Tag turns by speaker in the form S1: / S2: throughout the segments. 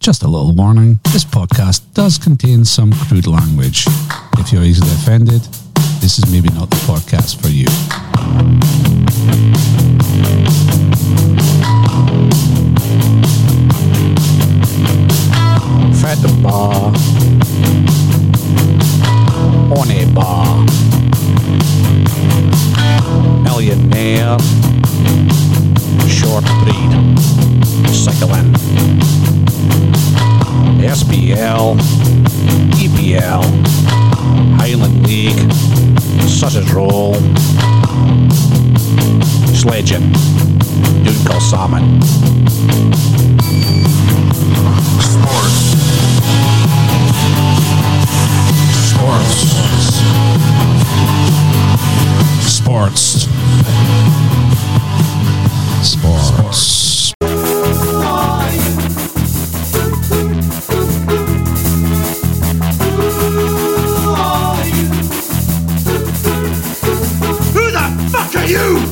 S1: Just a little warning this podcast does contain some crude language. If you're easily offended, this is maybe not the podcast for you.
S2: Fat bar. On a bar. Millionaire. Short breed. Cycling. SBL. EPL. E Highland League. Sausage roll. Sledging. Dunkel salmon.
S3: Sports. Sports. Sports.
S1: Sports.
S3: Who the fuck are you?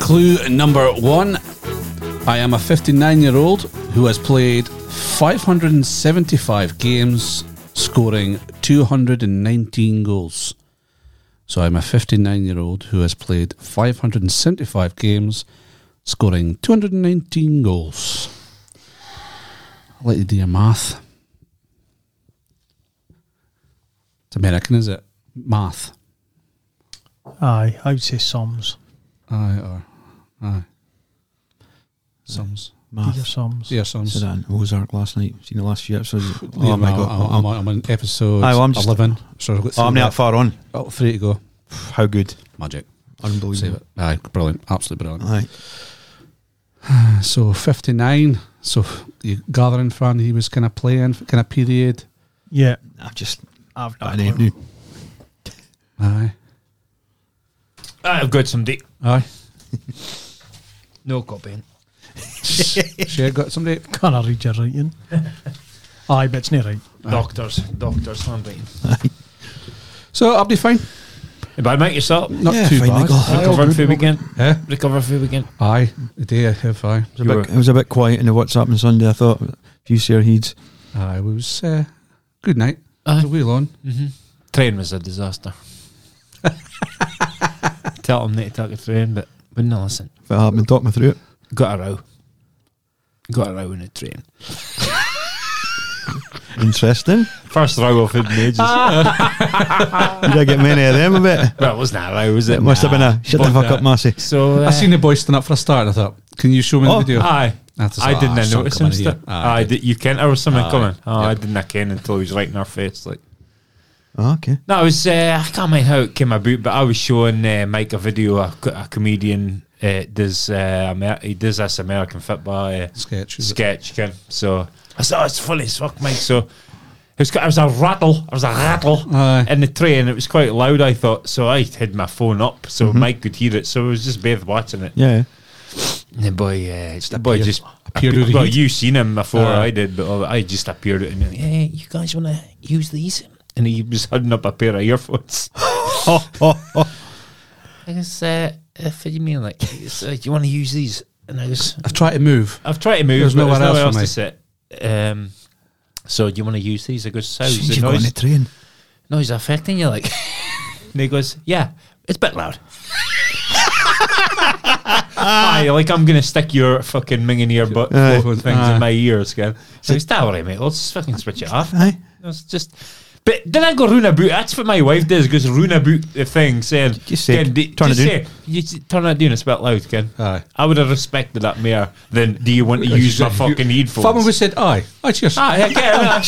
S1: Clue number one I am a 59 year old who has played 575 games, scoring 219 goals. So I'm a 59 year old who has played 575 games, scoring 219 goals. I'll let you do your math. It's American, is it? Math.
S4: Aye, I would say Soms.
S1: Aye, or aye. Sums.
S4: Peter
S5: Math.
S4: Soms.
S1: Yeah, sums.
S5: Said that in Ozark last night. Seen the last few episodes.
S1: Oh,
S5: oh my god.
S1: I'm, I'm, I'm on episode
S5: Aye, well, I'm just-
S1: 11. So I've got
S5: Oh, I'm
S1: three
S5: not
S1: left.
S5: far on.
S1: Oh, three to go.
S5: How good.
S1: Magic.
S5: Unbelievable.
S1: Save it. Aye, brilliant. Absolutely brilliant.
S5: Aye.
S1: Uh, So 59. So you gathering, Fran, he was kind of playing, kind of period.
S4: Yeah.
S5: I've just.
S4: I've
S5: I
S4: not
S5: don't
S4: clue.
S5: know.
S1: Aye.
S6: I've got some deep.
S1: Aye.
S6: No copying.
S1: Share got somebody.
S4: Can I read your writing? Aye, but it's not right.
S6: Doctors, doctors, handy.
S1: So I'll be fine.
S6: But mate, you up.
S1: Not
S5: Yeah,
S1: too
S5: fine,
S1: bad.
S5: Michael.
S6: Recover for weekend.
S1: Eh?
S6: Recover for weekend.
S1: Aye. The day I have aye.
S5: It was, a bit, it was a bit quiet in the WhatsApp on Sunday. I thought a few sore heeds.
S1: Aye, we was uh, good night.
S6: Aye.
S1: The wheel on.
S6: Train was a disaster. Tell them not to take a train, but wouldn't listen.
S5: If it happened, talk me through it.
S6: Got a row. Got a row in the train.
S5: Interesting.
S6: First row of hidden ages. well,
S5: Did I get many of them a bit?
S6: it wasn't a row, was it?
S5: It must have been a shut the
S6: But,
S5: fuck up,
S6: uh,
S5: Massey.
S6: So uh,
S1: I seen the boys stand up for a start. I thought, can you show me
S5: Oh,
S1: the video?
S6: Aye.
S1: I just
S6: I
S1: thought,
S6: didn't
S1: "Ah, son,
S6: notice
S1: come
S6: him.
S1: in here."
S6: St-
S1: Aye,
S6: aye, did you ken or something
S1: Aye.
S6: coming? Oh, I
S1: Yep.
S6: didn't ken until he was right in our face. Like
S5: Oh, okay.
S6: No, I was. Uh, I can't mind how it came about, but I was showing uh, Mike a video. A, co- a comedian uh, does. Uh, Amer- he does this American football uh,
S1: Sketch. is it?
S6: sketch. Ken. So I said, "Oh, it's funny as fuck, Mike." So it was. ki- It was a rattle. It was a rattle
S1: Aye.
S6: in the train. It was quite loud. I thought. So I had my phone up so Mike could hear it. So I was just bathe watching it.
S5: Yeah.
S6: And the boy, uh, the boy
S1: appeared-
S6: just
S1: appeared out of
S6: well,
S1: heat.
S6: you seen him before
S1: Aye.
S6: I did, but uh, I just appeared out and like, hey, you guys want to use these? And he was holding up a pair of earphones.
S5: Oh, oh, oh.
S6: I guess, uh, uh, what do you mean? Like, it's, uh, do you want to use these? And I was,
S1: I tried to move.
S6: I've tried to move,
S1: There's
S6: but
S1: nowhere
S6: there's nowhere
S1: else
S6: else,
S1: for
S6: to sit. Um, so, do you want to use these? I goes, so is
S5: Jeez,
S6: the
S5: you got on the
S6: noise,
S5: train.
S6: noise affecting you? Like, and he goes, yeah, it's a bit loud. Aye, like I'm gonna stick your fucking mingoneer butt
S5: Aye.
S6: things
S1: Aye.
S6: in my ears, again. So it's that way, mate. Let's fucking switch it off.
S5: Aye.
S6: That's just. But then I go round about. That's what my wife does. Goes round about the thing, saying,
S5: Just say,
S6: "Ken,
S5: "Turn
S6: just say,
S5: it
S6: you s- turn it down. It's a bit loud, Ken."
S1: Aye.
S6: I would have respected that more than, "Do you want to use my fucking headphones?"
S1: Fabian was said aye. Aye, cheers.
S6: Aye, yeah, yeah,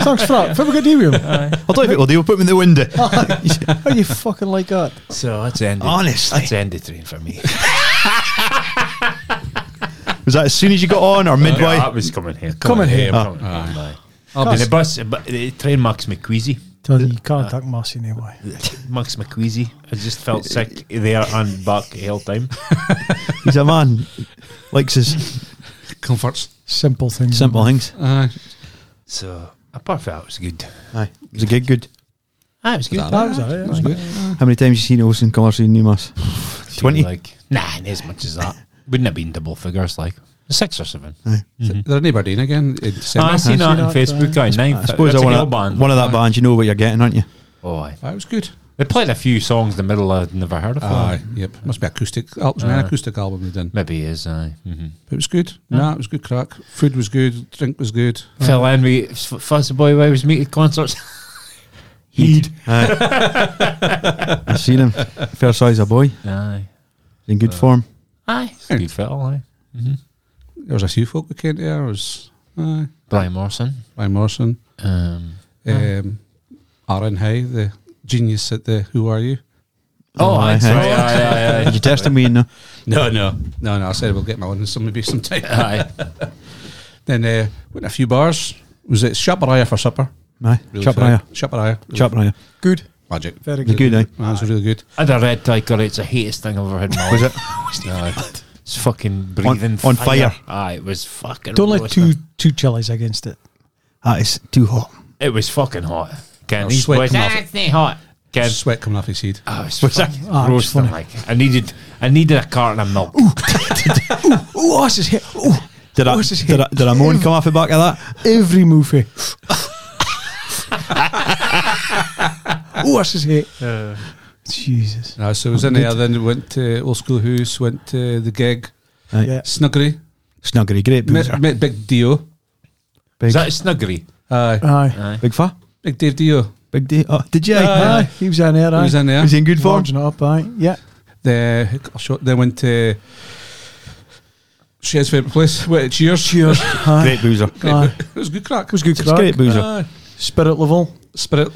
S4: Thanks for that. Have a good day with him.
S5: I'll tell you what we'll do. We'll put him in the window.
S4: How you fucking like that?
S6: yeah. so that's ended.
S5: Honestly.
S6: that's ended train for me.
S5: Was that as soon as you got on or midway?
S6: that was Oh, coming here. Oh,
S4: Coming here.
S6: Coming here. And the bus, but the train makes me queasy.
S4: Tell you, you can't attack Massey anyway.
S6: Makes me queasy. I just felt sick there and back the whole time.
S5: He's a man. Likes his
S1: Comforts.
S4: Simple things.
S5: simple things.
S1: Aye.
S6: So apart from that, it was good.
S5: Aye. Was the gig good?
S6: Ah, it was good.
S4: That was it.
S1: That's good.
S5: How many times you seen Olsen come or seen Numas?
S6: Feel
S5: 20?
S6: Like, nah, not as much as that. Wouldn't have been double figures, like. Six or seven.
S1: They're in Aberdeen again in December.
S6: Ah, I seen that on
S4: that,
S6: Facebook. Aye, nine.
S5: I suppose
S6: that's a
S5: I one,
S6: girl
S5: of,
S6: band.
S5: one of that band, you know what you're getting, aren't you?
S6: Oh, aye.
S1: That was good.
S6: They played a few songs in the middle I'd never heard of.
S1: Aye, yep. Ah, Must be acoustic. It was an acoustic album they done.
S6: Maybe he is, aye. Mm-hmm.
S1: It was good. Nah, it was good crack. Food was good. Drink was good.
S6: Phil Henry, f- Fuzzy Boy, where he was meeting concerts. Heed.
S5: I've seen him. Fair size of boy.
S6: Aye.
S5: In good form.
S6: Aye. Good Phil, aye.
S1: There was a few folk that came there. There was uh,
S6: Brian Morrison.
S1: Brian Morrison,
S6: Um,
S1: um, Aaron Hay, the genius at the Who Are You?
S6: oh,
S5: aye.
S6: that's right. Aye, aye,
S5: Did you test him? We no.
S1: No, no. No, no. I said we'll get my one some maybe sometime.
S6: aye. aye.
S1: then uh, went to a few bars. Was it Shaparaya for supper?
S5: Aye. Chaparaya.
S1: good. Shaparaya. Really
S5: Chaparaya. Good.
S1: Magic.
S4: Very
S5: It's
S4: good.
S5: good, aye.
S1: Man, it was really good.
S6: I had a red tiger. It's the hatest thing I've ever had in my life. Was it? It's fucking breathing
S5: on fire.
S6: Aye, it was fucking.
S4: Don't let
S6: roasting.
S4: two two chilies against it.
S5: That is too hot.
S6: It was fucking hot. Can
S5: Oh,
S1: was
S6: these
S1: sweating
S6: boys?
S1: off
S6: Ah, it's not hot. Can
S1: Sweat coming off his head.
S6: I was fucking
S4: Ah, it was
S6: roasting
S4: funny.
S6: like I needed. I needed a carton of milk.
S4: Oh, this is hit. Oh,
S5: Did I,
S4: What's his
S5: did I, did I moan come off the back of that?
S4: every movie. oh, this is hit. Jesus.
S1: No, so it was in there. Then went to old school house. Went to the gig.
S5: Aye.
S4: Yeah.
S1: Snuggery.
S5: Snuggery, great boozer.
S1: Met, met Big Dio.
S5: Big,
S6: Is that a snuggery?
S1: Aye.
S4: Aye.
S5: big fa?
S1: Big Dave Dio.
S5: Big day. Oh, did you?
S4: Aye. He was in there. Aye.
S1: He was in there.
S5: Was he in good form?
S4: Lodging it eh? up. Aye. Yeah.
S1: The I shot. They went to Shed's favourite place. Went to Cheers. Cheers.
S4: Aye.
S5: Great boozer.
S4: Aye.
S1: it was good crack.
S4: It was good
S5: It's
S4: crack.
S5: great boozer.
S1: Aye.
S4: Spirit level.
S1: Spirit.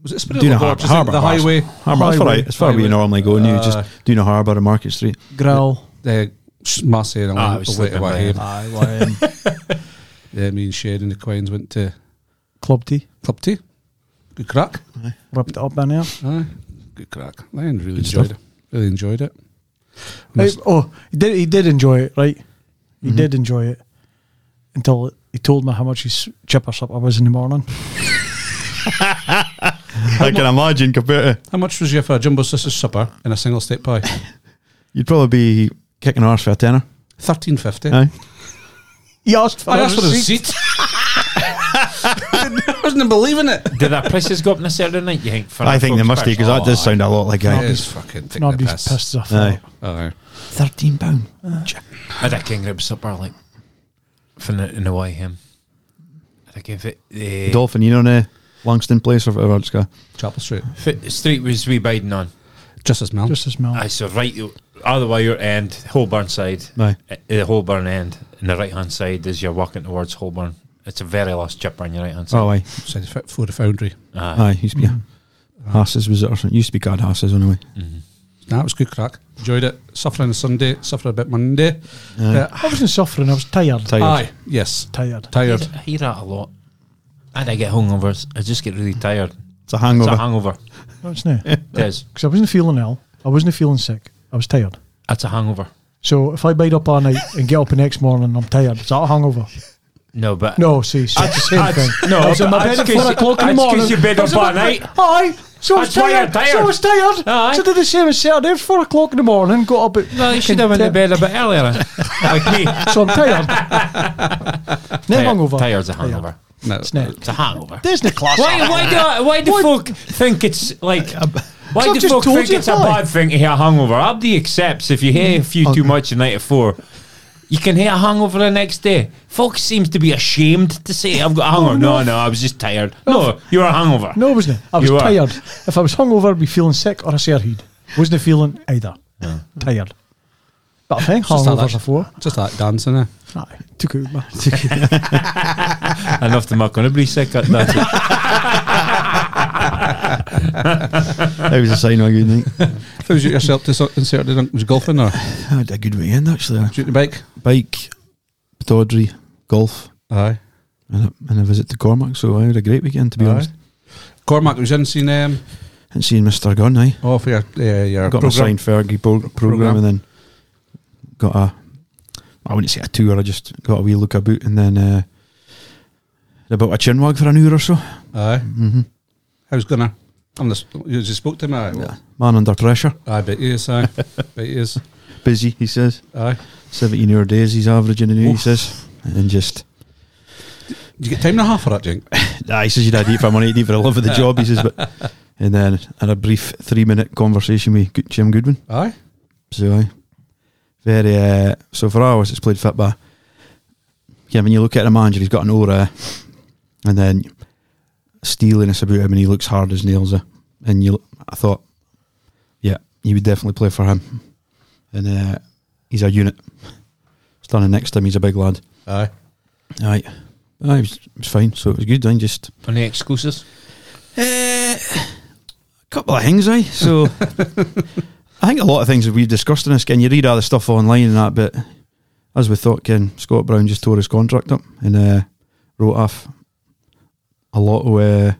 S1: Was it Spirit?
S5: Duna
S1: Level or
S5: Harbour-
S1: just
S5: Harbour
S1: The
S5: House.
S1: highway.
S5: Harbour, that's all
S4: Highway.
S5: right. It's far where you
S1: Highway.
S5: normally go. New, just
S1: Aye.
S5: doing a harbour or Market Street.
S4: Growl.
S1: The Massey and
S6: Ah,
S1: I
S6: it was
S1: went away to
S6: sleeping bag.
S1: Whitehaven.
S4: Aye. Lion.
S1: Yeah, me and Shed and the Quines went to
S4: Club tea.
S1: Club Tea. Good crack.
S4: Rubbed it up in there.
S1: Aye. Good crack. I really enjoyed
S5: stuff.
S1: it. Really enjoyed it.
S4: Right, oh, he did. He did enjoy it, right?
S5: Mm-hmm.
S4: He did enjoy it until he told me how much his chipper supper was in the morning.
S5: I can imagine compared to.
S1: How much was you for a jumbo sister's supper and a single steak pie?
S5: You'd probably be kicking arse for a tenner.
S1: Thirteen fifty.
S5: Aye.
S4: He asked for
S1: I
S4: a
S1: asked for the
S4: receipt.
S1: receipt. I wasn't believing it.
S6: Did that prices go up on a Saturday night? You think? For
S5: I
S6: that
S5: think they
S6: folks'
S5: must do because
S6: bash?
S5: that does
S6: Oh,
S5: sound a lot like uh,
S1: It
S5: a
S1: is fucking thick
S4: Nobody's
S1: piss. Oh,
S4: pissed off.
S5: Aye.
S1: Aye.
S5: thirteen pound.
S6: aye. I had a king rib supper like from the, in the YM. I gave it. Uh,
S5: Dolphin, you know, in a Langston Place or whatever it's called.
S1: Chapel Street.
S6: Foot Street was we biding on.
S1: Just as man.
S4: Just as smell.
S6: I so right other way your end, Holborn side.
S5: Aye.
S6: Uh, The Holborn end and the right hand side as you're walking towards Holborn. It's a very last chipper on your right hand side.
S5: Oh, aye.
S1: Said f- for the foundry.
S6: Aye.
S5: Aye, used to be Hasses was it or something? Used to be called Hasses anyway.
S1: Nah, it was good crack. Enjoyed it. Suffering Sunday. Suffered a bit Monday. Uh,
S4: I wasn't suffering. I was tired.
S5: Tired.
S1: aye. Yes.
S4: Tired.
S6: I
S1: Tired.
S6: hear- I hear that a lot. And I get hungovers. I just get really tired.
S5: It's a
S6: It's
S5: hangover.
S6: a hangover.
S4: No, it's not. Because
S6: It is.
S4: I wasn't feeling ill. I wasn't feeling sick. I was tired.
S6: It's a hangover.
S4: So if I bide up all night and get up the next morning, I'm tired. Is that a hangover?
S6: No, but
S4: No, see, so it's the same thing.
S6: no,
S4: I was in my
S6: but
S4: bed at
S6: that's 'cause
S4: four o'clock in the
S6: you- that's
S4: morning.
S6: 'cause you bed
S4: I was
S6: up
S4: in
S6: all
S4: my
S6: night.
S4: bed- Aye, so I was
S6: That's why you're
S4: tired. So I
S6: tired.
S4: was tired.
S6: Aye.
S4: So I did the same as Saturday, four o'clock in the morning, got up at.
S6: Well, you should have went to bed a bit earlier. like me.
S4: So I'm tired. Never
S6: Tired-
S4: hungover.
S6: Tired's a hangover.
S1: No.
S4: Nah.
S6: It's a hangover.
S4: There's no class.
S6: Why, why do I- why do folk think it's like why
S4: I've
S6: do
S4: just
S6: folk
S4: told
S6: think
S4: you,
S6: it's a
S4: why?
S6: bad thing to hear a hangover? Abdi accepts if you hear a few too much in night of four. You can hear a hangover the next day. Folk seems to be ashamed to say I've got a hangover. no. no, I was just tired. No, you're a hangover.
S4: No, I wasn't. I was
S6: You were.
S4: tired. If I was hungover, I'd be feeling sick or a sirheed. Wasn't feeling either. Tired. But I think
S1: Just like
S4: hungovers
S1: that.
S4: are four.
S1: Just like dancing. Eh?
S4: Aye, took it out my.
S6: I love the muck on everybody sick at that.
S5: that was a sign of a good night.
S1: How was you yourself to something Saturday night? Was you golfing or
S5: I had a good weekend actually.
S1: shooting the bike?
S5: Bike, Pataudry, golf,
S1: Aye.
S5: and a, and a visit to Cormac. So I had a great weekend to be
S1: Aye.
S5: honest.
S1: Cormac was in seeing um,
S5: And seeing Mister Gunn, aye.
S1: oh for your uh, your
S5: got my
S1: program.
S5: signed Fergie pro- program,
S1: Programme.
S5: and then got a I wouldn't say a tour. I just got a wee look about and then uh, had about a chinwag for an hour or so.
S1: Aye. Mm-hmm. How's gonna? I'm the, you just spoke to me. Aye, well,
S5: Man under pressure.
S1: aye, bet you is. Aye, bet you is.
S5: busy, he says.
S1: Aye.
S5: 17 hour days he's averaging a new, he says. And just,
S1: Do you get time and a half for that, Jink?
S5: nah, he says, you'd have to eat for money, you'd eat for the love of the job, he says. But, and then had a brief three minute conversation with Good- Jim Goodwin.
S1: Aye.
S5: So aye. Very uh, so for hours it's played football. Yeah, when you look at the manager, he's got an aura, and then steeliness about him, and he looks hard as nails. eh. And you, I thought, yeah, you would definitely play for him. And uh, he's a unit. Standing next to him, he's a big lad.
S1: Aye.
S5: Aye, aye, it was, it was fine. So it was good. Then just
S6: Any excuses?
S5: Uh, couple of things, aye. So I think a lot of things that we've discussed in this, Ken, you read all the stuff online and that, but as we thought, Ken, Scott Brown just tore his contract up and uh, wrote off a lot of uh,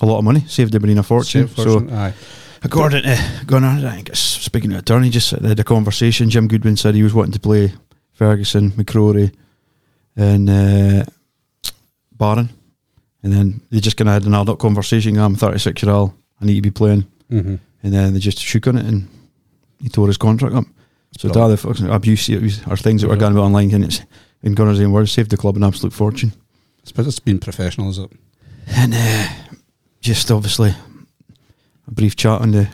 S5: a lot of money, saved everybody a fortune. So
S1: aye.
S5: according to Gunnar, eh, I think it's speaking to attorney, just they had a conversation. Jim Goodwin said he was wanting to play Ferguson, McCrory, and uh, Barron. And then they just kind of had an adult conversation. I'm 36 year old. I need to be playing.
S1: Mm-hmm.
S5: And then they just shook on it and he tore his contract up. So the
S1: Brilliant.
S5: other fucking abuse series are things that were going about online and it's in Gunners' own words, saved the club an absolute fortune.
S1: It's, but it's been professional, is it?
S5: And uh, just obviously a brief chat on the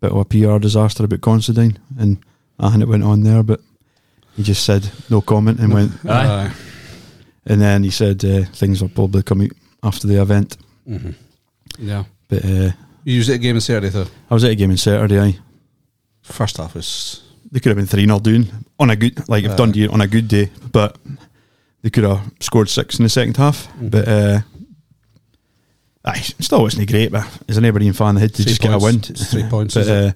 S5: bit of a PR disaster about Considine and I think it went on there, but he just said no comment and went
S6: Aye.
S5: and then he said uh, things will probably come out after the event.
S1: hmm Yeah.
S5: But uh,
S1: You used it again on Saturday, though.
S5: I was at a game on Saturday, aye.
S1: First half was.
S5: they could have been three 0 down on a good like if
S1: Aye.
S5: Dundee on a good day, but they could have scored six in the second half.
S1: Mm.
S5: But uh, aye, still wasn't great. But as an Aberdeen fan, they had to
S1: Three
S5: just
S1: points.
S5: get a win.
S1: It's three points,
S5: But,
S1: is it?
S5: uh,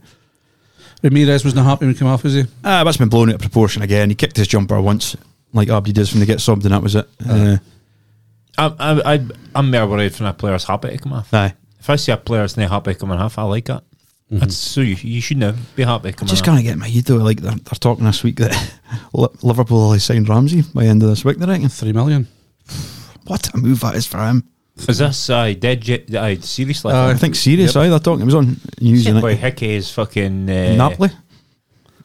S1: Ramirez was not happy when he came off, was he?
S5: ah, that's been blown out of proportion again. He kicked his jumper once, like Abdi does when they get subbed, and that was it. Uh,
S6: I'm, I'm, I'd- I'm more worried when a player's happy to come off.
S5: aye,
S6: If I see a player's not happy coming off, I like that.
S1: Mm-hmm.
S6: That's so you, you should know. Be happy coming
S5: just
S6: off.
S5: can't get my head though. Like they're, they're talking this week that Li- Liverpool will sign Ramsey by the end of this week. They reckon.
S1: Three million.
S5: What a move that is for him.
S6: Is this uh, dead? Jet, uh, seriously?
S5: I think serious. Aye, they're talking. It was on news.
S6: Shit,
S5: tonight.
S6: boy, Hickey is fucking. Uh,
S5: Napoli.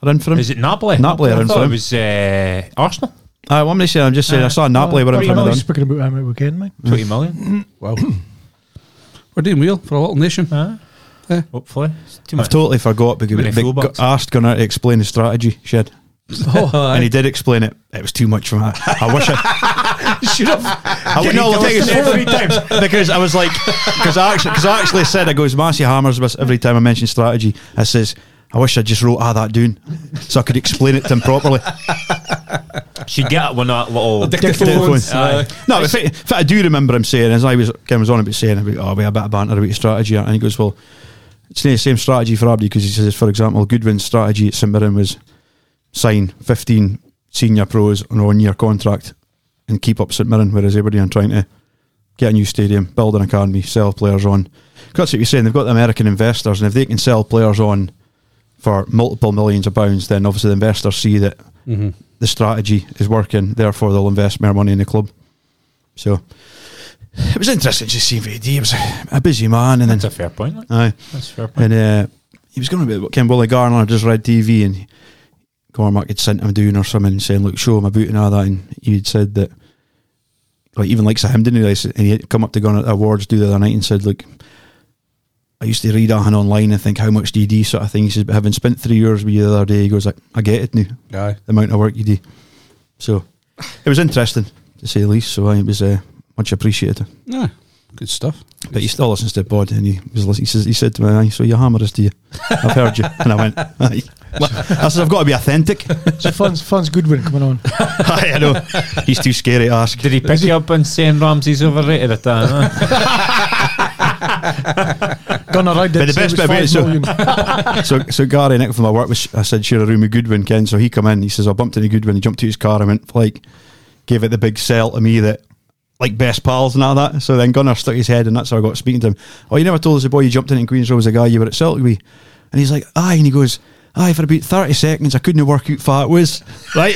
S5: Are in for him.
S6: Is it Napoli?
S5: Napoli are
S6: I
S5: in
S6: thought
S5: for
S6: it
S5: him.
S6: was uh, Arsenal.
S5: I want me to say, I'm just saying, I
S6: Uh,
S5: saw Napoli were in for
S4: I'm
S5: another.
S4: not speaking about him at weekend, mate.
S5: Mm.
S6: 20 million.
S1: Wow. We're doing well for a little nation.
S6: Huh?
S1: Yeah.
S6: Hopefully. It's too
S5: I've
S6: much.
S5: totally forgot because
S6: Too many
S5: they
S6: fullbacks.
S5: got asked Gunnar to explain his strategy. Shed. and he did explain it. It was too much for me. I wish I should have. I would no, the thing is,
S6: Every time.
S5: because I was like, because I actually, because I actually said I goes Massey hammers this every time I mention strategy. I says, I wish I just wrote ah that down so I could explain it to him properly.
S6: Should get one of that little.
S5: Dictaphones.
S6: Aye.
S5: No, if, it, if I do remember him saying, as I was, Ken was on about saying about, oh, we had a bit of banter about strategy, and he goes, well, it's not the same strategy for Abdi because he says, for example, Goodwin's strategy at St Mirren was sign 15 senior pros on a one year contract and keep up St Mirren, whereas Aberdeen are trying to get a new stadium, build an academy, sell players on. 'Cause That's what you're saying. They've got the American investors, and if they can sell players on for multiple millions of pounds, then obviously the investors see that
S1: Mm-hmm.
S5: the strategy is working. Therefore, they'll invest more money in the club. So it was interesting to see VD. He was a busy man, and
S6: That's
S5: then
S6: a fair point. Like.
S5: aye,
S6: That's a fair point.
S5: and uh, he was going to be Ken Willie Garner I just read TV, and Cormac had sent him doing or something, saying, "Look, show him a boot and all that." And he'd said that, like even likes of him didn't he? Like, And he had come up to Garner at the awards do the other night and said, "Look." I used to read on online and think, how much do you do sort of thing? He says, but having spent three years with you the other day, he goes, like, I get it now
S1: Aye.
S5: the amount of work you do. So it was interesting to say the least. So aye, it was uh, much appreciated.
S1: Aye. Good stuff.
S5: But he still listens to the pod, and he was listen- he says he said to me, aye, "So you hammer us, do you?" I've heard you, and I went, aye. I said, "I've got to be authentic."
S4: So fans, fans Goodwin coming on.
S5: aye, I know he's too scary to ask.
S6: Did he pick you up and saying Ramsey's overrated at that? huh?
S4: Gunnar, I
S5: But
S4: did
S5: the
S4: say
S5: best
S4: it was
S5: bit about it,
S4: five
S5: so-
S4: million.
S5: So, so Gary Nick from my work was, I said, share a room with Goodwin, Ken. So he come in, he says, I bumped into Goodwin, he jumped to his car and went, like, gave it the big sell to me that, like, best pals and all that. So then Gunnar stuck his head, and that's how I got speaking to him. Oh, you never told us the boy you jumped in in Queen's Road was a guy you were at Celtic with? And he's like, aye. And he goes, aye, for about 30 seconds, I couldn't work out far it was, right?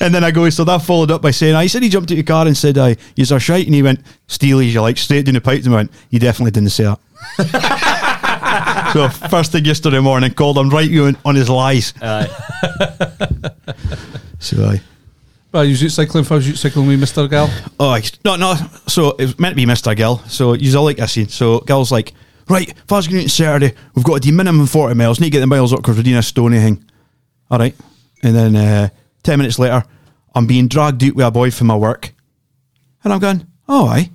S5: and then I go, so that followed up by saying, I said he jumped out your car and said, aye, you're shite. And he went, Steely, you like, straight down the pipe. And I went, you definitely didn't say that. so first thing yesterday morning, called him right you on- on his lies. so I.
S1: Well, you shoot cycling for you cycling with Mr. Gal.
S5: Oh, I- no, no. So it was meant to be Mr. Gill. So you's all like I seen. So Gill's like, right, if I was going out on Saturday, we've got to do minimum 40 miles. Need to get the miles up because we're doing a stony thing. All right. And then uh, 10 minutes later, I'm being dragged out with a boy from my work. And I'm going, oh, aye.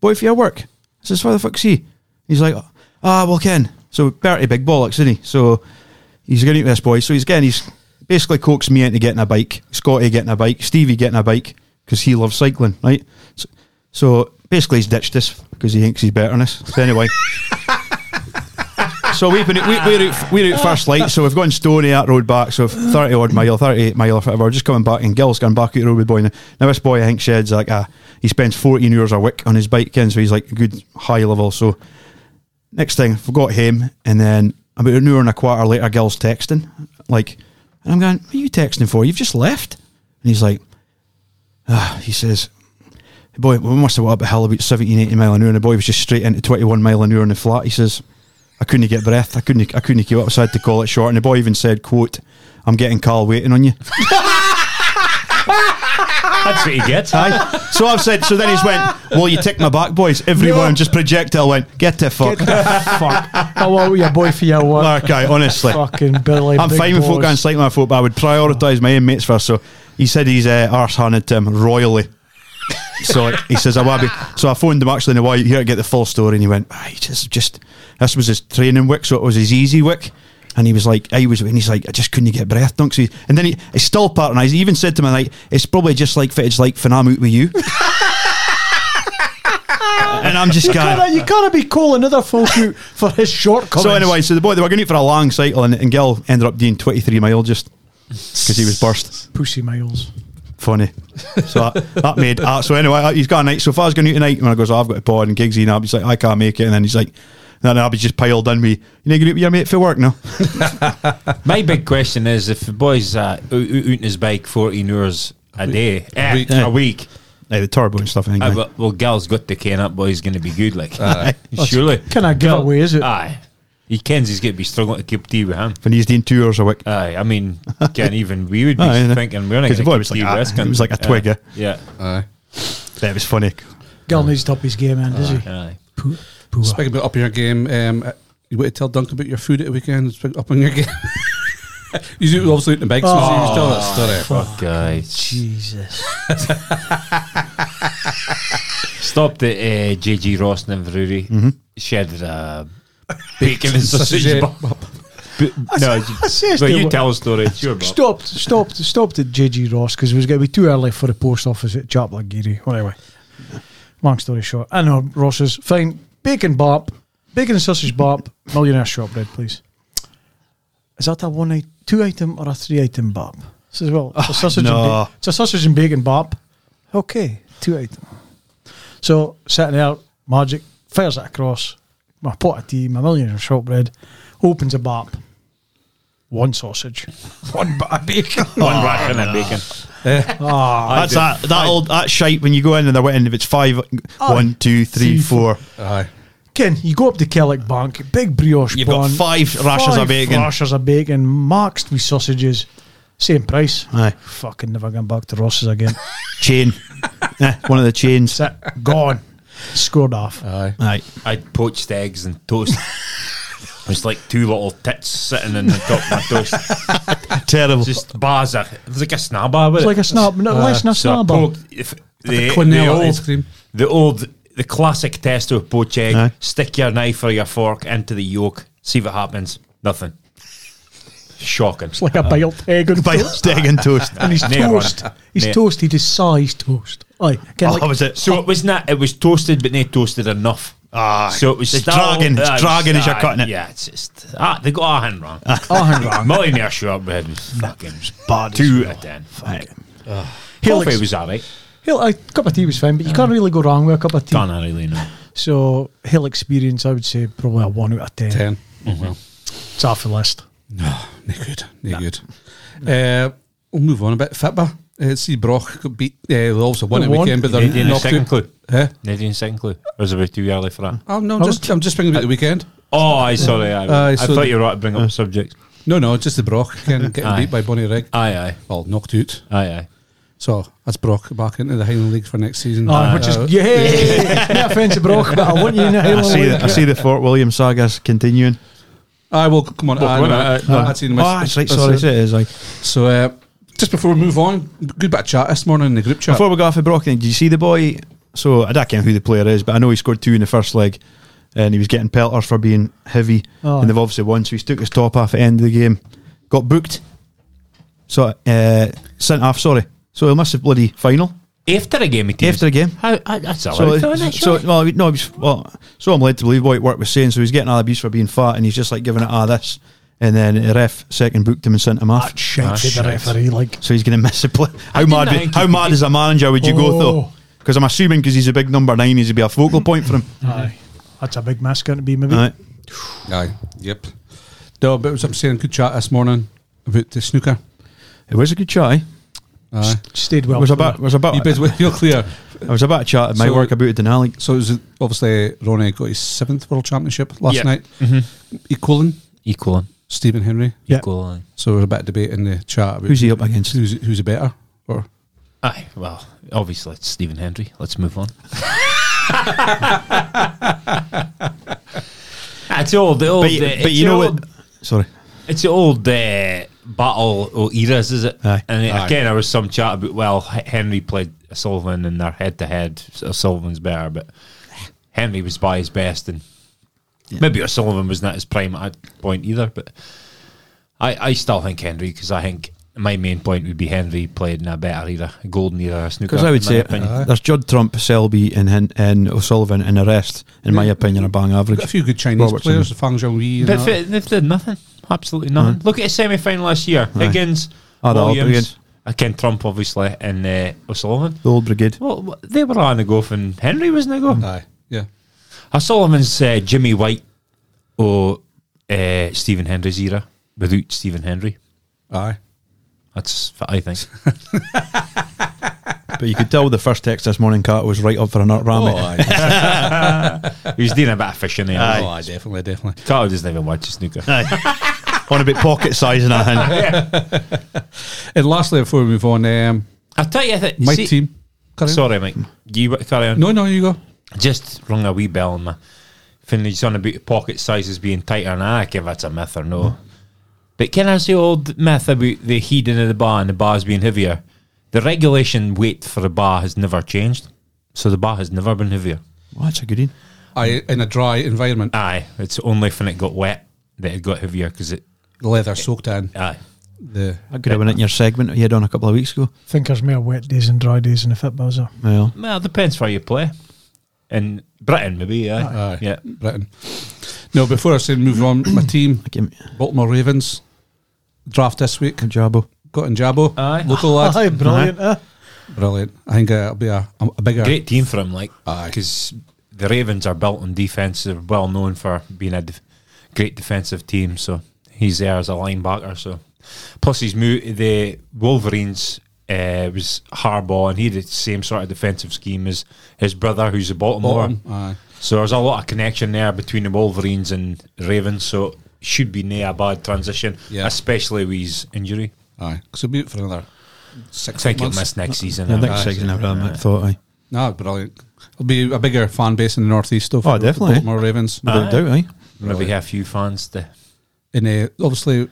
S5: Boy for your work. I says, why the fuck's he? He's like, ah, well, Ken. So Bertie big bollocks, isn't he? So he's going out with this boy. So he's getting, he's basically coaxed me into getting a bike, Scotty getting a bike, Stevie getting a bike, because he loves cycling, right? So, so basically he's ditched us because he thinks he's better than us. So anyway. So we've been, we, we're, out, we're out first light, so we've gone Stony that road back, so 30 odd mile, 38 mile or whatever, we're just coming back, and Gil's going back out the road with boy. Now, now this boy, I think, sheds like, uh, he spends 14 hours a week on his bike, and so he's like good high level. So next thing, forgot him, and then about an hour and a quarter later, Gil's texting, like, and I'm going, what are you texting for? You've just left? And he's like, ah, he says, boy, we must have went up a hill about 17, 18 mile an hour, and the boy was just straight into 21 mile an hour in the flat. He says, I couldn't get breath. I couldn't. I couldn't keep up. So I had to call it short. And the boy even said, "quote I'm getting Carl waiting on you."
S6: That's what he gets.
S5: Aye. so I've said. So then he's went. Well, you tick my back, boys. Everyone just projectile went. Get the fuck,
S4: Fuck. I want your boy for your work.
S5: Mark. Aye, honestly.
S4: Fucking Billy.
S5: I'm
S4: big
S5: fine with folk
S4: boys.
S5: going cycling. I thought, but I would prioritise my own mates first. So he said he's uh, arse handed to him royally. so he says, I want to be. So I phoned him actually in a while here to get the full story, and he went, I just, just, this was his training wick, so it was his easy wick. And he was like, I was, and he's like, I just couldn't get breath, dunks. He- And then he, he's still patronised. He even said to me, like, it's probably just like, it's like when I'm out with you. and I'm just
S4: You
S5: going,
S4: gotta, you gotta be calling other folk out for his shortcomings.
S5: so anyway, so the boy they were going out for a long cycle, and, and Gil ended up doing twenty three mile just because he was burst.
S4: pussy miles.
S5: Funny. So that, that made uh, so anyway uh, he's got a night. So if I was going out tonight, and I goes, oh, I've got a pod and gigs, and I'll be like, I can't make it, and then he's like. And then I'll be just piled in with, you know, you going out with your mate for work now.
S6: My big question is if the boy's uh, out, out out on his bike 14 hours a day, eh, a
S1: week.
S6: week,
S5: Aye, the turbo and stuff. I think.
S6: Uh,
S5: aye.
S6: well, well, Gal's got the cane up, boy's going to be good. Like, surely.
S4: Kind of giveaway, is it?
S6: Aye. He kens he's going to be struggling to keep tea with him.
S5: when he's doing two hours a week.
S6: Aye, I mean, can't even, we would be
S5: Aye, aye.
S6: thinking, we're not
S5: 'Cause the
S6: going
S5: boy
S6: to
S5: was
S6: keep
S5: like
S6: tea
S5: a-
S6: risking.
S5: he was like a twig, eh?
S6: Yeah.
S1: Aye.
S5: That was funny.
S4: Girl needs to up his game, man, does
S5: Oh,
S4: he?
S6: Aye.
S4: Poo- poo-
S1: Speaking about up your game, um, uh, you want to tell Dunk about your food at the weekend? Speak up on your game. you do obviously out the bike, so you should tell that story.
S6: Oh, Fuck, aye.
S4: Jesus.
S6: Stopped at uh, JG Ross in Inverurie. Shared a uh, bacon and sausage
S1: Sausage,
S6: bun. B- no,
S4: I says
S6: but
S4: they
S6: you
S4: were-
S6: tell a story. It's your bun.
S4: Stopped, stopped, stopped at JG Ross because it was going to be too early for the post office at Chaplagiri. Well, anyway, long story short, I know Ross's fine bacon bop, bacon and sausage bop, millionaire shortbread, please. Is that a one i- two item or a three item bop? Says well, it's a sausage. and
S5: no.
S4: ba- it's a sausage and bacon bop. Okay, two item. So sitting there, magic fires it across my pot of tea, my millionaire shortbread, opens a bop. One sausage.
S5: One bit of bacon.
S6: One rack and a bacon.
S5: That's that, that old that shite when you go in and they're waiting if it's five, one, two, three, four.
S1: Aye.
S4: Ken, you go up to Kellick Bank, big brioche
S5: You've
S4: bun.
S5: got five rashers of
S4: five
S5: bacon.
S4: rashers of bacon, maxed with sausages, same price.
S5: Aye.
S4: Fucking never going back to Ross's again.
S5: Chain. Eh, one of the chains.
S4: That's it. Gone. Scored off.
S1: Aye.
S5: Aye.
S6: I'd poached eggs and toast. It was like two little tits sitting in the top of my toast.
S5: Terrible.
S6: Just bars. of- It was like a snabba.
S4: It's like a snap, no, less than a
S6: So I
S4: snap.
S6: poked- if the, the
S1: quinella ice
S6: old,
S1: cream.
S6: the old, the classic test of poached egg.
S5: Aye.
S6: Stick your knife or your fork into the yolk. See what happens. Nothing. Shocking.
S4: It's like a boiled egg on
S5: By
S4: toast.
S5: steak and toast.
S4: And he's
S6: Nail
S4: toast.
S6: run.
S4: He's
S6: Nail.
S4: toast. He just saw he's toast. Aye. Ken,
S5: Oh,
S4: like,
S5: was it?
S6: So it was not. It was toasted, but not toasted enough.
S5: Ah,
S6: so it was
S5: it's
S6: still-
S5: dragging, it's
S6: uh,
S5: dragging as you're
S6: uh,
S5: cutting it.
S6: Yeah, it's just ah, they got a hand wrong.
S4: oh, hang on.
S6: Millionaire shortbread was fucking
S5: bad as
S6: two out of ten.
S5: Aye.
S6: Coffee
S4: Helix.
S6: was alright.
S4: Hill, a cup of tea was fine, but you can't really go wrong with a cup of tea.
S6: Don't I really know.
S4: So, Hill experience, I would say probably a one out of ten.
S1: 10. Oh,
S6: Mm-hmm.
S1: well.
S4: It's off the list.
S1: No, not good. Not good. Uh, we'll move on a bit. Fitba. Uh, see, Broch got beat. Uh, they also won
S4: They
S1: it
S4: won.
S1: weekend, but they're
S6: Nadine a
S1: knocked
S6: second
S1: out.
S6: clue.
S1: Eh?
S6: Nadine a second clue. Or was it about too early for that?
S1: Oh, no, just, I'm just thinking about the weekend.
S6: Oh, I sorry. I,
S1: Aye,
S6: I
S1: so
S6: thought
S1: the-
S6: you were right to bring up subjects.
S1: No, no, just the Brock getting, getting
S6: Aye.
S1: beat by Bonnie Rigg.
S6: Aye, aye,
S1: Well, knocked out.
S6: aye, aye.
S1: So that's Brock back into the Highland League for next season.
S5: Ah,
S4: Oh, which is,
S1: Uh,
S4: yeah, no offence to Brock, but I want you in the
S5: I
S4: Highland
S5: see, the, I
S4: League.
S5: see the Fort William saga's continuing.
S1: Aye, well, come on. aye,
S6: wait a
S1: no,
S6: minute,
S1: no,
S6: aye.
S1: that's in
S5: Oh,
S1: my-
S5: that's right,
S1: that's
S5: sorry,
S1: it.
S5: it is. Like,
S1: So, uh, just before we move on, good bit of chat this morning in the group chat.
S5: Before we got off of Brocken, did you see the boy? So I don't care who the player is, but I know he scored two in the first leg, and he was getting pelters for being heavy,
S4: Oh.
S5: and they've obviously won. So he took his top off at the end of the game, got booked, so uh, sent off. Sorry, so he must have bloody final
S6: After a game, it is.
S5: after the game.
S6: How, I, that's all
S5: So,
S6: right. though, isn't it,
S5: so
S6: surely?
S5: well, no, he was, well, so I'm led to believe what work was saying. So he's getting all abuse for being fat, and he's just like giving it ah this, and then the ref second booked him and sent him off.
S4: That
S6: Ah,
S4: shite to the referee, like.
S5: So he's going to miss the play. How mad?
S6: didn't
S5: Would,
S6: think
S5: how
S6: he
S5: mad
S6: could-
S5: as a manager would you go though?
S4: Oh.
S5: Because I'm assuming because he's a big number nine, he's going to be a focal point for him.
S4: Aye. That's a big mess going to be, maybe.
S5: Aye.
S1: Aye, yep. No, but it was up saying good chat this morning about the snooker.
S5: It was a good chat. Eh?
S1: Aye.
S4: Stayed
S5: It
S4: well.
S5: was about. It was about.
S1: You bet you're clear.
S5: It was about a chat at my
S1: So-
S5: work about it in Alec.
S1: So it was obviously Ronnie got his seventh world championship last
S6: Yep.
S1: night,
S5: Mm-hmm.
S1: equaling
S6: equal,
S1: Stephen Henry.
S4: Yeah.
S6: equal. Aye.
S1: So there was a bit of debate in the chat about
S5: Who's he up against?
S1: who's, who's a better or
S6: aye. Well, obviously it's Stephen Henry. Let's move on. It's all the old,
S5: But, you-
S6: uh,
S5: but
S6: it's
S5: you know
S6: the
S5: what?
S6: old-
S5: Sorry.
S6: It's the old uh, battle or eras, is it?
S5: Aye.
S6: And
S1: Aye.
S6: again, there was some chat about well, H- Henry played Sullivan and they're head to head. uh, Sullivan's better, but Henry was by his best, and maybe Sullivan was not his prime at that point either. But I, I still think Henry because I think my main point would be Henry played in a better era, a golden era, of snooker.
S5: Because I would
S6: in my
S5: say uh,
S6: opinion.
S5: there's Judd Trump, Selby, and Hen- and O'Sullivan, and the rest, in my opinion, are bang
S1: got a
S5: average.
S1: few good Chinese
S5: Robertson.
S1: players, the Fang Zhongyi. and
S6: But
S1: that.
S6: they- they've done nothing, absolutely nothing. Look at the semi final last year:
S5: Mm-hmm. Aye.
S6: Higgins,
S5: Ah, the old brigade.
S6: Williams, I Ken Trump, obviously, and uh, O'Sullivan.
S5: The old brigade.
S6: Well, w- they were on the go, and Henry wasn't a go.
S1: Aye, yeah.
S6: O'Sullivan's uh, Jimmy White or uh, Stephen Henry's era without Stephen Henry.
S1: Aye.
S6: That's what I think.
S5: But you could tell the first text this morning, Carter was right up for a nut rammy.
S1: aye.
S6: he was doing a bit of fishing there.
S1: oh, aye, definitely, definitely.
S6: Carl doesn't even watch snooker.
S5: On a bit pocket size and that.
S1: And lastly, before we move on, um,
S6: I'll tell you that.
S1: my
S6: see-
S1: team. Carry on.
S6: Sorry, Mike. You carry on.
S1: No, no, you go.
S6: Just rung a wee bell on my Finley's on about pocket sizes being tighter, and I give that's a myth or no. But can I say old myth about the heating of the bar and the bars being heavier? The regulation weight for the bar has never changed, so the bar has never been heavier.
S5: Oh, that's a good in.
S1: Aye, in a dry environment,
S6: Aye, it's only when it got wet that it got heavier because it.
S1: the leather soaked in
S6: Aye,
S1: the.
S5: That could have been it in your segment that you had on a couple of weeks ago.
S4: think there's more wet days and dry days in the fit buzzer.
S5: Well,
S6: well, it depends where you play. In Britain, maybe. Yeah,
S1: Aye.
S6: yeah.
S1: Britain. No, before I say move on, my team,
S5: I give me
S1: Baltimore Ravens, draft this week,
S5: a jabo.
S1: got in Jabo,
S6: Aye.
S1: local lad.
S4: Aye, brilliant. eh?
S1: Brilliant. I think uh, it'll be a, a bigger.
S6: Great team for him, like
S1: Aye.
S6: because the Ravens are built on defense. They're well known for being a def- great defensive team. So he's there as a linebacker. So plus he's moved the Wolverines. Uh, was Harbaugh, and he did the same sort of defensive scheme as his brother, who's a Baltimore.
S1: Bottom. Aye.
S6: So there's a lot of connection there between the Wolverines and Ravens. So should be near a bad transition,
S1: Yeah.
S6: especially with his injury.
S1: Aye. Because it'll be out for another
S6: I
S1: six
S6: think he'll
S1: months.
S6: miss next season.
S5: I think
S6: Aye.
S5: six and a half, I thought I.
S1: No, brilliant. It'll be a bigger fan base in the northeast, though.
S6: Oh,
S1: for the
S5: definitely.
S1: Baltimore Ravens.
S5: Without doubt, aye.
S6: Maybe have a few fans to
S1: And uh, obviously,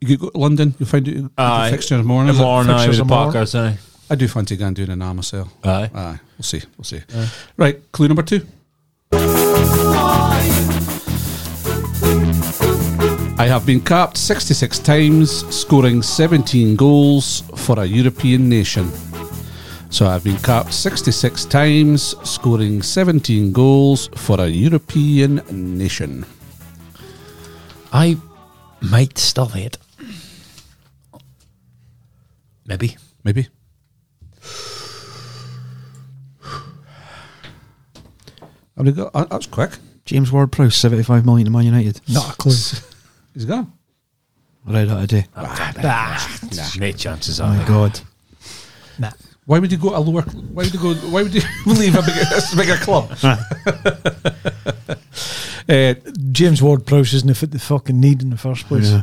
S1: you could go to London, you'll find it uh,
S6: Aye.
S1: fixture in the morning. is it?
S6: Tomorrow night
S1: Fixtures
S6: with the
S1: tomorrow.
S6: Packers, aye.
S1: I do fancy going doing an arm myself.
S6: Aye.
S1: Aye. We'll see. We'll see. Right. Clue number two. I have been capped 66 times, scoring 17 goals for a European nation. So I've been capped 66 times, scoring 17 goals for a European nation.
S6: I might still hate. Maybe.
S1: Maybe. Have we got? Uh, that's quick.
S5: James Ward Prowse, 75 million to Man United.
S4: Not a clue.
S1: He's gone.
S5: I read that today.
S6: No chances
S5: Oh
S6: are.
S5: my God.
S4: Nah.
S1: Why would you go a lower? Why would you go? Why would you leave a bigger, a bigger club?
S6: Uh,
S4: James Ward Prowse isn't if it the fucking need in the first place.
S5: Yeah.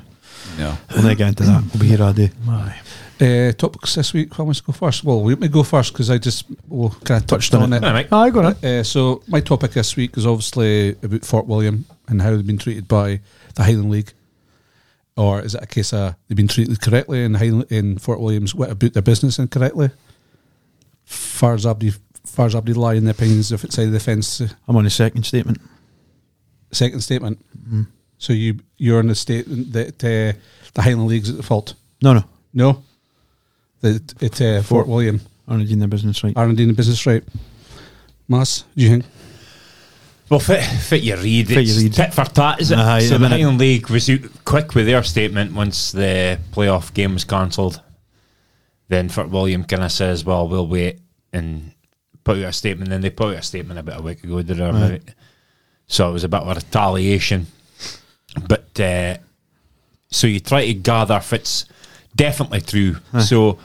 S1: Yeah.
S5: We'll not get into that. We'll be here all day.
S4: Aye.
S1: Uh, topics this week. Who wants to go first? Well, let me go first because I just well, kind of touched on it.
S6: all right.
S4: Aye, got it.
S1: Uh, so my topic this week is obviously about Fort William and how they've been treated by the Highland League, or is it a case of they've been treated correctly in Highland, in Fort Williams? What about their business incorrectly? Far as Abdi, far as Abdi lie in their opinions of outside the fence.
S5: I'm on the second statement.
S1: Second statement. So you you're in the statement that uh, the Highland League's at the fault.
S5: No, no.
S1: No, that it uh, Fort
S5: Fort-
S1: William.
S5: I'm not doing their business right.
S1: R and D in the business right. Mas, do you think?
S6: Well, fit, fit your read.
S5: Fit
S6: it's
S5: your read.
S6: tit for tat, is it?
S5: Aye,
S6: so
S5: a
S6: the
S5: minute.
S6: Highland League was out quick with their statement once the playoff game was cancelled. Then Fort William kind of says, "Well, we'll wait and put out a statement." Then they put out a statement about a week ago. Did I? So it was a bit of a retaliation. But uh, so you try to gather if it's definitely true. So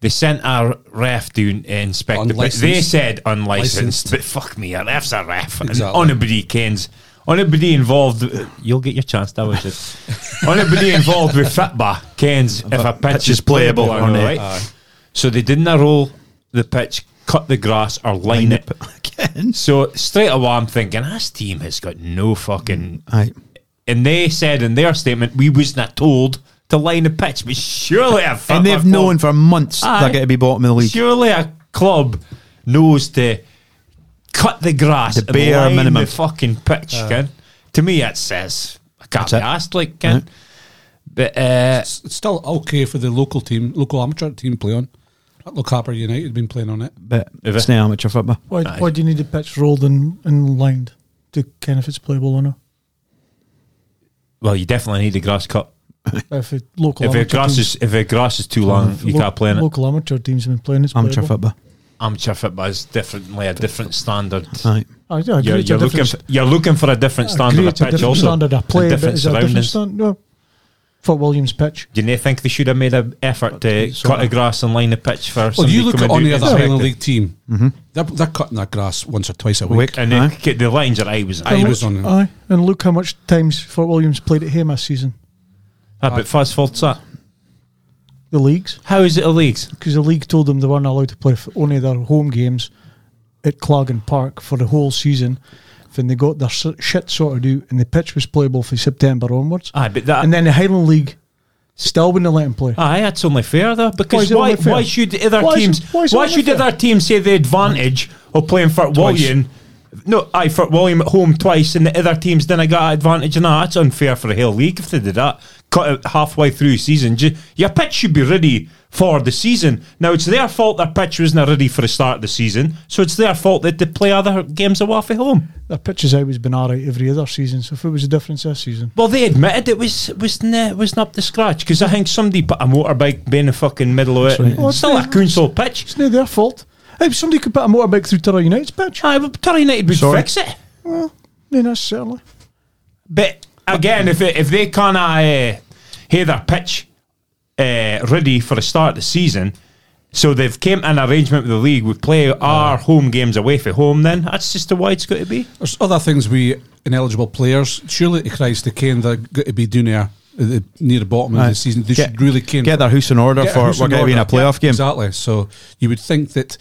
S6: they sent a ref to inspect the
S1: Unlicensed.
S6: They said unlicensed,
S1: Licensed.
S6: but fuck me, a ref's a ref.
S1: Exactly.
S6: And anybody kens, anybody involved, uh, you'll get your chance, that was it. anybody involved with FITBA kens if a pitch,
S5: pitch
S6: is
S5: is playable
S6: playable or
S5: or
S6: not,
S5: not.
S6: right? So they didn't roll the pitch, cut the grass, or line it.
S5: Again.
S6: So straight away, I'm thinking this team has got no fucking.
S5: Aye.
S6: And they said in their statement, we wasn't told to line the pitch, but surely a fuck
S5: And they've
S6: club,
S5: known for months
S6: Aye.
S5: they're going to be bottom of the league.
S6: surely a club knows to cut the grass,
S5: The
S6: and
S5: bare
S6: line
S5: minimum.
S6: the fucking pitch.
S4: Uh.
S6: ken. To me, it says I can't be
S5: it.
S6: asked, like ken. But uh,
S1: It's still okay for the local team, local amateur team to play on. Look, Harper United have been playing on it.
S5: But
S6: If
S5: it's
S6: it-
S5: not amateur football.
S4: Why,
S6: Aye.
S4: why do you need the pitch rolled and, and lined to ken if it's playable or not?
S6: well, you definitely need the grass cut.
S4: If it, local
S6: If
S4: amateur
S6: your grass
S4: teams-
S6: is if your grass is too long, you
S4: lo-
S6: can't play in it.
S4: Local amateur teams have been playing it's
S5: Amateur
S4: playable.
S5: football.
S6: Amateur football is differently a different standard.
S5: Aye.
S4: I, yeah, I agree
S6: You're,
S4: it's a
S6: you're looking
S4: different
S6: for, you're looking for a different standard
S4: agree
S6: er of
S4: it's a
S6: pitch
S4: different
S6: also.
S4: standard of play,
S6: and
S4: but
S6: different
S4: er is it a different
S6: surroundings.
S4: standard? No. Fort Williams pitch.
S6: Do you think they should have made an effort to
S5: it's
S6: cut
S5: all-
S6: the grass and line the pitch for
S1: Well,
S6: somebody
S1: you look
S6: coming
S1: at on
S6: down
S1: the
S6: to
S1: other
S6: inspect
S1: Highland
S6: it?
S1: League team,
S5: Mm-hmm.
S1: they're, they're cutting that grass once or twice a week.
S5: Wick.
S6: and
S5: Aye.
S6: the, the lines are I was
S1: I
S6: I
S1: was on it.
S4: Aye, and look how much times Fort Williams played at Hame last season.
S6: but fast forward to that.
S4: The leagues,
S6: How is it a leagues?
S4: because the league told them they weren't allowed to play f- only their home games at Clagan Park for the whole season. Then they got their s- shit sorted out, and the pitch was playable for September onwards.
S6: Aye, Ah, but that
S4: and then the Highland League still wouldn't let him play.
S6: aye, that's only fair though. Because
S4: is it
S6: why
S4: only
S6: why,
S4: fair?
S6: should other
S4: Why is it-
S6: teams
S4: why
S6: why,
S4: is it only
S6: should
S4: fair?
S6: other teams say the advantage of playing Fort William? No, I Fort William at home twice, and the other teams didn't get an advantage. And that's unfair for the whole league if they did that. Cut it halfway through the season. Ju- Your pitch should be ready for the season. Now it's their fault their pitch wasn't ready for the start of the season, so it's their fault that they play other games away from home.
S4: Their pitch has always been alright every other season. So if it was a difference this season,
S6: Well, they admitted it was was ne, was not up to scratch because I think somebody put a motorbike in the fucking middle of it.
S5: right.
S6: Well, it's still a council pitch.
S4: it's not their fault. Hey, if somebody could put a motorbike through Tyrrell United's pitch.
S6: Aye, but Torry United would
S5: Sorry.
S6: fix it.
S4: No, necessarily.
S6: But again, if it, if they can't uh, hear their pitch uh, ready for the start of the season, so they've came to an arrangement with the league. We play
S5: Uh.
S6: our home games away from home. Then that's just the way it's got to be.
S1: There's other things we ineligible players. Surely to Christ, they can they're going to be doing there at the- near the bottom of the season. They should really can
S5: Get their house in order for we're going to be in a playoff game.
S1: Exactly. So you would think that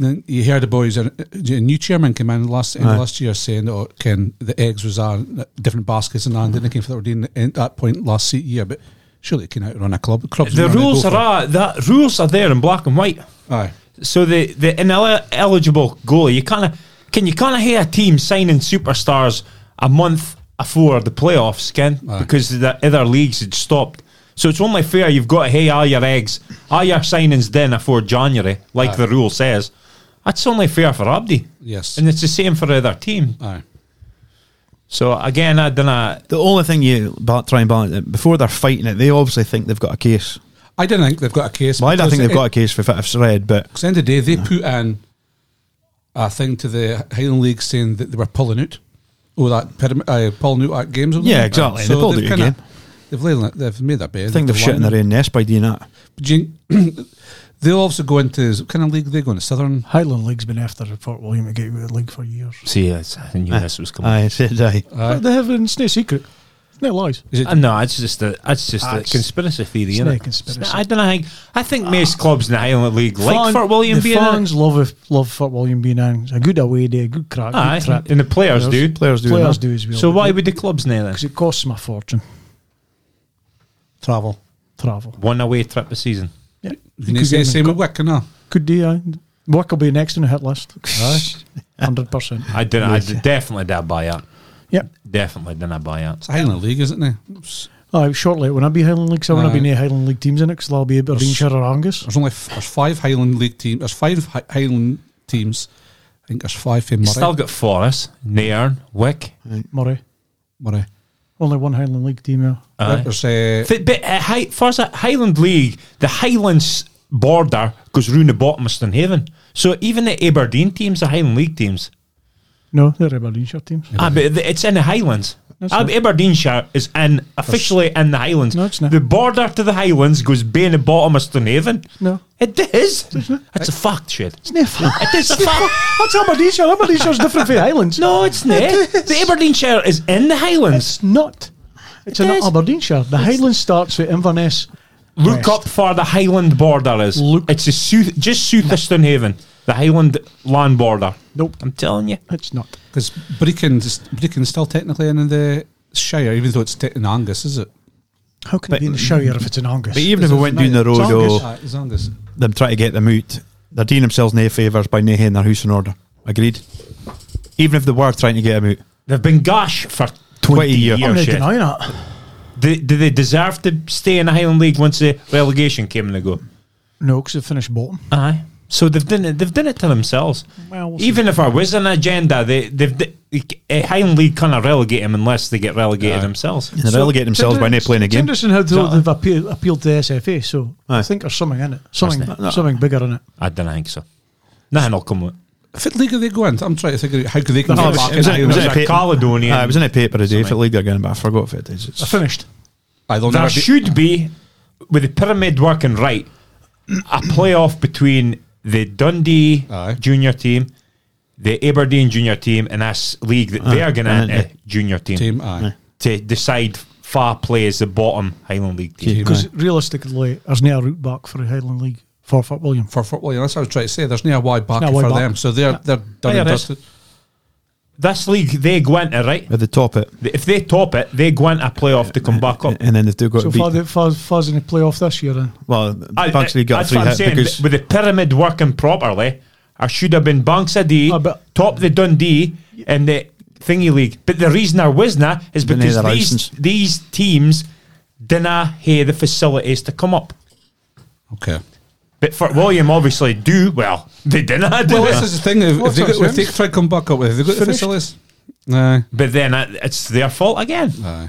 S1: then you heard the boys, a a new chairman came in last end of last year saying that oh, Ken, the eggs was on different baskets and that, didn't came for that were doing at that point last se- year, but surely it can outrun a club. Clubs
S6: The
S1: run it,
S6: rules
S1: go
S6: are
S1: for it.
S6: uh, that rules are there in black and white.
S1: Aye.
S6: So the the ineligible goalie, you kind of can you kind of hear a team signing superstars a month before the playoffs, Ken,
S1: Aye.
S6: because the other leagues had stopped. So it's only fair you've got to hay all your eggs, all your signings then before January, like the rule says. That's only fair for Abdi,
S1: Yes.
S6: and it's the same for the other team.
S1: Aye.
S6: So again, I don't know.
S5: The only thing you ba- try and balance it, before they're fighting it, they obviously think they've got a case.
S1: I don't think they've got a case.
S5: Well, I don't
S1: because
S5: think they've
S1: it-
S5: got a case for Fit I've read, but
S1: Because at the end of the day, they put in a thing to the Highland League saying that they were pulling out. Oh, that pyram- uh, pulling out at games. or
S5: Yeah,
S1: something.
S5: exactly. They pulled
S1: they've
S5: out
S1: kinda-
S5: again.
S1: They've, laid, they've made that bed.
S5: I think they've shit in
S1: won.
S5: their own nest by doing that.
S1: Do you- They'll also go into what kind of league they go into Southern.
S4: Highland League's been after Fort William to get out of the league for years.
S6: See, I I knew this was coming.
S5: Aye, said aye.
S4: But they have, it's no secret. It's no lies.
S1: Is it?
S6: Uh, no, it's just a it's just
S4: That's-
S6: a Ah. conspiracy theory.
S4: it's
S6: innit?
S4: not a conspiracy.
S6: It's not- I don't think I think most clubs in the Highland League like
S4: Fan-
S6: Fort William
S4: the
S6: being in it.
S4: fans love if- love Fort William being in. It's a good away day, good crack,
S6: Aye,
S4: good trip.
S6: and the Ah, players do.
S5: Players do.
S4: Players
S5: Players
S4: do as well.
S6: So why would the clubs now then?
S4: Because it costs them a fortune
S1: Travel.
S4: travel.
S6: One away trip a season.
S4: Yeah,
S1: You can say the same with Wick, no?
S4: Could do. Aye. Work will be next on the hit list. Hundred percent.
S6: I didn't. I definitely did buy it.
S4: Yep.
S6: Definitely didn't buy it.
S1: It's a Highland League, isn't it? It's-
S4: Aye, shortly when I be Highland League, so when I be
S1: Aye.
S4: near Highland League teams in it, because there'll be Aberdeenshire or Angus.
S1: There's only f- there's five Highland League teams. There's five Hi- Highland teams. I think there's five in Murray.
S6: Still got Forest, Nairn, Wick.
S4: Murray.
S1: Murray.
S4: Only one Highland League team now.
S6: Aye.
S1: There's, uh,
S6: Fi- But uh, Hi- first uh, Highland League, the Highlands border goes round the bottom of Stonehaven. So even the Aberdeen teams, the Highland League teams,
S4: No, they're Aberdeenshire teams.
S6: Ah, but th- it's in the Highlands.
S4: That's
S6: Ab-
S4: not-
S6: Aberdeenshire is in officially in the Highlands.
S4: No, it's not.
S6: The border to the Highlands goes bein the bottom of Stonehaven.
S4: No.
S6: It is. That's a fact, shit.
S4: It's not fact.
S6: It is a fact.
S4: That's Aberdeenshire. Aberdeenshire's different from the Highlands.
S6: No, it's not. The Aberdeenshire is in the Highlands.
S4: it's not. It's
S6: It
S4: in
S6: is.
S4: Aberdeenshire. The Highlands starts with Inverness.
S6: Look
S4: West.
S6: up for the Highland border is.
S4: Look-
S6: It's a sooth- just south of Stonehaven, the Highland land border.
S4: Nope,
S6: I'm telling you.
S4: it's not.
S1: Because Bricken's, Bricken's still technically in the Shire, even though it's t- in Angus, is it?
S4: How can it be in the Shire if it's in Angus?
S5: But even if we went down the road,
S1: Angus.
S5: oh,
S1: Aye, it's Angus.
S5: them trying to get them out, they're doing themselves no favours by not having their house in order. Agreed. Even if they were trying to get them out,
S6: They've been gosh for 20
S5: 20
S6: years.
S5: years.
S4: I'm not
S6: Oh, shit.
S4: denying that.
S6: Do, do they deserve to stay in the Highland League once the relegation came and they go?
S4: No, because they finished bottom.
S6: Aye. So they've done it. They've done it to themselves.
S4: Well, we'll see.
S6: Even if there was an agenda, they they've d- a Highland League can't relegate them unless they get relegated themselves.
S5: they relegate themselves by not playing a
S4: It's
S5: game.
S4: interesting how
S6: So-
S4: they've appeal, appealed to SFA, so I
S5: Aye.
S4: think there's something in it. Something
S6: That's
S4: something bigger in it.
S6: I don't think so. Nothing will come. with it.
S1: Fit league are they going? I'm trying to figure out how could they can
S4: No,
S6: Oh,
S1: get
S4: it was-
S1: back
S5: it
S1: in
S5: was
S1: the
S5: a- it
S1: Highlands.
S5: was a-
S6: There's a
S5: pit-
S6: Caledonian.
S5: Aye, it was in a paper today for
S6: Something.
S5: League again, but I forgot if it is. It's
S4: They're finished.
S1: Aye, they'll
S6: there
S1: never be-
S6: should be, with the pyramid working right, a playoff between the Dundee
S1: Aye.
S6: junior team, the Aberdeen junior team, and this league that they are going
S5: and
S6: to junior team,
S1: Team, aye.
S6: to decide far plays the bottom Highland League team.
S1: Team, aye.
S4: Because realistically, there's no route back for the Highland League for Fort William.
S1: for Fort William. That's what I was trying to say. There's no wide back
S4: No
S1: for
S4: wide Oh, back.
S1: them, so they're they're done
S6: There
S1: and
S6: is.
S1: dusted.
S6: This league they go into right.
S5: at the top it,
S6: If they top it, they go into a playoff to come back up.
S5: and then they've still got
S4: So
S5: to beat.
S4: far, they, far, far's in the playoff this year, then.
S5: well,
S6: I-
S5: Bucks League got
S6: eh, that's
S5: three
S6: what I'm
S5: hit
S6: saying.
S5: because
S6: With the pyramid working properly, I should have been Banks a D,
S1: Oh,
S4: Ah, but-
S6: top the Dundee, and the thingy league. But the reason there was not is
S5: Didn't have
S6: because
S5: the
S6: these,
S5: licence.
S6: these teams didn't have the facilities to come up.
S1: Okay.
S6: But Fort William obviously do well. They didn't.
S1: Well,
S6: didn't
S1: this is the thing. If, if,
S4: What's
S1: they,
S4: that
S1: got, if they
S4: sense?
S1: try to come back up with, have they got the
S4: Finished.
S1: facilities. Aye,
S6: but then it, it's their fault again.
S1: aye.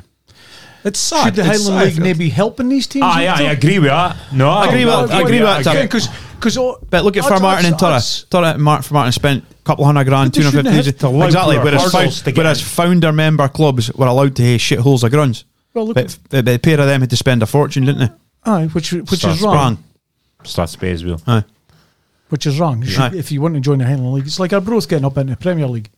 S1: It's sad.
S4: Should the
S1: it's
S4: Highland League
S1: sad.
S4: maybe helping these teams?
S6: Aye, aye, I agree with that. No, I
S5: agree with- Oh, I agree with that, Tom.
S4: Because
S5: But look at Far Martin and Torres. Torres and Martin, Martin spent a couple hundred grand,
S4: But they
S5: two hundred
S4: shouldn't
S5: fifty.
S4: have to
S6: allow
S5: Exactly.
S6: for
S5: Whereas,
S6: hurdles to
S5: found,
S6: get
S5: whereas
S6: in.
S5: founder member clubs were allowed to have shitholes of grunts.
S4: Well, look,
S5: But, but the pair of them had to spend a fortune, didn't they?
S4: aye, which which
S6: Starts
S4: is wrong.
S5: Wrong.
S6: Start space wheel.
S5: Aye.
S4: Which is wrong. You should-
S5: Aye.
S4: if you want to join the Highland League, it's like Arbroath getting up into the Premier League.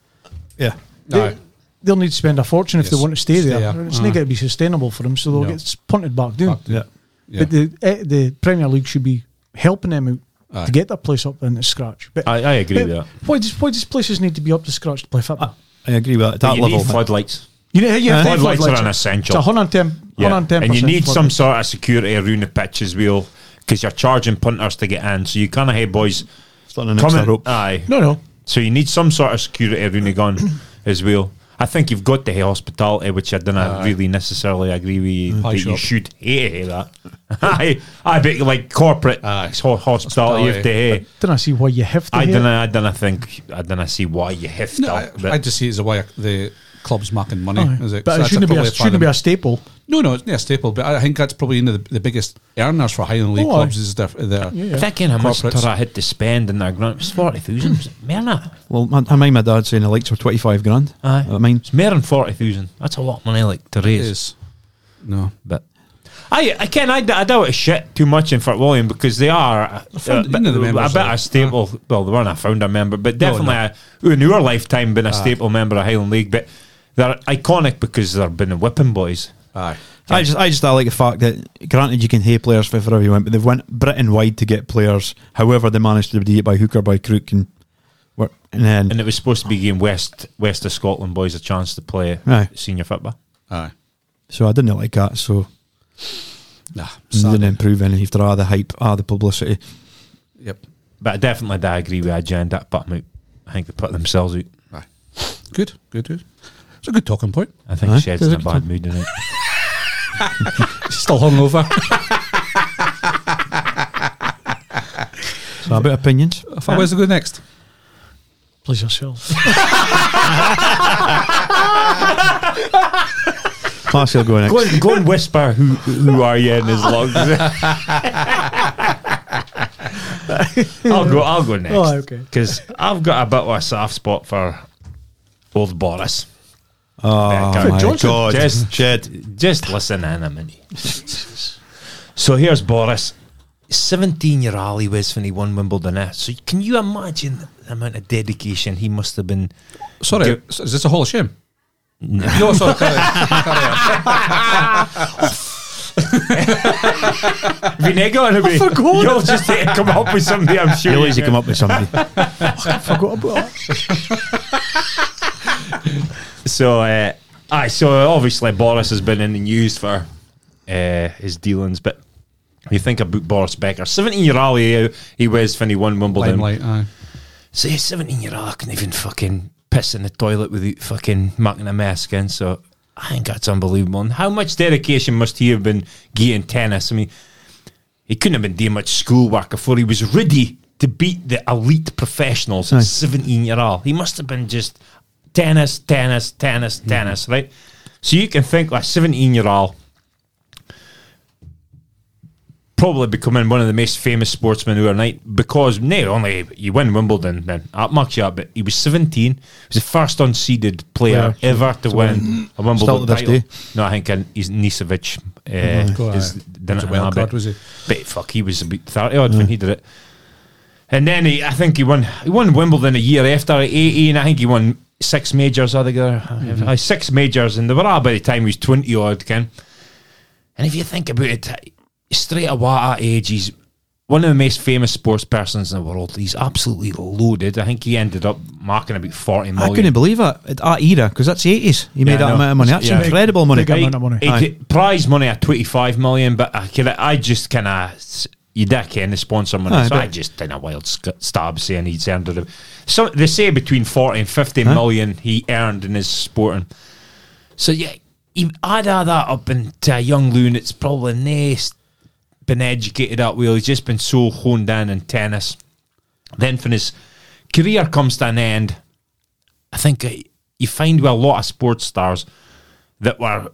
S5: Yeah.
S1: Aye.
S4: They'll need to spend a fortune if they
S1: Yes.
S4: want to stay
S1: Stay
S4: there.
S1: there.
S4: It's not going to be sustainable for them, so they'll
S1: No.
S4: get punted back down.
S1: Back down.
S5: Yeah.
S1: Yeah.
S4: But the eh, the Premier League should be helping them out
S1: Aye.
S4: to get that place up and scratch. But
S6: I, I agree
S4: but
S6: with that.
S4: why does why does places need to be up to scratch to play football?
S5: I agree with that. At
S6: But
S5: that
S6: you
S5: level.
S6: need floodlights.
S4: You know, you
S5: Huh?
S4: have to have
S6: Floodlights are an
S4: It's
S6: essential.
S4: a hundred and ten, hundred and ten
S6: And you
S4: percent
S6: need some
S4: floodlights.
S6: sort of security around the pitch as well, because you're charging punters to get in. So you kind of have boys
S5: Starting next to the
S6: coming.
S5: rope.
S6: Aye.
S4: No, no.
S6: So you need some sort of security around the gun as well. I think you've got to have hospitality, which I don't really necessarily agree with you
S1: Pie
S6: that
S1: shop.
S6: you should have that. aye, I bet like corporate ho- hospitality you have to have.
S4: Then I see why you have to.
S6: I
S4: have
S6: don't.
S4: it.
S6: I don't think. I don't see why you have to.
S1: No, I,
S6: but-
S1: I just see it as a way of the club's making money.
S4: Aye.
S1: Is it?
S4: But
S1: So
S4: it
S1: that's
S4: shouldn't, be a,
S1: probably
S4: shouldn't be a staple.
S1: No, no, it's not a staple, but I think that's probably one of the, the biggest earners for Highland League
S4: Oh, aye.
S1: clubs is their, their
S4: Yeah, yeah.
S6: Thinking how much
S1: Corporates.
S6: I had to spend in that grant, it was 40,000. Man, that.
S5: Well, my, I mind my dad saying the lights were 25 grand.
S6: Aye.
S5: I mean,
S6: It's more than 40,000. That's a lot of money like to raise.
S1: is. No.
S6: But I again, I, d- I doubt it's shit too much in Fort William because they are a, a,
S1: found- none of the
S6: bit- a
S1: members
S6: bit
S1: are.
S6: of staple. Well, they weren't a founder member, but
S1: No, Ah.
S6: definitely a, in your lifetime been a staple member of Highland League. But they're iconic because they've been the whipping boys.
S1: Aye.
S5: I just, I just, I like the fact that granted you can hate players for wherever you want, but they've went Britain wide to get players. However, they managed to do it by hook or by crook, and work, and then
S6: And it was supposed to be giving West West of Scotland boys a chance to play
S5: Aye.
S6: senior football.
S1: Aye.
S5: so I didn't like that. So
S1: Nah.
S5: didn't
S1: sad.
S5: improve any after all the hype, all the publicity.
S1: Yep.
S6: But I definitely do agree with Ajay and that put 'em out. I think they put themselves out.
S1: Aye. Good. Good. Good. It's a good talking point.
S6: I think
S5: Aye.
S6: Shed's in a bad mood tonight.
S1: Still hungover.
S5: So about opinions.
S1: I thought, where's the go next?
S4: Please yourself.
S5: Marcy will go next.
S6: go, and, go and whisper who who are you in his lungs. I'll go. I'll go next.
S4: Oh, okay.
S6: Because I've got a bit of a soft spot for old Boris.
S5: Oh
S6: Beckham.
S5: my
S6: Johnson.
S5: god!
S6: Just-
S5: Shed.
S6: Just listen in a minute. so here's Boris. 17 year Ali was when he won Wimbledon. eh? So can you imagine the amount of dedication he must have been?
S1: Sorry,
S6: Go-
S1: s- is this a hall of shame? No, no sorry, carry on.
S6: If you're going to be,
S4: forgot.
S6: you'll just have to come up with something. I'm sure.
S5: He always
S6: you
S5: come
S6: can.
S5: up with somebody.
S4: Forgot about that.
S6: So, uh, aye, so obviously Boris has been in the news for uh, his dealings, but you think about Boris Becker, 17 year old he, he was when he won Wimbledon.
S1: Limelight, aye.
S6: So, he's 17 year old, I couldn't even fucking piss in the toilet without fucking mucking a mess again. So, I think that's unbelievable. And how much dedication must he have been getting tennis? I mean, he couldn't have been doing much schoolwork before he was ready to beat the elite professionals at 17 year old. He must have been just tennis, tennis, tennis,
S5: Mm-hmm.
S6: tennis, right? So you can think like 17 year old probably becoming one of the most famous sportsmen who are night because not only you win Wimbledon then that mucks you up, but he was 17. He was the first unseeded player
S5: Yeah,
S6: ever to, win, a Wimbledon
S5: Still to this
S6: title.
S5: day. Mm-hmm.
S6: No, I think uh, he's Nisevic. Uh,
S1: Go
S6: is-
S1: ahead.
S6: done
S1: Was
S6: it
S1: a
S6: in
S1: wild
S6: Abbott.
S1: card, was he?
S6: But fuck, he was about thirty odd when he did it. And then he, I think he won. He won Wimbledon a year after at eighty, and I think he won six majors altogether.
S5: Mm-hmm.
S6: Uh, Six majors, and they were all by the time he was twenty odd, Ken. And if you think about it, straight away at that age, he's one of the most famous sports persons in the world. He's absolutely loaded. I think he ended up marking about forty
S5: I
S6: million.
S5: couldn't believe it at that era because that's the eighties. He
S6: Yeah,
S5: made
S6: I
S5: that
S6: know.
S5: amount of money. That's
S6: Yeah.
S5: incredible money.
S4: Big amount
S6: Aye,
S4: of money.
S6: aye,
S5: Aye.
S6: get prize money at 25 million, but I, can, I just kind of. You did can the sponsor money,
S5: Aye,
S6: so
S5: but-
S6: I just did a wild sc- stab saying he's earned it. So they say between 40 and 50 million he earned in his sporting. So yeah, he, I'd add that up into a young loon that's probably not been educated that well. He's just been so honed down in tennis. Then when his career comes to an end, I think uh, you find with a lot of sports stars that were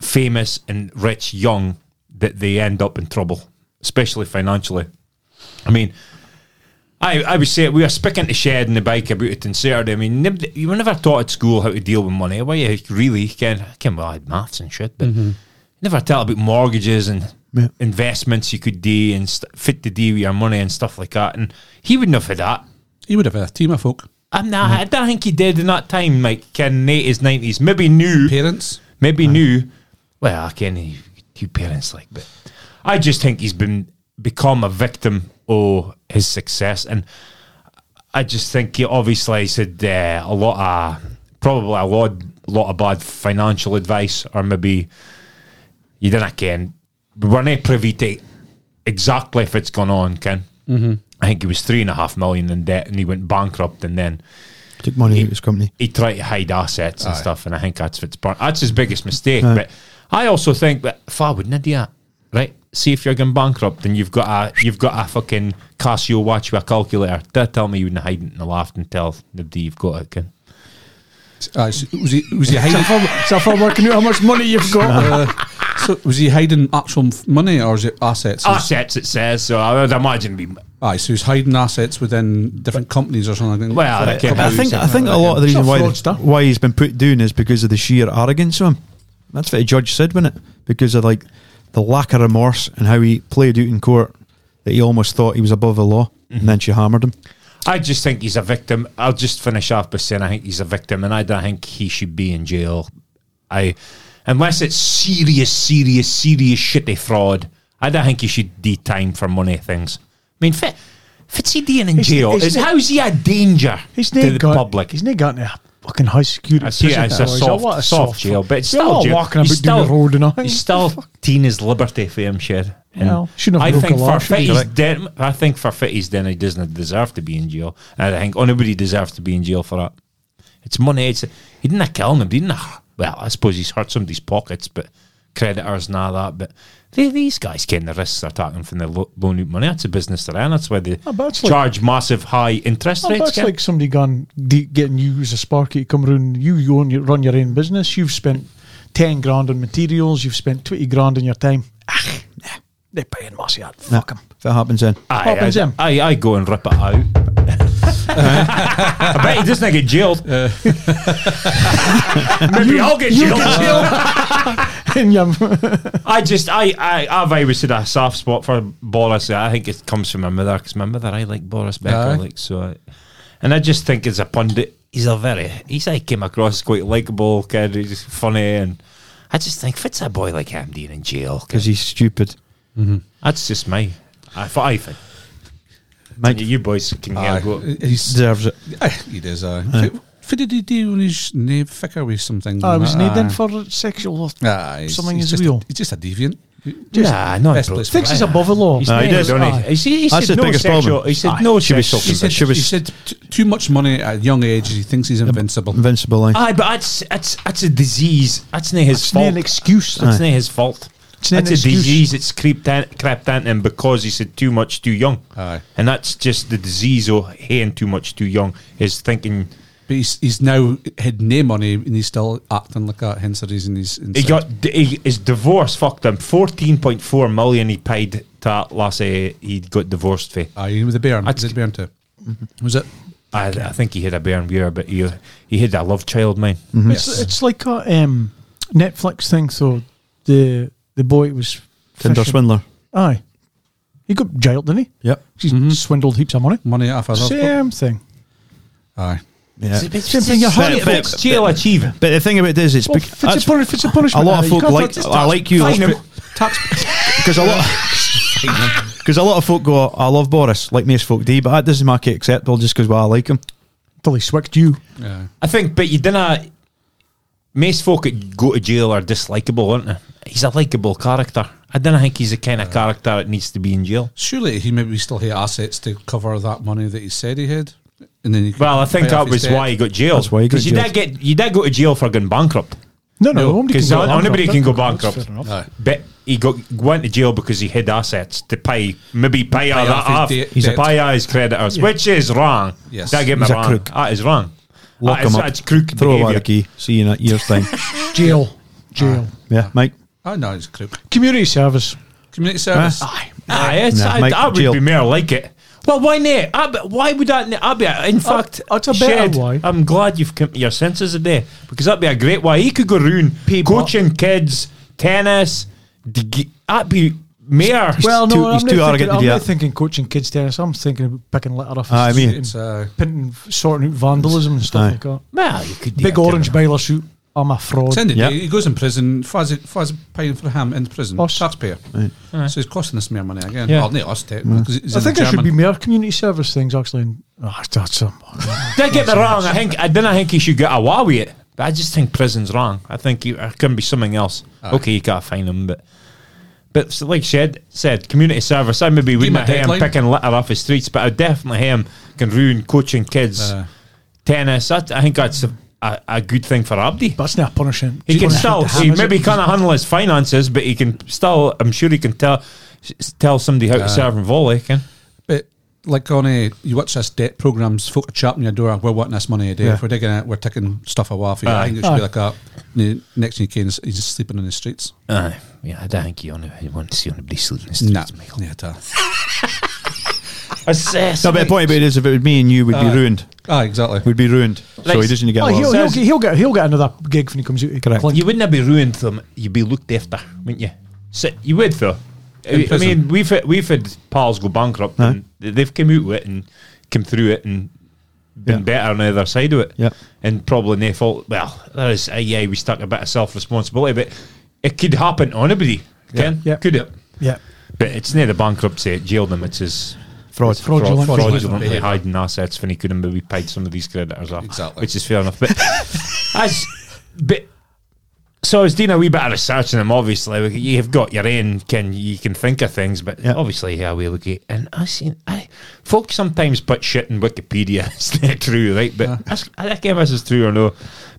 S6: famous and rich young that they end up in trouble, especially financially. I mean, I I would say we were speaking to Shed and the bike about it on Saturday. I mean, nib- you were never taught at school how to deal with money, were you? Really? Ken, Ken well, I had maths and shit, but never taught about mortgages and
S5: Yeah.
S6: investments you could do and st- fit to do with your money and stuff like that. And he wouldn't have had that.
S1: He would have had a team of folk.
S6: I'm not, I don't think he did in that time, like Ken, 80s, 90s. Maybe knew
S1: Parents.
S6: maybe knew. Well, again, he, two parents like, but I just think he's been become a victim of his success, and I just think he obviously has had uh, a lot of probably a lot lot of bad financial advice, or maybe you didn't ken. We're not privy to exactly if it's gone on, Ken. Mm-hmm. I think he was three and a half million in debt, and he went bankrupt, and then
S5: Took money out of his company.
S6: he tried to hide assets and stuff, and I think that's Fitzpatrick. That's his biggest mistake. But I also think that if I wouldn't do that, right? See if you're going bankrupt and you've got a you've got a fucking Casio watch with a calculator. Don't tell me you wouldn't hide it in the loft and tell nobody you've got it. Ken.
S1: Aye, so was he? Was he hiding?
S4: So if I'm working out how much money you've got,
S1: uh, so was he hiding actual f- money or is it assets?
S5: Ah.
S6: Assets, it says. So I would imagine be
S1: Aye, so he's hiding assets within different companies or something.
S6: well. I reckon-
S5: I think I think a lot of the
S4: He's a
S5: reason why
S4: fraudster.
S5: why he's been put down is because of the sheer arrogance of him. That's what the judge said, wasn't it? Because of like the the lack of remorse and how he played out in court that he almost thought he was above the law,
S4: Mm-hmm.
S5: and then she hammered him.
S6: I just think he's a victim. I'll just finish off by saying I think he's a victim, and I don't think he should be in jail. I, unless it's serious, serious, serious shitty fraud, I don't think he should do time for money things. I mean, if, it, if it's he doing in
S4: He's-
S6: jail,
S4: he's
S6: is
S4: not-
S6: how's he a danger
S4: He's
S6: to the
S4: not got,
S6: public?
S4: He's not gotten a fucking high security.
S6: I see it
S4: prison
S6: as
S4: now.
S6: a
S4: He's
S6: soft,
S4: what
S6: soft,
S4: a
S6: jail, but it's
S4: You're
S6: still
S4: not
S6: jail.
S4: walking about
S6: He's
S4: down the
S6: still-
S4: road and all.
S6: He's still teen his liberty for him, shit. And
S4: Well, shouldn't have
S6: I
S4: broke
S6: think
S4: a
S6: for
S4: law,
S6: fit
S4: shouldn't
S6: he's
S4: he?
S6: dead. I think for fit he's then he doesn't deserve to be in jail. And I think anybody deserves to be in jail for that. It's money. It's he didn't kill him. He didn't. Well, I suppose he's hurt somebody's pockets, but creditors and all that. But they, these guys can the risks they're taking from their lo- loan out money. That's a business they're in. That's why they
S4: Oh, but it's like-
S6: charge massive high interest
S4: Oh,
S6: rates.
S4: that's
S6: Ken.
S4: like somebody gone de- getting you as a sparky. Come round, you, you own your, run your own business. You've spent ten grand on materials. You've spent twenty grand on your time. Ah, nah, they're paying massive. yard.
S5: Nah,
S4: Fuck Ah, 'em.
S5: if it happens then.
S6: Aye,
S4: Pop in, Jim.
S6: I, I, I go and rip it out. I bet he doesn't get jailed.
S4: Uh,
S6: Maybe I'll get jailed.
S4: And you
S6: I just, I, I, I've always had a soft spot for Boris. I think it comes from my mother because my mother, I like Boris Becker,
S1: Aye.
S6: like so. I, and I just think as a pundit, he's a very, he's I came across as quite likable kid. He's just funny, and I just think fits a boy like him being in jail.
S5: Because
S6: Cause
S5: he's stupid.
S6: that's just me. I, I think.
S5: Mike
S6: you boys can
S1: Aye.
S6: get go.
S1: He's,
S5: deserves it.
S1: aye, Ah, he does, aye. Fi- What did he do when his name ficker with something?
S4: I was
S1: Aye.
S4: needing for sexual.
S1: Aye, he's-
S4: something
S1: he's
S4: is
S1: just,
S4: real.
S1: He's just a deviant.
S6: nah, not
S1: best
S6: bro.
S1: place
S4: Thinks he's above the law.
S6: He's
S5: No, he
S6: nailed,
S5: does.
S6: don't he? He, said- he
S5: That's
S6: said
S5: his
S6: no
S5: biggest
S6: sexual,
S5: problem.
S6: He said
S5: Aye.
S6: no
S5: Should be
S6: sexual.
S5: so-
S1: He said,
S5: She was-
S1: he said t- too much money at a young age. He thinks he's invincible.
S5: Invincible eh?
S4: Ah,
S5: line.
S6: Aye, but that's that's that's a disease. That's not his
S4: It's not
S6: fault.
S4: an excuse.
S6: That's not his fault.
S4: It's not an
S6: That's a
S4: excuse.
S6: disease that's creeped in, crept in him because he said too much too young.
S1: Aye.
S6: And that's just the disease of hearing too much too young is thinking
S1: But he's, he's now had no money and he's still acting like that. Hence the reason he's.
S6: He
S1: insane.
S6: got d- he, his divorce fucked him. Fourteen point four million he paid to that lassie he got divorced for.
S1: Aye, with the Bairn.
S6: That's-
S1: Is it Bairn too? Was it?
S6: I, I think he had a bear and beer, but he he had a love child, man.
S4: It's, it's like a um, Netflix thing. So the the boy was
S5: Tinder
S4: fishing-
S5: swindler.
S4: Aye, he got jailed, didn't he?
S5: Yep.
S4: He swindled heaps of money.
S1: Money off another.
S4: Same thing.
S1: Aye.
S5: Yeah.
S4: Same thing. You're hiding
S5: Fair- fair-
S6: It's jail achievement.
S5: But the thing about this, it's,
S4: Well,
S5: bec-
S4: if it's,
S5: that's
S4: a punish, if it's a punishment,
S5: a
S4: aye,
S5: lot of
S4: you
S5: folk
S4: can't
S5: like.
S4: just-
S5: I like you.
S6: fine him.
S5: Because a lot. Because a lot of folk go, I love Boris, like most folk do, but that doesn't make it acceptable just because well, I like him.
S4: Till he swicked you.
S1: Yeah.
S6: I think, but you didn't. Most folk that go to jail are dislikable, aren't they? He's a likable character. I don't think he's the kind of character that needs to be in jail.
S1: Surely he maybe still had assets to cover that money that he said he had. And then he could
S6: Well, I think
S1: pay off
S6: that
S1: his
S6: was
S1: debt.
S6: why he got jailed.
S5: That's why he got
S6: 'Cause you
S5: jailed.
S6: did get you did go to jail for going bankrupt.
S4: No, no,
S1: No,
S4: nobody
S6: Because
S4: can go bankrupt.
S6: nobody can go bankrupt.
S4: That's fair enough.
S1: Aye.
S6: But he got went to jail because he hid assets to pay, maybe pay,
S1: off
S6: all that
S1: his
S6: off.
S1: debt-
S6: He's a
S1: debt.
S6: pay all his creditors, which is wrong.
S1: Yes.
S6: Don't get me
S5: He's a
S6: wrong.
S5: crook.
S6: That is wrong.
S5: Lock
S6: that
S5: him
S6: is,
S5: up.
S6: That's crook
S5: Throw away
S6: behaviour.
S5: the key. See you in a year's time.
S4: Jail. Jail.
S5: yeah, Mike.
S1: Oh, no, he's crook.
S4: Community service.
S1: Community service.
S6: Aye, it's,
S5: Nah,
S6: I,
S5: Mike,
S6: I would
S5: jail.
S6: be more like it. Well, why not? I be, why would that? I be, in fact,
S4: that's a better
S6: Shed,
S4: why.
S6: I'm glad you've come to your senses today because that'd be a great why. He could go round coaching kids, tennis. d- g- That'd be mayor.
S4: Well, no,
S5: too-
S4: I'm,
S5: he's
S4: not
S5: too
S4: thinking,
S5: arrogant to
S4: I'm
S5: do
S4: not
S5: that.
S4: thinking coaching kids tennis. I'm thinking of picking litter off.
S5: Aye, I mean-
S1: It's,
S4: and
S1: uh,
S4: pinting, sorting out vandalism and stuff
S5: Aye.
S4: like that.
S6: Well, you could do
S4: Big
S6: that,
S4: orange
S6: couldn't
S4: baler suit. I'm a fraud.
S1: Send it.
S5: Yeah.
S1: He goes in prison. Faz, Faz paying for him in prison.
S4: Us.
S1: Taxpayer. So he's costing us more money again.
S6: Yeah.
S1: Well, not us, technically, 'cause he's
S4: I
S1: in
S4: think
S1: the
S4: there should be
S1: German.
S4: more community service things actually. And, Ah, that's um,
S6: it? Don't get me wrong. I think I didn't think he should get away with it. But I just think prison's wrong. I think you, it can be something else. Okay, you gotta find him, but but so like said said community service. I maybe wouldn't
S1: him a
S6: have him
S1: deadline.
S6: picking litter off his streets, but I definitely him can ruin coaching kids
S1: Uh,
S6: tennis. That, I think that's a, a, a good thing for Abdi.
S4: that's not punishing.
S6: He can still
S4: Punishment to
S6: he
S4: him, is
S6: maybe
S4: it?
S6: can't handle his finances, but he can still. I'm sure he can tell s- tell somebody how to serve and volley. Can
S1: But like on a, you watch this debt programs, folk are chapping your door. We're wanting this money a day. If we're digging it, we're taking stuff away from you. I
S6: Aye.
S1: think it should be
S4: Aye.
S1: like that. And the next thing you can, he's just sleeping in the streets.
S6: Aye, yeah, I don't think you, only, you want to see anybody sleeping in the
S1: Nah,
S6: streets, Michael.
S1: yeah, ta.
S6: Assess.
S5: No, but the point about it is, if it was me and you, we'd be ruined.
S1: Ah, exactly.
S5: We'd be ruined. So he doesn't get.
S4: Oh,
S5: a lot
S4: he'll, he'll,
S5: of-
S4: get- he'll get he'll get another gig when he comes out.
S5: Correct.
S4: Like,
S6: you wouldn't be ruined them. You'd be looked after, wouldn't you? So you would though. I I
S1: prison.
S6: mean, we've had, we've had pals go bankrupt, and they've come out with it and come through it and been
S5: Yeah.
S6: better on the other side of it.
S5: Yeah.
S6: and probably their fault. Well, there is uh, yeah, we stuck a bit of self responsibility, but it could happen to anybody. Ken,
S4: Yeah.
S6: could it?
S4: Yeah.
S6: But it's not the bankruptcy that jailed him. It's his
S5: Fraud.
S6: his fraud-
S4: Fraudulent
S6: fraudulently
S1: behaviour.
S6: hiding assets when he couldn't maybe paid some of these creditors off.
S1: Exactly.
S6: which is fair enough. But as but. So I was doing a wee bit of research on him. Obviously, you've got your own can you can think of things, but
S5: Yeah.
S6: obviously, yeah, we look at and I seen I folks sometimes put shit in Wikipedia. It's not true, right? But that's- I think this is true or no.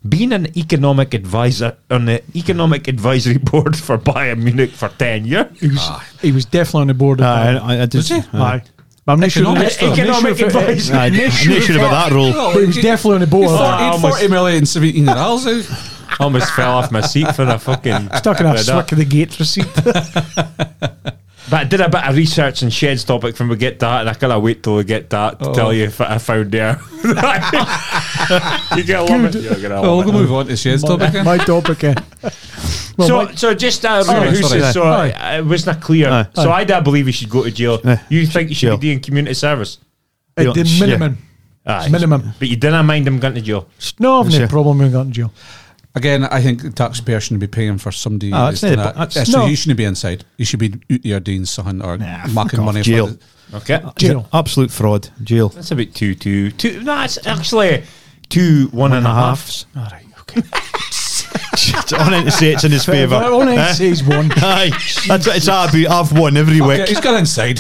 S6: Being an economic advisor on the economic advisory board for Bayern Munich for ten years.
S4: He was, he was definitely on the board of
S5: Aye,
S4: that.
S5: Uh, Ah, I, uh, I, I did.
S1: he?
S5: Aye.
S4: Aye. But I'm not sure.
S1: Economic-
S4: I'm not sure
S6: economic
S4: if it-
S6: advice.
S5: Aye, I'm not sure about that role.
S1: Oh,
S4: He was definitely on the board. of that.
S6: I
S1: He'd
S6: almost-
S1: 40 million Sabine Rals out.
S6: I almost fell off my seat for the fucking
S4: Stuck in
S6: for
S4: a
S6: that.
S4: slick of the gate receipt.
S6: But I did a bit of research on Shed's topic from we get that, and I cannot wait till we get that to tell you if I found there. You're gonna love it. You're gonna
S1: Well,
S6: love
S1: we'll
S6: it.
S1: move on to Shed's topic then.
S4: My topic. eh. Well,
S6: So,
S4: my-
S6: so just uh,
S5: Sorry,
S6: who
S5: sorry.
S6: says so?
S4: Aye.
S6: I- It wasn't clear.
S5: Aye.
S6: So I don't believe he should go to jail.
S5: Aye.
S6: You think he should
S5: Jail.
S6: be doing community service?
S4: at the
S5: Yeah.
S4: minimum.
S6: Aye.
S4: Minimum.
S6: But you didn't mind him going to jail.
S4: No, I've
S5: Yeah.
S4: no problem with going to jail.
S1: Again, I think the taxpayer shouldn't be paying for somebody.
S5: Ah, that's
S1: that's
S5: not-
S1: not,
S5: that's-
S4: no.
S1: You shouldn't be inside. You should be out there doing something or
S5: Nah, fuck
S1: making
S5: off,
S1: money.
S5: jail.
S1: For the,
S6: Okay.
S4: Jail.
S5: Absolute fraud. Jail.
S6: That's about two, two, two. No, it's actually two, one and a half.
S4: All right. Okay.
S5: on it to say it's in his
S4: If
S5: favour.
S4: I only
S5: Eh?
S4: says one.
S5: Aye, that's what it's I've been- I've won every
S1: Yeah,
S5: week.
S1: he's got inside.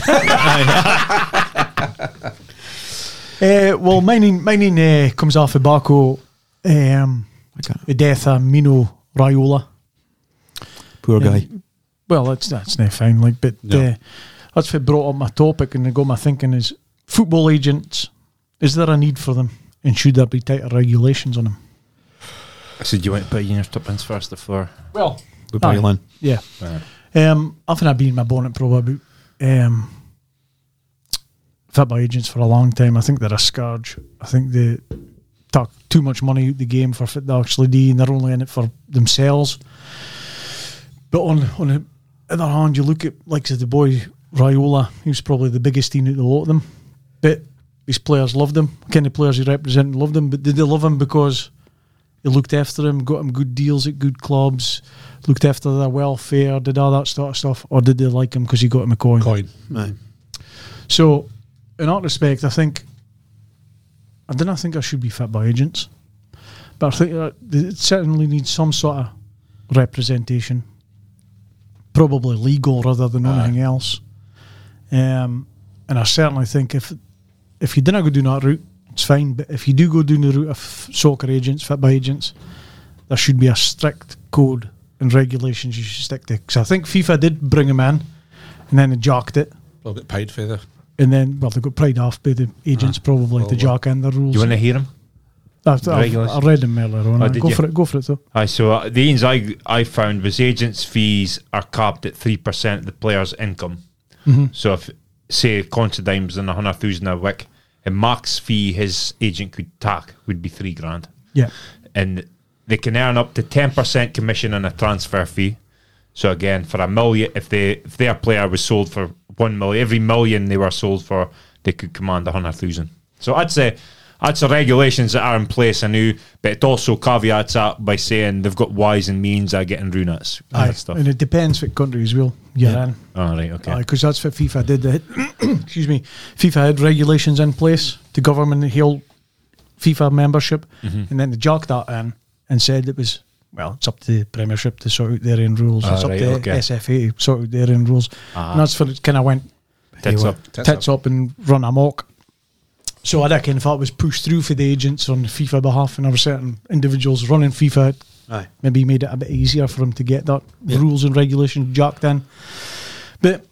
S4: Uh, well, mine, mine uh, comes off of Baco, um,
S5: Okay.
S4: the death of Mino Raiola.
S5: Poor guy.
S4: Well, that's that's not fine. Like, but
S1: No.
S4: uh, that's what brought up my topic, and I got my thinking is football agents. Is there a need for them, and should there be tighter regulations on them?
S6: So do you want to put your tuppence first before?
S4: Well,
S5: We're bringing
S4: Aye.
S5: in.
S4: yeah. Um, I think I've been in my bonnet probably about um, football agents for a long time. I think they're a scourge. I think they talk too much money out the game for fit they actually do, and they're only in it for themselves. But on on the other hand, you look at like the boy Raiola, he was probably the biggest team out of the lot of them. But his players loved him. Kind of players he represented loved him, but did they love him because they looked after him, got him good deals at good clubs, looked after their welfare, did all that sort of stuff, or did they like him because he got him a coin?
S1: Coin.
S5: Aye.
S4: So, in that respect, I think I do not think I should be fit by agents, but I think uh, th- it certainly needs some sort of representation, probably legal rather than anything else. Um, and I certainly think if if you didn't go down that route, it's fine. But if you do go down the route of soccer agents, fit by agents, there should be a strict code and regulations you should stick to. Because I think FIFA did bring him in, and then they jocked it.
S1: Well, get paid for the.
S4: And then, well, they got paid off by the agents probably
S1: well,
S4: to jack in the rules.
S6: Ah, You want to hear him?
S4: I've-
S6: the
S4: I've-
S6: regulars?
S4: I read them earlier on.
S6: Oh,
S4: aye.
S6: did
S4: go
S6: you?
S4: for it. Go for it. Though.
S6: Aye, so uh, the ins I, I found was agents' fees are capped at 3% of the player's income. So if, say, Considine was in 100,000 a week, a max fee his agent could tack would be three grand.
S4: Yeah.
S6: And they can earn up to 10% commission on a transfer fee. So again, for a million, if they if their player was sold for one million, every million they were sold for, they could command a hundred thousand. So I'd say that's the regulations that are in place. I knew, but it also caveats that by saying they've got whys and means are getting runats and
S4: Aye.
S6: that Ah, stuff.
S4: And it depends what country as well you're in.
S6: All right, okay.
S4: Because that's what FIFA did. They had- excuse me. FIFA had regulations in place to govern the whole FIFA membership.
S6: Mhm.
S4: And then they jocked that in and said it was, well, it's up to the Premiership to sort out their own rules.
S6: Ah,
S4: it's up
S6: right,
S4: to the
S6: okay.
S4: SFA to sort out their own rules.
S6: Ah.
S4: And that's what it kind of went
S6: Tits up.
S1: Tits
S4: tits up and run amok. So I reckon if that was pushed through for the agents on FIFA behalf and there were certain individuals running FIFA, it
S5: Aye.
S4: maybe made it a bit easier for them to get that rules and regulations jacked in. But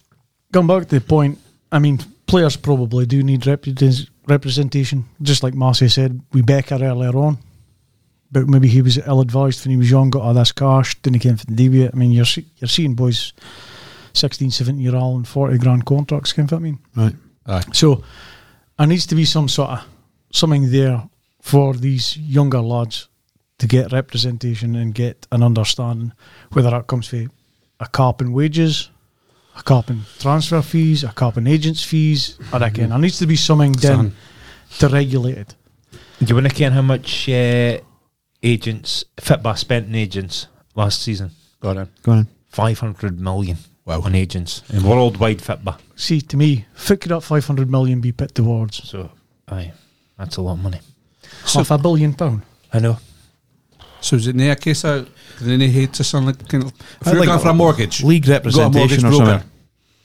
S4: going back to the point, I mean, players probably do need repres- representation, just like Marcy said with Becker earlier on. But maybe he was ill advised when he was young, got all this cash, didn't care for the deviate. I mean, you're, see- you're seeing boys 16, 17 year old and 40 grand contracts, can you feel what I mean?
S5: Right.
S4: So there needs to be some sort of something there for these younger lads to get representation and get an understanding, whether that comes from a cap in wages, a cap in transfer fees, a cap in agents' fees. I
S5: Mm-hmm.
S4: reckon there needs to be something done to regulate it.
S6: Do you want to ken how much uh, agents Fitbar spent in agents last season?
S1: Got it.
S5: Go on.
S6: Five hundred million
S1: Wow.
S6: on agents in worldwide Fitbar.
S4: See, to me, fit could up 500 million be put towards
S6: So, aye, that's a lot of money.
S4: half a billion pound.
S6: I know.
S1: So is it near a case out? Can any hate to something like, can, if you're
S5: like
S1: going for a mortgage,
S5: league
S1: go to a
S5: representation or
S1: mortgage broker,
S5: something.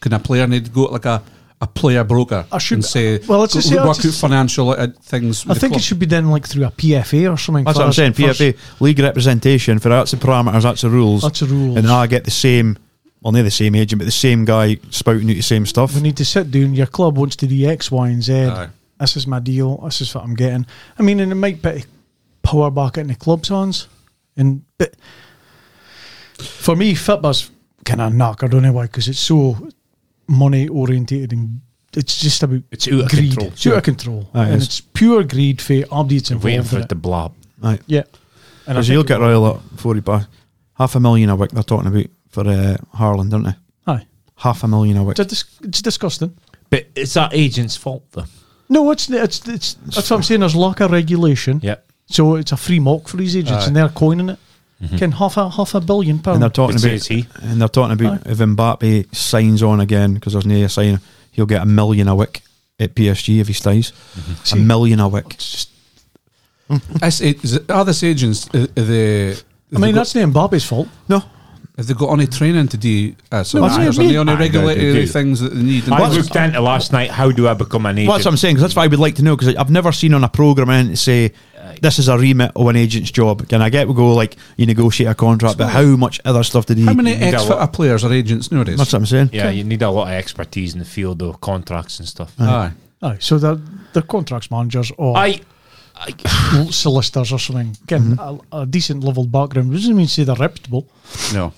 S1: Can a player need to go to like a, a player broker
S4: I should-
S1: and say,
S4: well, it's
S1: go-
S4: just- yeah,
S1: work
S4: it's
S1: out
S4: just-
S1: financial uh, things?
S4: I
S1: With the
S4: think
S1: club?
S4: it should be done like through a PFA or something.
S5: That's what I'm
S4: first-
S5: saying.
S4: first-
S5: PFA league representation for that's the parameters, that's the rules,
S4: That's the rules.
S5: and I get the same. Well, they're the same agent, but the same guy spouting out the same stuff.
S4: We need to sit down. Your club wants to do X, Y, and Z.
S1: Aye.
S4: This is my deal. This is what I'm getting. I mean, and it might put power back into clubs' hands. And but for me, football's kind of knock. I don't know why, because it's so money orientated and it's just about
S6: It's out of
S4: greed.
S6: control.
S4: It's out of control,
S5: Aye,
S4: and
S5: it's-
S4: it's pure greed for Abdi's involved.
S6: Waiting for
S4: in
S6: it to blob.
S5: Right.
S4: Yeah, and I
S5: Because
S4: think
S5: you look at Royal at 40 bar, half a million a week they're talking about for uh, Harlan, don't they?
S4: aye,
S5: Half a million a week.
S4: it's, dis- it's disgusting.
S6: But it's that agent's fault, though.
S4: No, it's it's it's that's what I'm saying. There's lack of regulation.
S6: Yep.
S4: So it's a free mock for these agents,
S1: Aye.
S4: and they're coining it.
S6: Mm-hmm.
S4: Can half a half a billion
S5: And they're
S4: pound.
S5: talking
S6: It
S5: about
S6: says he.
S5: and they're talking about if Mbappe signs on again because there's no sign, he'll get a million a week at PSG if he stays.
S6: Mm-hmm.
S4: See-
S5: A million a week.
S1: Is it- is it- Are this agents? uh, uh, they, have
S4: I
S1: they
S4: mean, that's not Mbappe's fault.
S5: No,
S1: got, have they got any training to do? Uh, some
S4: No, it's
S1: matters?
S4: not
S1: Are
S4: me.
S1: they on the
S6: Aye, they
S1: regulatory
S6: do.
S1: things that they need?
S6: I
S1: What's-
S6: looked into last night. How do I become an agent?
S5: Well, that's what I'm saying. 'cause that's what I would like to know. Because I've never seen on a program and say this is a remit of an agent's job. Can I get we go like you negotiate a contract, but how much other stuff did he?
S1: how many
S6: need a
S1: ex
S6: lot.
S1: players are agents nowadays?
S5: That's what I'm saying.
S6: yeah, you need a lot of expertise in the field of contracts and stuff.
S1: Aye.
S4: Aye, so they're, they're contracts managers or
S6: I
S4: solicitors or something. Getting a, a decent level background doesn't mean say they're reputable.
S1: No.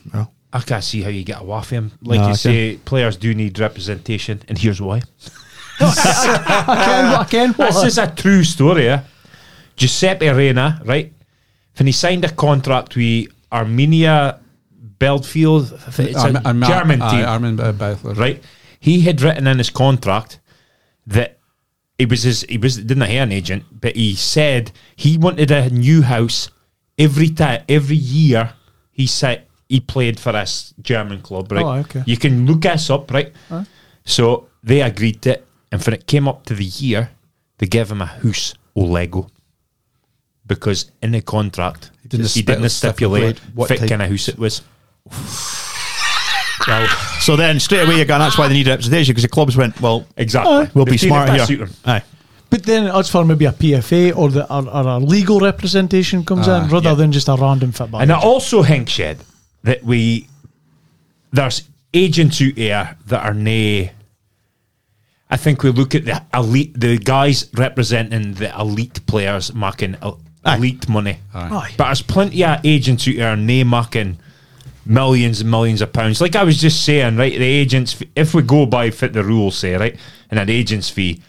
S6: I can't see how you get away with him. Like
S5: No,
S6: you
S5: I
S6: say, players do need representation, and here's why.
S4: I can, I can.
S6: This is a true story. Eh? Giuseppe Reina, right? When he signed a contract with Armenia Belfield, I think it's a
S1: Armin-
S6: German
S1: aye,
S6: team,
S1: Armin, uh, Beithler.
S6: right? He had written in his contract that it was his. He was didn't have an agent, but he said he wanted a new house every time, every year. He said he played for this German club, right?
S4: Oh, okay.
S6: You can look us up, right? So they agreed to it, and when it came up to the year, they gave him a house or Lego because in the contract he
S1: didn't
S6: didn't,
S1: spe-
S6: stipulate
S1: stipulate
S5: what
S6: what
S5: type-
S6: kind of house it was.
S5: So then straight away you're going. That's why they need representation because the clubs went well.
S6: Exactly.
S5: We'll
S6: They
S5: be
S6: seen
S5: smart
S6: if that suit
S5: here.
S6: 'em.
S5: Aye.
S4: But then that's for maybe a PFA or, the, or, or a legal representation comes in rather
S6: yeah.
S4: than just a random fit
S6: And I also think, Shed, that we there's agents out there that are nay. I think we look at the elite, the guys representing the elite players making el- elite money.
S4: Aye.
S6: But there's plenty of agents out there nay making millions and millions of pounds. Like I was just saying, right? The agents, f- if we go by fit the rules, say right, and an agent's fee.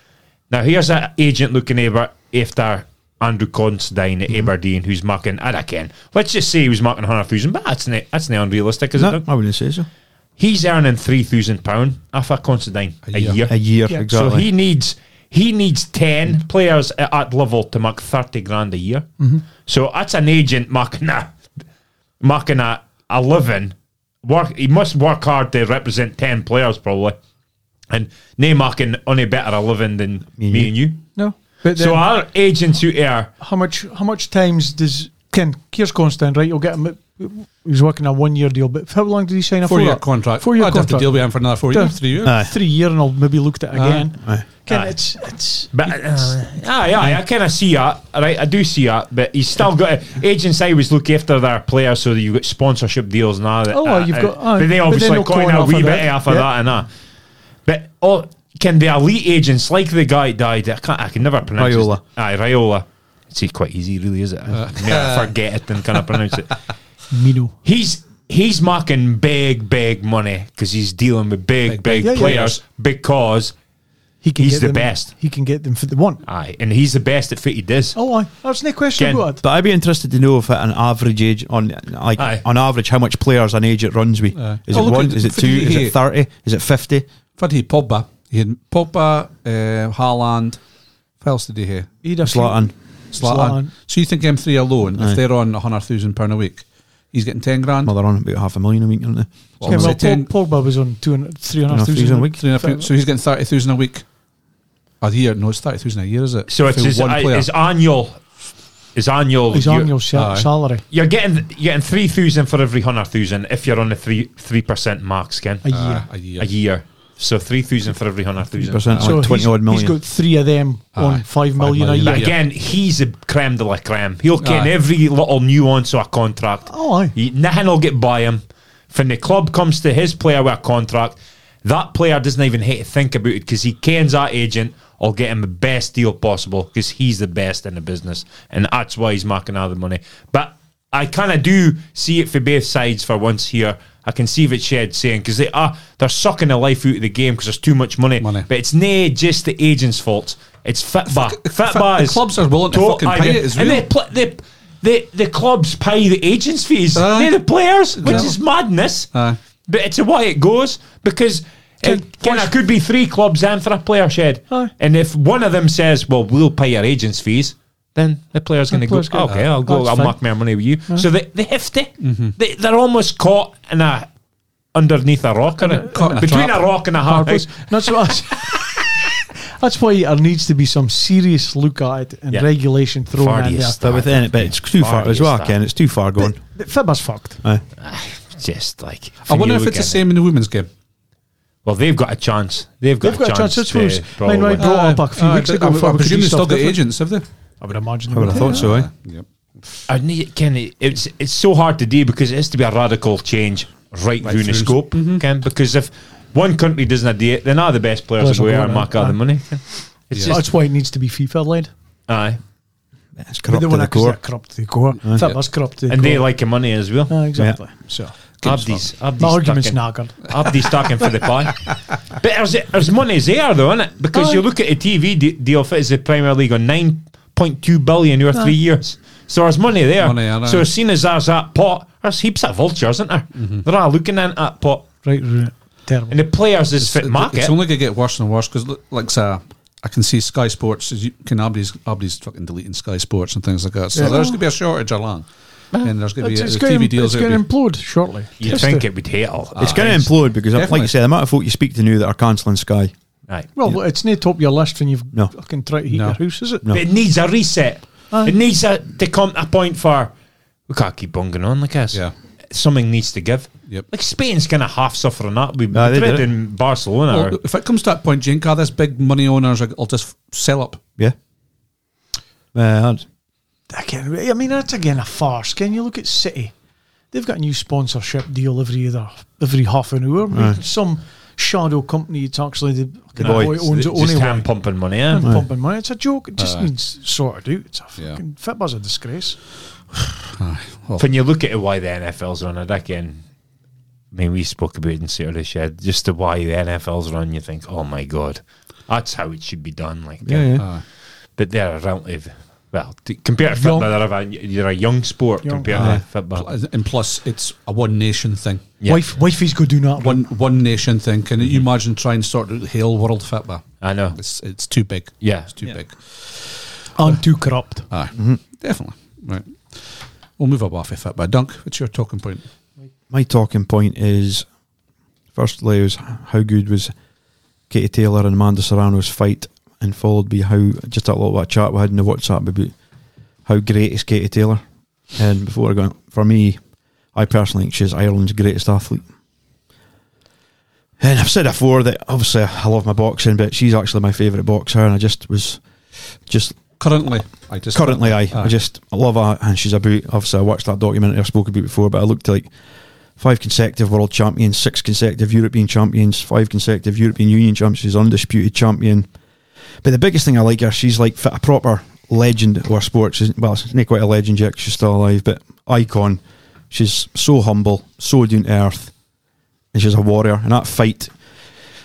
S6: Now here's an agent looking aber- after Andrew Considine at Aberdeen, who's making I don't ken. Let's just say he was making hundred thousand, but that's not that's not unrealistic, is
S5: No,
S6: it?
S5: I wouldn't say so.
S6: He's earning three thousand pound off a Considine a,
S1: year.
S6: year.
S5: A year
S4: Yeah.
S5: exactly.
S6: So he needs he needs ten players at, at level to make thirty grand a year.
S4: Mm-hmm.
S6: So that's an agent making a making a, a living. Work he must work hard to represent ten players probably. And they making only better a living than me,
S5: you.
S6: and you.
S4: no. But then,
S6: So our agents who are
S4: how much how much times does Ken Keir's constant right? You'll get him. at- He's working a one year deal, but how long did he sign a
S1: Four
S4: for
S1: year
S4: that?
S1: contract.
S4: Four year
S1: I'd
S4: contract.
S1: have to deal with him for another four years,
S4: Yeah.
S1: three years.
S5: Aye.
S4: three year, and I'll maybe look at it again.
S5: Aye.
S4: Ken,
S6: Aye.
S4: it's it's
S6: But uh, aye, aye, I kind of see that, right? I do see that, but he's still got agents. I was look after their players, so that you got sponsorship deals and all that.
S4: Oh,
S6: uh,
S4: you've
S6: uh,
S4: got- aye.
S6: But they
S4: But
S6: obviously
S4: they'll
S6: coin
S4: coin
S6: a
S4: off
S6: wee
S4: of
S6: bit
S4: it,
S6: off of
S4: yeah.
S6: that and that. But all can the elite agents like the guy died? I can't. I can never pronounce his-
S5: Raiola.
S6: Aye, Raiola. Uh. It's quite easy, really, is it? I forget it and kind of pronounce it
S4: Mino.
S6: he's he's making big big money because he's dealing with big big,
S4: big
S6: players because
S4: He can
S6: He's
S4: get
S6: the
S4: them,
S6: best.
S4: He can get them for the one.
S6: Aye, and he's the best at fitty this.
S4: Oh, aye. That's no question
S6: Ken,
S4: about it.
S5: But I'd be interested to know if at an average age on like
S6: Aye.
S5: on average how much players an age it runs with.
S1: Aye.
S5: Is
S1: Oh,
S5: it
S1: look
S5: one?
S1: at-
S5: Is it
S1: for
S5: two? Is
S1: here.
S5: it thirty? Is it fifty?
S1: Fanny Pogba. He had Pogba, uh, Haaland. What else did he hear?
S4: He'd have
S5: Slatan.
S1: Slatan.
S4: Slatan.
S1: So you think M3 alone,
S5: Aye.
S1: if they're on £100,000 a week, he's getting 10 grand?
S5: Well, they're on about half a million a week, aren't they?
S1: Well,
S4: Yeah,
S1: say
S4: well,
S1: 10,
S4: Pog- Pogba was on two and three and a half
S5: Three
S4: thousand
S5: and a week.
S1: three and a half- so he's getting 30000 a week. A year? No, it's 30000 a year, is it?
S6: So it's
S1: For
S6: his,
S1: one
S6: I-
S1: player.
S6: his annual. His annual.
S4: His
S6: you're-
S4: annual sal-
S1: Aye.
S4: salary.
S6: You're getting you're getting three thousand for every hundred thousand if you're on the three three percent mark, Ken.
S4: A year.
S1: Ah, a year.
S6: A year. So three thousand for every hundred thousand.
S5: Percent like twenty
S4: he's-
S5: odd million.
S4: He's got three of them
S1: Aye,
S4: on five
S1: five
S4: million,
S1: million.
S4: a
S6: But
S4: year.
S1: Yeah.
S6: again, he's a creme de la creme. He'll ken
S1: Aye.
S6: every little nuance of a contract.
S4: Oh, aye.
S6: He, nothing will get by him. When the club comes to his player with a contract, that player doesn't even hate to think about it because he kens that agent or get him the best deal possible because he's the best in the business. And that's why he's making all the money. But I kind of do see it for both sides for once here. I can see what Shed's saying because they are they're sucking the life out of the game because there's too much money.
S1: Money.
S6: But it's not just the agent's fault. It's Fitba. Fitba
S1: the
S6: is
S1: clubs are willing to
S6: Tot-
S1: fucking
S6: aye,
S1: pay
S6: they-
S1: it as
S6: and
S1: well.
S6: they pl- they, they, the clubs pay the agents' fees.
S1: Aye.
S6: They're the players, which
S1: Exactly.
S6: is madness.
S1: Aye.
S6: But it's a why it goes because
S4: Can-
S6: it, can, there could be three clubs and for a player shed.
S4: Aye.
S6: And if one of them says, "Well, we'll pay your agents' fees," then the player's going to go.
S4: player's gonna-
S6: okay, I'll go.
S4: That's
S6: I'll
S4: fine.
S6: make more money with you. So they they have to. They, they're almost caught in a underneath a rock, and
S1: Caught in a
S6: between
S1: trap.
S6: a rock and a hard place.
S4: Harvest. That's what I was- That's why there needs to be some serious look at it and
S6: Yeah.
S4: regulation thrown
S6: Far
S4: in there.
S6: east.
S5: but within it, but it's too
S6: Far
S5: far,
S6: is
S5: as well,
S6: that.
S5: Ken. It's too far going.
S4: The Fitba's fucked.
S5: Aye.
S6: Just like
S1: I wonder
S6: you
S1: if it's the
S6: again.
S1: same in the women's game.
S6: Well, they've got a chance. They've got,
S4: They've got a chance. That's what I was-
S6: to
S4: mine
S6: probably-
S4: right- Brought up Oh, a few weeks
S1: but
S4: ago
S1: Uh, I,
S4: for
S1: I presume
S4: produced
S1: they still
S4: stuff
S1: got
S4: different.
S1: agents, have they?
S4: I would imagine.
S5: I would have thought so. Eh?
S1: Yep.
S6: I need Ken. it- It's it's so hard to do because it has to be a radical change right, through Mm-hmm. the
S1: through.
S6: scope, Ken. Because if one country doesn't do it, then are the best players
S4: Players
S6: will
S4: will
S6: go
S4: go
S6: out and
S4: on,
S6: make all the
S4: aye.
S6: money. Ken. It's just
S4: That's why it needs to be FIFA led.
S6: aye,
S5: It's
S4: They
S5: corrupt to
S4: don't
S5: the
S4: want to
S5: core.
S4: corrupt to the core. Fitba's corrupt to the
S6: and they
S4: core.
S6: like your money as well.
S4: Ah, exactly. So
S6: Abdi's, Abdi's
S4: the argument's
S6: talking-
S4: knackered.
S6: Abdi's talking for the pie. But there's, there's money there though, isn't it? Because you
S4: Aye.
S6: look at the TV de- deal fit is the Premier League on nine point two billion over three years. So there's money there.
S1: Money, I know.
S6: so as soon as there's that pot, there's heaps of vultures, isn't there? They're all looking in at that pot.
S4: Right, right. Terrible.
S6: And the players is fit
S1: It-
S6: market.
S1: It's only going to get worse and worse because, like, so I can see Sky Sports. is You can Abdi's Abdi's fucking deleting Sky Sports and things like that. So
S4: Yeah.
S1: there's going to be a shortage of land, and there's going to
S4: it's
S1: be
S4: it's
S1: the
S4: going
S1: TV deals.
S4: to
S1: that'll be-
S4: implode shortly.
S6: you
S4: Just
S6: think
S4: the-
S6: it would hit all.
S5: It's going to implode because, like
S1: Definitely.
S5: you said, the amount of folk you speak to now that are cancelling Sky.
S6: Right.
S4: Well, it's not top of your list when you've
S5: No.
S4: fucking tried to heat
S1: No.
S4: your house, is it?
S5: No.
S6: But it needs a reset.
S4: Aye.
S6: It needs a, to come to a point for we can't keep bunging on like this.
S1: Yeah.
S6: Something needs to give.
S1: Yep.
S6: Like Spain's kind of half suffering that. We
S5: Aye, they
S6: did
S5: did it.
S6: in Barcelona.
S1: Well, if it comes to that point, Jinka, this big money owners are- will just sell up.
S5: Yeah. Uh,
S4: I can't. re- I mean, that's again a farce. Can you look at City? They've got a new sponsorship deal every other every half an hour. with Some shadow company. It's actually the, the
S5: boy.
S4: boy owns it
S6: just
S4: only.
S6: hand
S4: Hand
S6: pumping money. Eh?
S4: pumping money. It's a joke. It just needs sorted out. It's a
S1: Yeah.
S4: fucking Fitba's a disgrace.
S6: When you look at why the NFL's run it again, I mean, we spoke about it in Saturday Shed, just the why the NFL's run, you think, oh my God, that's how it should be done. Like, eh?
S5: yeah, yeah.
S1: Aye.
S6: But they're a relative. Well, t- compared to
S4: Young.
S6: football, they're a, you're a young sport
S4: Young.
S6: compared
S5: Aye.
S6: to football.
S1: And plus, it's a one nation thing.
S6: Yeah.
S4: Wife, wifey's go do that one.
S1: One one nation thing. Can you imagine trying to sort out the whole world fitba?
S6: I know.
S1: It's it's too big.
S6: Yeah.
S1: it's too big.
S4: I'm too corrupt.
S1: Aye, definitely. Right. We'll move up off of fitba. Dunk, what's your talking point?
S5: My talking point is firstly, was how good was Katie Taylor and Amanda Serrano's fight, and followed by how just a little bit of chat we had in the WhatsApp about how great is Katie Taylor. And before I go, on, for me, I personally think she's Ireland's greatest athlete. And I've said before that obviously I love my boxing, but she's actually my favourite boxer, and I just was just
S1: Currently, I just
S5: currently I,
S1: Aye.
S5: I just I love her and she's about obviously I watched that documentary I spoke about before but I looked like five consecutive world champions six consecutive European champions five consecutive European Union champions she's undisputed champion but the biggest thing I like her she's like fit- a proper legend of our sport she's, well she's not quite a legend yet 'cause she's still alive but icon she's so humble so down to earth and she's a warrior and that fight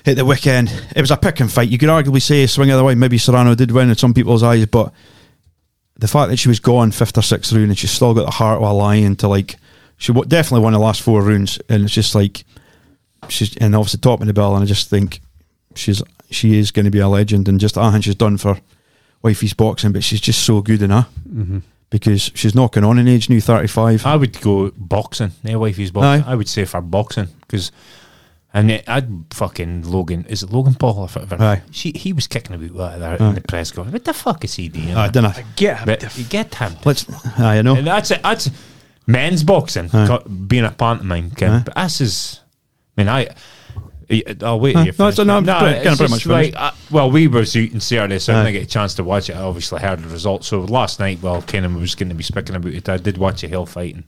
S5: hit the weekend. It was a pick and fight. You could arguably say swing of the way. Maybe Serrano did win in some people's eyes, but the fact that she was gone fifth or sixth round and she still got the heart of a lion to like she wa- definitely won the last four rounds, and it's just like she's and obviously top in the bill, and I just think she's she is going to be a legend, and just I think she's done for wifey's boxing, but she's just so good in her because she's knocking on in age, new thirty five.
S6: I would go boxing. My wife is boxing. I would say for boxing because, and I- I'd fucking Logan. Is it Logan Paul or whatever?
S5: Aye.
S6: She he was kicking about there in
S5: Aye.
S6: the press going, "What the fuck is he doing?"
S5: I don't know.
S4: Yeah,
S6: But you get him.
S5: Let's. Aye, I know.
S6: And that's it. That's men's boxing
S5: Aye.
S6: co- being a pantomime. Ken.
S5: Aye.
S6: But this is. I mean, I. I- I'll wait.
S5: Aye.
S6: till you
S5: No, it's-
S6: finish.
S5: no, I'm pretty-
S6: it's
S5: kinda pretty
S6: just
S5: much
S6: like,
S5: finished.
S6: uh, well, we were shooting Saturday, so I
S5: Aye.
S6: didn't get a chance to watch it. I obviously heard the results. So last night, while Kenan was going to be speaking about it, I did watch a hill fight, and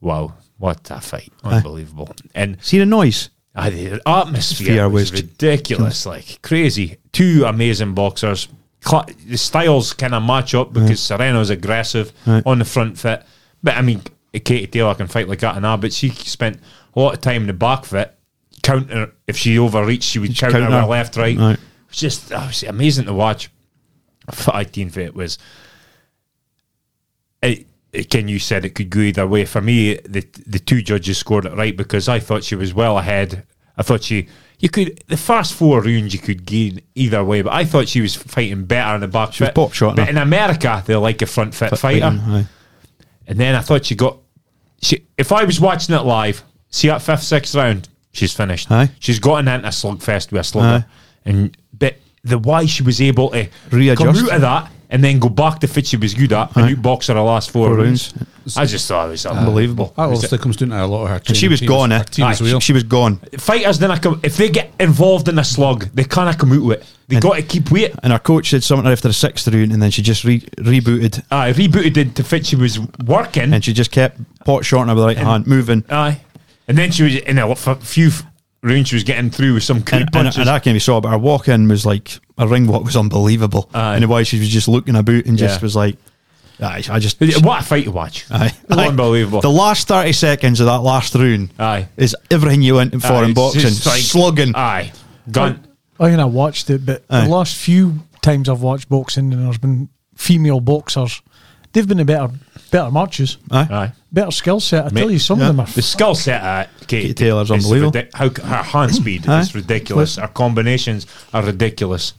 S6: wow, what a fight! Unbelievable. And
S5: See the noise.
S6: uh, the atmosphere
S5: Sphere
S6: was,
S5: was-
S6: ridiculous, like crazy. Two amazing boxers. Cla- the styles kind of match up because Sereno's aggressive
S5: Right.
S6: on the front foot, but I mean, Katie Taylor can fight like that and that, but she spent a lot of time in the back foot. Counter if she overreached, she would
S5: Just
S6: counter,
S5: counter.
S6: her left, right.
S5: Right.
S6: It was just oh, it was amazing to watch. Fighting for it was it, it- Ken, you said it could go either way. For me, the the two judges scored it right because I thought she was well ahead. I thought she you could the first four rounds you could gain either way, but I thought she was fighting better in the back. She
S5: was pop shotting
S6: but
S5: her.
S6: in America they like a front fit fighter.
S5: Aye.
S6: And then I thought she got. She, if I was watching it live, see that fifth, sixth round, she's finished.
S5: Aye.
S6: She's gotten into a slugfest with a slugger.
S5: Aye.
S6: And but the why she was able to
S5: Readjust.
S6: come out of that and then go back to fit she was good at and
S5: Aye.
S6: outbox her the last four,
S5: Four
S6: rounds. I just thought it was unbelievable.
S1: That obviously comes down to a lot of her.
S5: And she was
S1: team-
S5: gone. Eh?
S1: her team as
S5: Aye,
S1: well.
S5: She was gone.
S6: Fighters then I come if they get involved in a slug, they can't come out with it. They
S5: And-
S6: got to keep weight.
S5: And our coach said something after the sixth round, and then she just re- rebooted,
S6: I rebooted into fit she was working.
S5: and she just kept pot shorting her with the right hand, moving.
S6: Aye. And then she was in a f- few f- rounds she was getting through with some good
S5: And, and,
S6: punches.
S5: and I can't even saw, it, but her walk in was like a ring walk was unbelievable.
S6: Aye.
S5: And the way she was just looking about and just
S6: Yeah.
S5: was like, aye, I just
S6: What a fight to watch.
S5: aye.
S6: Unbelievable.
S5: The last thirty seconds of that last round
S6: Aye.
S5: is everything you went for
S6: Aye,
S5: in
S6: it's
S5: boxing,
S6: just like-
S5: slugging.
S6: Aye. Gun.
S4: I and I watched it, but
S5: Aye.
S4: the last few times I've watched boxing, and there's been female boxers. They've been the better, better matches,
S6: Aye.
S4: better skill set. I
S6: Mate,
S4: tell you, some
S5: yeah.
S4: of them are.
S6: The skill set at Katie,
S5: Katie Taylor's
S6: is
S5: unbelievable.
S6: ridic- how c- her hand speed
S5: Aye.
S6: is ridiculous. Her combinations are ridiculous.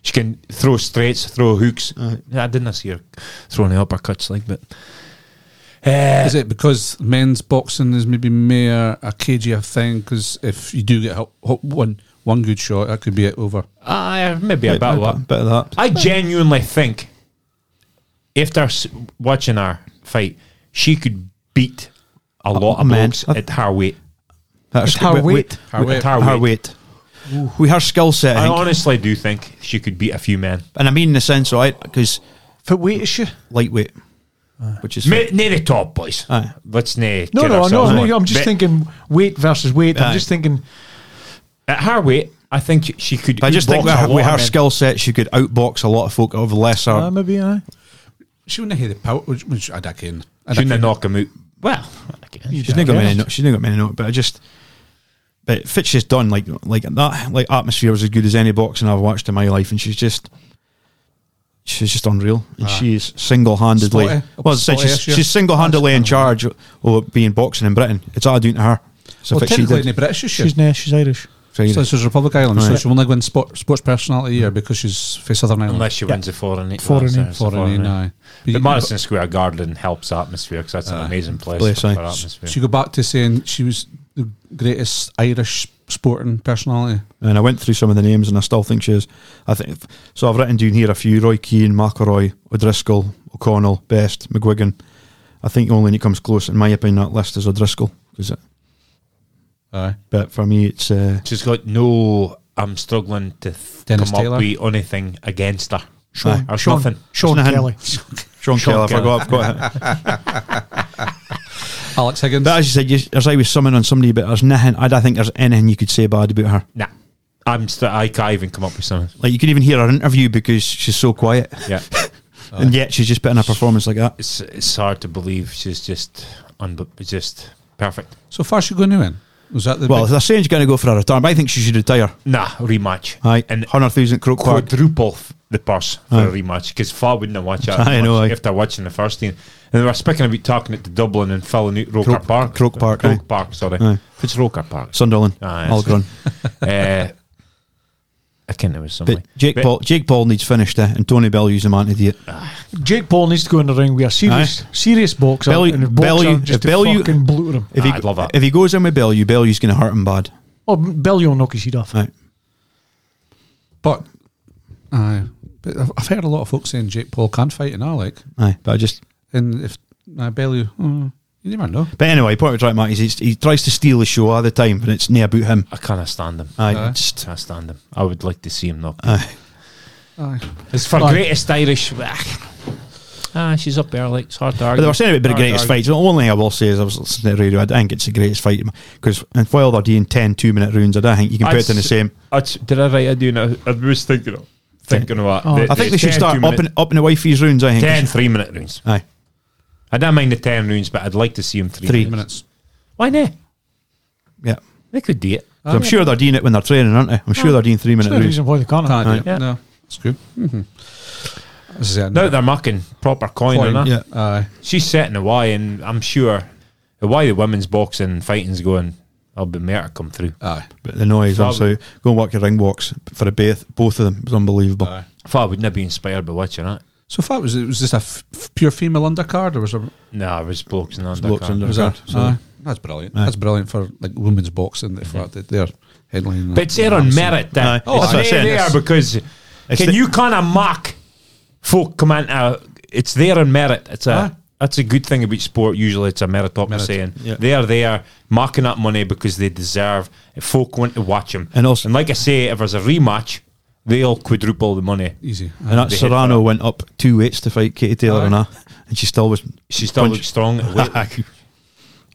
S6: She can throw straights, throw hooks. Yeah, I didn't see her throwing the uppercuts like that.
S1: Is it because men's boxing is maybe mere a KGF thing? Because if you do get help, ho- one one good shot, that could be it over.
S6: Aye, maybe
S5: Bit-
S6: about what.
S5: bit of that.
S6: I genuinely think after s- watching her fight, she could beat a lot of
S5: man.
S6: blokes at her weight.
S5: That's
S4: It's her
S5: wi- wi-
S4: weight.
S1: Her
S6: At
S1: weight.
S6: her
S5: Her
S6: weight.
S5: weight. With her skill set,
S6: I
S5: I think.
S6: honestly do think she could beat a few men.
S5: and I mean in the sense, right? Because
S4: But wait, is she?
S5: lightweight, which is
S6: Near the top boys.
S5: Aye.
S6: Let's nay.
S4: No,
S6: kid
S4: no, I know.
S6: ourselves
S4: I'm,
S6: on.
S4: not- I'm just
S6: But
S4: thinking weight versus weight.
S5: Aye.
S4: I'm just thinking
S6: at her weight. I think she- she could.
S5: But I just
S6: outbox
S5: think with
S6: a
S5: her,
S6: lot
S5: with
S6: of
S5: her
S6: men.
S5: skill set, she could outbox a lot of folk of lesser.
S4: uh, maybe I.
S1: She wouldn't have had the power, which, which I'd again.
S6: Shouldn't have knocked him out. Well,
S5: she's not got many. no- She's not got many. No, but I just. But Fitch is done like like that. Like atmosphere was as good as any boxing I've watched in my life, and she's just. She's just unreal, and she's single-handedly.
S1: Ah. Spotty.
S5: Well, as I said,
S1: Spotty
S5: she's,
S1: this year.
S5: she's single-handedly in charge of of being boxing in Britain. It's all due to her. So
S1: well,
S5: Fitch she
S1: technically, in
S5: did.
S1: the British, is she?
S4: She's nah, she's Irish.
S5: So, you
S1: So
S5: know,
S1: she's Republic Island, so
S5: Right.
S1: she'll only win sport, sports personality of the year because she's for Southern Ireland.
S6: Unless she wins a foreign, well,
S4: Foreign in.
S6: uh, it's a
S1: Foreign in, aye. But
S6: But
S1: you-
S6: Madison Square Garden helps atmosphere because that's an amazing place
S5: Place,
S6: for
S5: aye.
S6: atmosphere.
S1: She go back to saying she was the greatest Irish sporting personality.
S5: And I went through some of the names, and I still think she is. I think so. I've written down here a few: Roy Keane, McElroy, O'Driscoll, O'Connell, Best, McGuigan. I think the only one that comes close, in my opinion, that list is O'Driscoll. Is it?
S1: Aye.
S5: But for me, it's uh,
S6: She's got no. I'm struggling to th-
S1: Dennis
S6: come
S1: Taylor.
S6: up with anything against her.
S5: Sean-
S6: or
S4: Sean,
S6: nothing.
S4: Sean
S5: Isn't it him?
S4: Kelly.
S5: Sean, Kelly. I
S6: Kelly.
S5: forgot. I've got it.
S1: Alex Higgins.
S5: But as you said, you, there's always someone on somebody, but there's nothing. I don't think there's anything you could say bad about her.
S6: Nah, I'm. St- I can't even come up with something.
S5: Like you could even hear her interview because she's so quiet,
S6: Yeah,
S5: and yet she's just putting a performance like that.
S6: it's it's hard to believe she's just unbe- just perfect.
S1: so far, she going to win. Was that the
S5: Well,
S1: big-
S5: they're saying she's going to go for a retirement. I think she should retire.
S6: Nah, rematch.
S5: Aye,
S6: And
S5: 100,000 crook quad.
S6: quadruple f- the purse for
S5: Aye.
S6: a rematch because Fa wouldn't have watched that
S5: Aye, Ah. I know,
S6: much
S5: aye.
S6: if they're watching the first team. And they were speaking about talking it to Dublin and Fallon Roker
S5: Croke-
S6: Park.
S5: Croke Park, aye.
S6: Croke Park, sorry.
S5: Aye.
S6: It's Roker Park.
S5: Sunderland,
S6: Aye, it's-
S5: Algron.
S6: uh, I can't remember something.
S5: But Jake Paul, Jake Paul needs finished, eh? and Tony Bellew's the man to do it.
S4: Jake Paul needs to go in the ring with a serious, serious boxer.
S5: Bellew-
S4: and if boxer
S5: Bellew-
S4: just
S5: if
S4: to
S5: Bellew-
S4: fucking blue him.
S5: If he,
S6: I'd love that.
S5: If he goes in with Bellew, Bellew's going to hurt him bad.
S4: Oh, Bellew will knock his head off.
S5: Right.
S1: but, aye, but I've, I've heard a lot of folks saying Jake Paul can't fight in Alec,
S5: Aye, but I just.
S1: and if I Bellew, mm, you never know.
S5: But anyway, point we're trying to make is he's- he tries to steal the show all the time, and it's near about him.
S6: I can't stand him.
S5: Aye,
S1: Aye.
S5: just
S6: Can't stand him. I would like to see him knock.
S5: aye.
S1: Aye.
S6: It's for
S4: Aye.
S6: greatest Irish. eh. ah, she's up there. Like it's hard to
S5: But
S6: argue.
S5: they were saying about the
S6: Hard to
S5: greatest
S6: argue.
S5: fights. The only thing I will say is I was listening to the radio. I don't think it's the greatest fight because while they're doing 10 two minute rounds, I don't think you can
S6: I'd
S5: put it in the
S6: s-
S5: same.
S6: I'd s- did I write? I do know. I was thinking of thinking of that.
S4: Oh.
S5: I think they should start
S6: up
S5: upping, upping the wifey's rounds. I think.
S6: ten three minute rounds.
S5: Aye,
S6: I don't mind the ten rounds, but I'd like to see him three.
S5: Three.
S6: minutes.
S1: Minutes.
S6: Why not?
S5: yeah.
S6: They could do it.
S5: 'Cause I'm sure they're doing it when they're training, aren't they? I'm
S6: Oh.
S5: sure they're doing three minute
S4: There's no
S5: rounds.
S4: reason why they can't.
S1: Can't do it.
S6: Yeah.
S1: No, it's good. Mm-hmm. As I said,
S6: Now they're mucking proper coin.
S1: Coin,
S6: coin
S5: Yeah.
S1: aye.
S6: She's setting the why, and I'm sure the why the women's boxing fighting's going. I'll be more to come through.
S1: Aye.
S5: But the noise,
S6: Probably.
S5: absolutely. Go and walk your ring walks for a bath. Both of them. It was unbelievable.
S1: Aye.
S6: Far wouldn't be inspired by watching that.
S1: So far, was it was this a f- f- pure female undercard, or was there?
S6: No, it was blokes and
S5: blokes
S6: undercards.
S5: and
S1: Was there?
S5: Undercard, so-
S1: aye. Uh, That's brilliant. That's brilliant for like women's boxing. The fact that they're headlining.
S6: But it's there on merit.
S5: Aye.
S6: That.
S5: Oh,
S6: it's
S5: aye.
S6: there,
S5: Yes.
S6: there because can
S5: the-
S6: you kind of mock folk come into it's there on merit. It's a
S1: Aye.
S6: that's a good thing about sport. Usually, it's a meritocracy, and
S5: yeah.
S6: they are there marking up money because they deserve. If folk want to watch them,
S5: And also-
S6: like I say, if there's a rematch, they'll quadruple the money.
S1: easy. Aye.
S5: And that
S6: They hit for
S5: Serrano
S6: it.
S5: went up two weights to fight Katie Taylor
S1: Aye.
S5: and that, and she still was.
S6: She still
S5: punch-
S6: looks strong. at weight.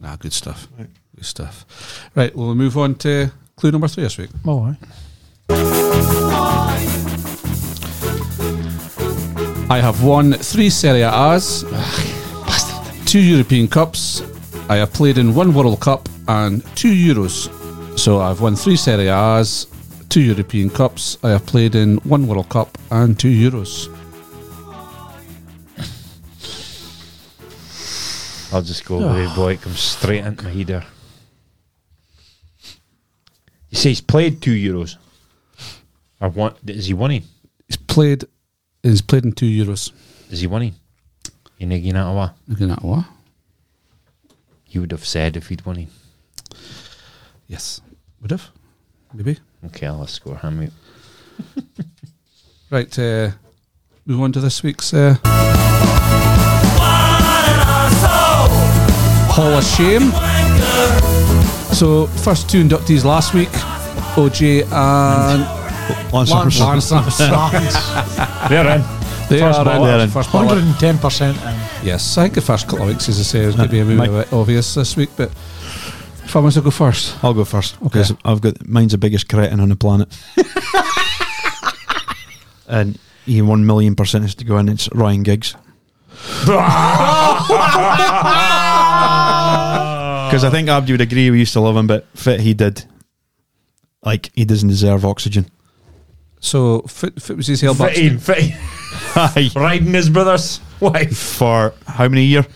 S1: Ah, good stuff. Good stuff. Right, we'll move on to clue number three this week.
S4: Oh, aye.
S1: I have won three Serie A's, two European Cups. I have played in one World Cup and two Euros. So I've won three Serie A's, two European Cups. I have played in one World Cup and two Euros.
S6: I'll just go away,
S5: Ah.
S6: boy. It comes straight into my header. He says he's played two euros. Or one? Is he winning?
S1: He's played. He's played in two Euros.
S6: Is he winning? You know, you know what?
S1: Looking at what?
S6: You would have said if he'd winning.
S1: Yes, would have, maybe.
S6: Okay, I'll score him out.
S1: Right, uh, move on to this week's uh, Hall of Shame. So, first two inductees last week, OJ and
S5: Lance
S1: Lance,
S5: Armstrong.
S1: Lance Armstrong.
S6: They're in.
S1: they
S6: First
S1: are in.
S6: ballot.
S5: They're in.
S1: First ballot.
S4: 110%. And
S1: Yes, I think the first couple of weeks, as I say, is going to be a wee
S5: Mike.
S1: bit obvious this week, but if I was to go first,
S5: I'll go first because I've got mine's the biggest cretin on the planet, and he one million percent has to go in. It's Ryan Giggs
S6: Uh,
S5: because I think Abdi would agree we used to love him, but fit he did. Like he doesn't deserve oxygen.
S1: so Foot, foot was his held back.
S6: Fitting, fitting.
S5: Aye.
S6: Riding his brother's wife.
S5: for how many year?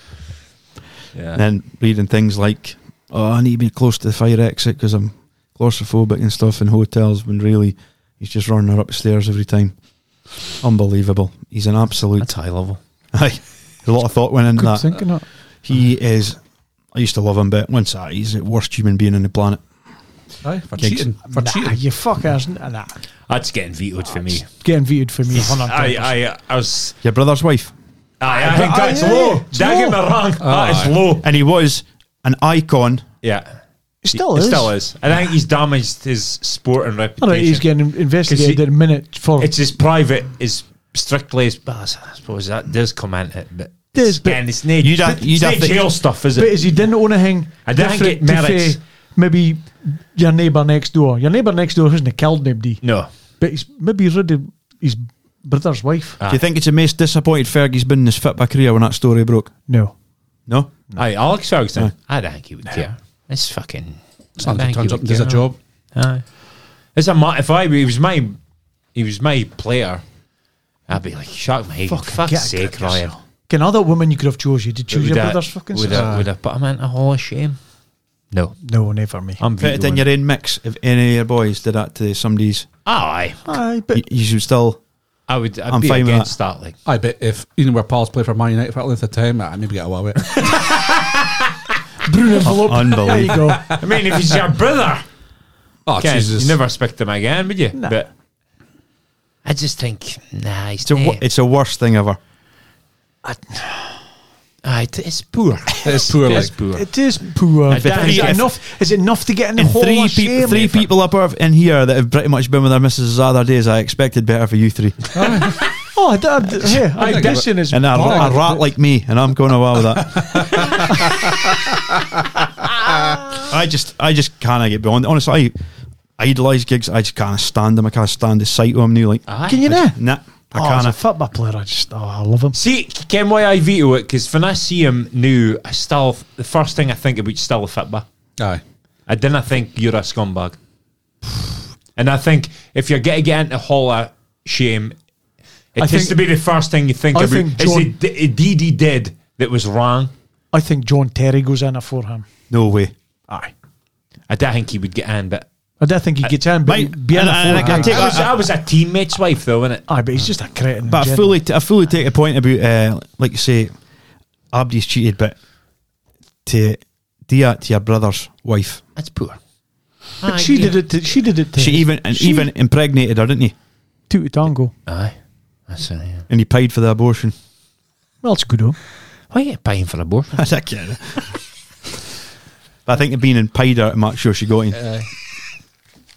S6: Yeah.
S5: And then reading things like, "Oh, I need to be close to the fire exit because I'm claustrophobic and stuff in hotels." When really, he's just running her upstairs every time. Unbelievable! He's an absolute.
S6: That's high level.
S5: Aye, a lot of thought went into
S4: good
S5: that.
S4: thinking that.
S5: He is. I used to love him, but once that, he's the worst human being on the planet.
S1: Aye, for
S5: Gigs.
S1: cheating. For
S4: nah,
S1: cheating.
S4: you fuckers. Nah, nah.
S6: That's getting vetoed for me.
S4: Getting vetoed for me.
S6: I,
S4: 110%.
S6: I, I was.
S5: Your brother's wife,
S6: I, I think that's ah, low. Ah, Don't get me wrong. That is low.
S5: and he was an icon.
S6: Yeah.
S4: It still
S6: It
S4: is.
S6: still is. I think he's damaged his sporting
S4: I
S6: reputation.
S4: know he's getting investigated
S6: he-
S4: in a minute for
S6: it's his private, is strictly his. But I s- I suppose that does come into it, but
S4: Does,
S6: it's,
S4: but-
S6: and it's not,
S5: You'd have-
S6: it's
S5: you'd
S6: not
S5: have to-
S6: jail stuff, is it?
S4: But is he didn't own a thing?
S6: I don't think
S4: different
S6: it
S4: to
S6: merits-
S4: say Maybe your neighbour next door. Your neighbour next door hasn't killed nobody,
S6: no.
S4: but he's maybe rid of his brother's wife.
S5: Do you think it's the most disappointed Fergie's been in his football career when that story broke?
S4: No,
S5: No,
S6: Aye, Alex Ferguson. I don't think he would care. It's fucking.
S1: Santa
S6: Thank
S1: turns
S6: you,
S1: up and does a
S6: Gareth.
S1: job.
S6: Aye. It's a mu- if I he was my he was my player, I'd be like, shut my
S4: Fucking
S6: fuck's
S4: get a
S6: sake,
S4: grip
S6: Ryan.
S4: Can other women you could have chose, you did choose your
S6: Would I-
S4: brother's fucking
S6: would
S4: sister.
S6: I, would I put him into a hall of shame? No,
S4: No, never me.
S6: I'm
S5: Put it in
S6: vetoing.
S5: your own mix. If any of your boys did that to somebody's,
S6: Aye,
S4: Aye,
S5: you,
S4: but
S5: you should still.
S6: I would. I'd
S5: I'm
S6: be
S5: fine with
S6: against that. Like,
S1: I bet if even where Pals play for Man United for at least the time, I maybe get away with it.
S4: Bruno envelope. there you
S5: Unbelievable.
S4: go.
S6: I mean, if he's your brother,
S1: Oh,
S6: Ken,
S1: Jesus.
S6: you never speak to him again, would you?
S4: Nah.
S6: But I just think, nah, he's
S5: It's a, wo-
S6: not-
S5: it's the worst thing ever.
S6: Aye, it- it's poor.
S1: It's poor,
S6: It's
S1: like.
S6: poor.
S4: It is poor.
S6: If it-
S4: but is
S5: if-
S4: it enough? Is it enough to get in the
S5: And
S4: hall
S5: three,
S4: of
S5: peop-
S4: shame?
S5: three people up of- in here that have pretty much been with their misses the other days. I expected better for you three.
S4: Oh, I, I, yeah, ambition is Oh,
S5: And a, ra- a
S4: bad.
S5: rat like me, and I'm going away with that. I just, I just can't get beyond. it. Honestly, I idolise gigs. I just can't stand them. I can't stand the sight of them now. Like,
S6: Aye.
S4: Can you
S5: I
S4: know?
S5: just- nah, I
S4: Oh, as a
S5: can't.
S4: football player, I just oh, I love him.
S6: See, Ken, why I veto it? Because when I see him now, I still the first thing I think about is still a fitba.
S1: Aye.
S6: I didn't think you're a scumbag, and I think if you're going to get into hall of shame, it
S4: I
S6: has
S4: think-
S6: to be the first thing you think
S4: I
S6: about.
S4: think
S6: is
S4: John-
S6: it d- a deed he did that was wrong?
S4: I think John Terry goes in for him.
S5: No way.
S4: Aye,
S6: I didn't think he would get in, but
S4: I don't think he gets in, but
S5: Mate,
S4: he'd be in
S5: and-
S4: a
S5: and I
S4: forehand.
S5: can take-
S6: I was, I was a teammate's wife though, wasn't it?
S4: Aye, but he's just a cretin.
S5: But I fully, t- I fully take the point about, uh, like you say, Abdi's cheated, but to do that to your brother's wife,
S6: That's poor.
S4: But she did it. To, she did it. To
S5: she even, and
S4: She-
S5: even impregnated her, didn't he?
S4: two to tango.
S6: Aye, that's it. Yeah.
S5: And he paid for the abortion.
S4: Well, it's good. Though.
S6: Why are you paying for abortion?
S5: I get it. But I think the being in Pider to make sure she got in.
S4: Uh,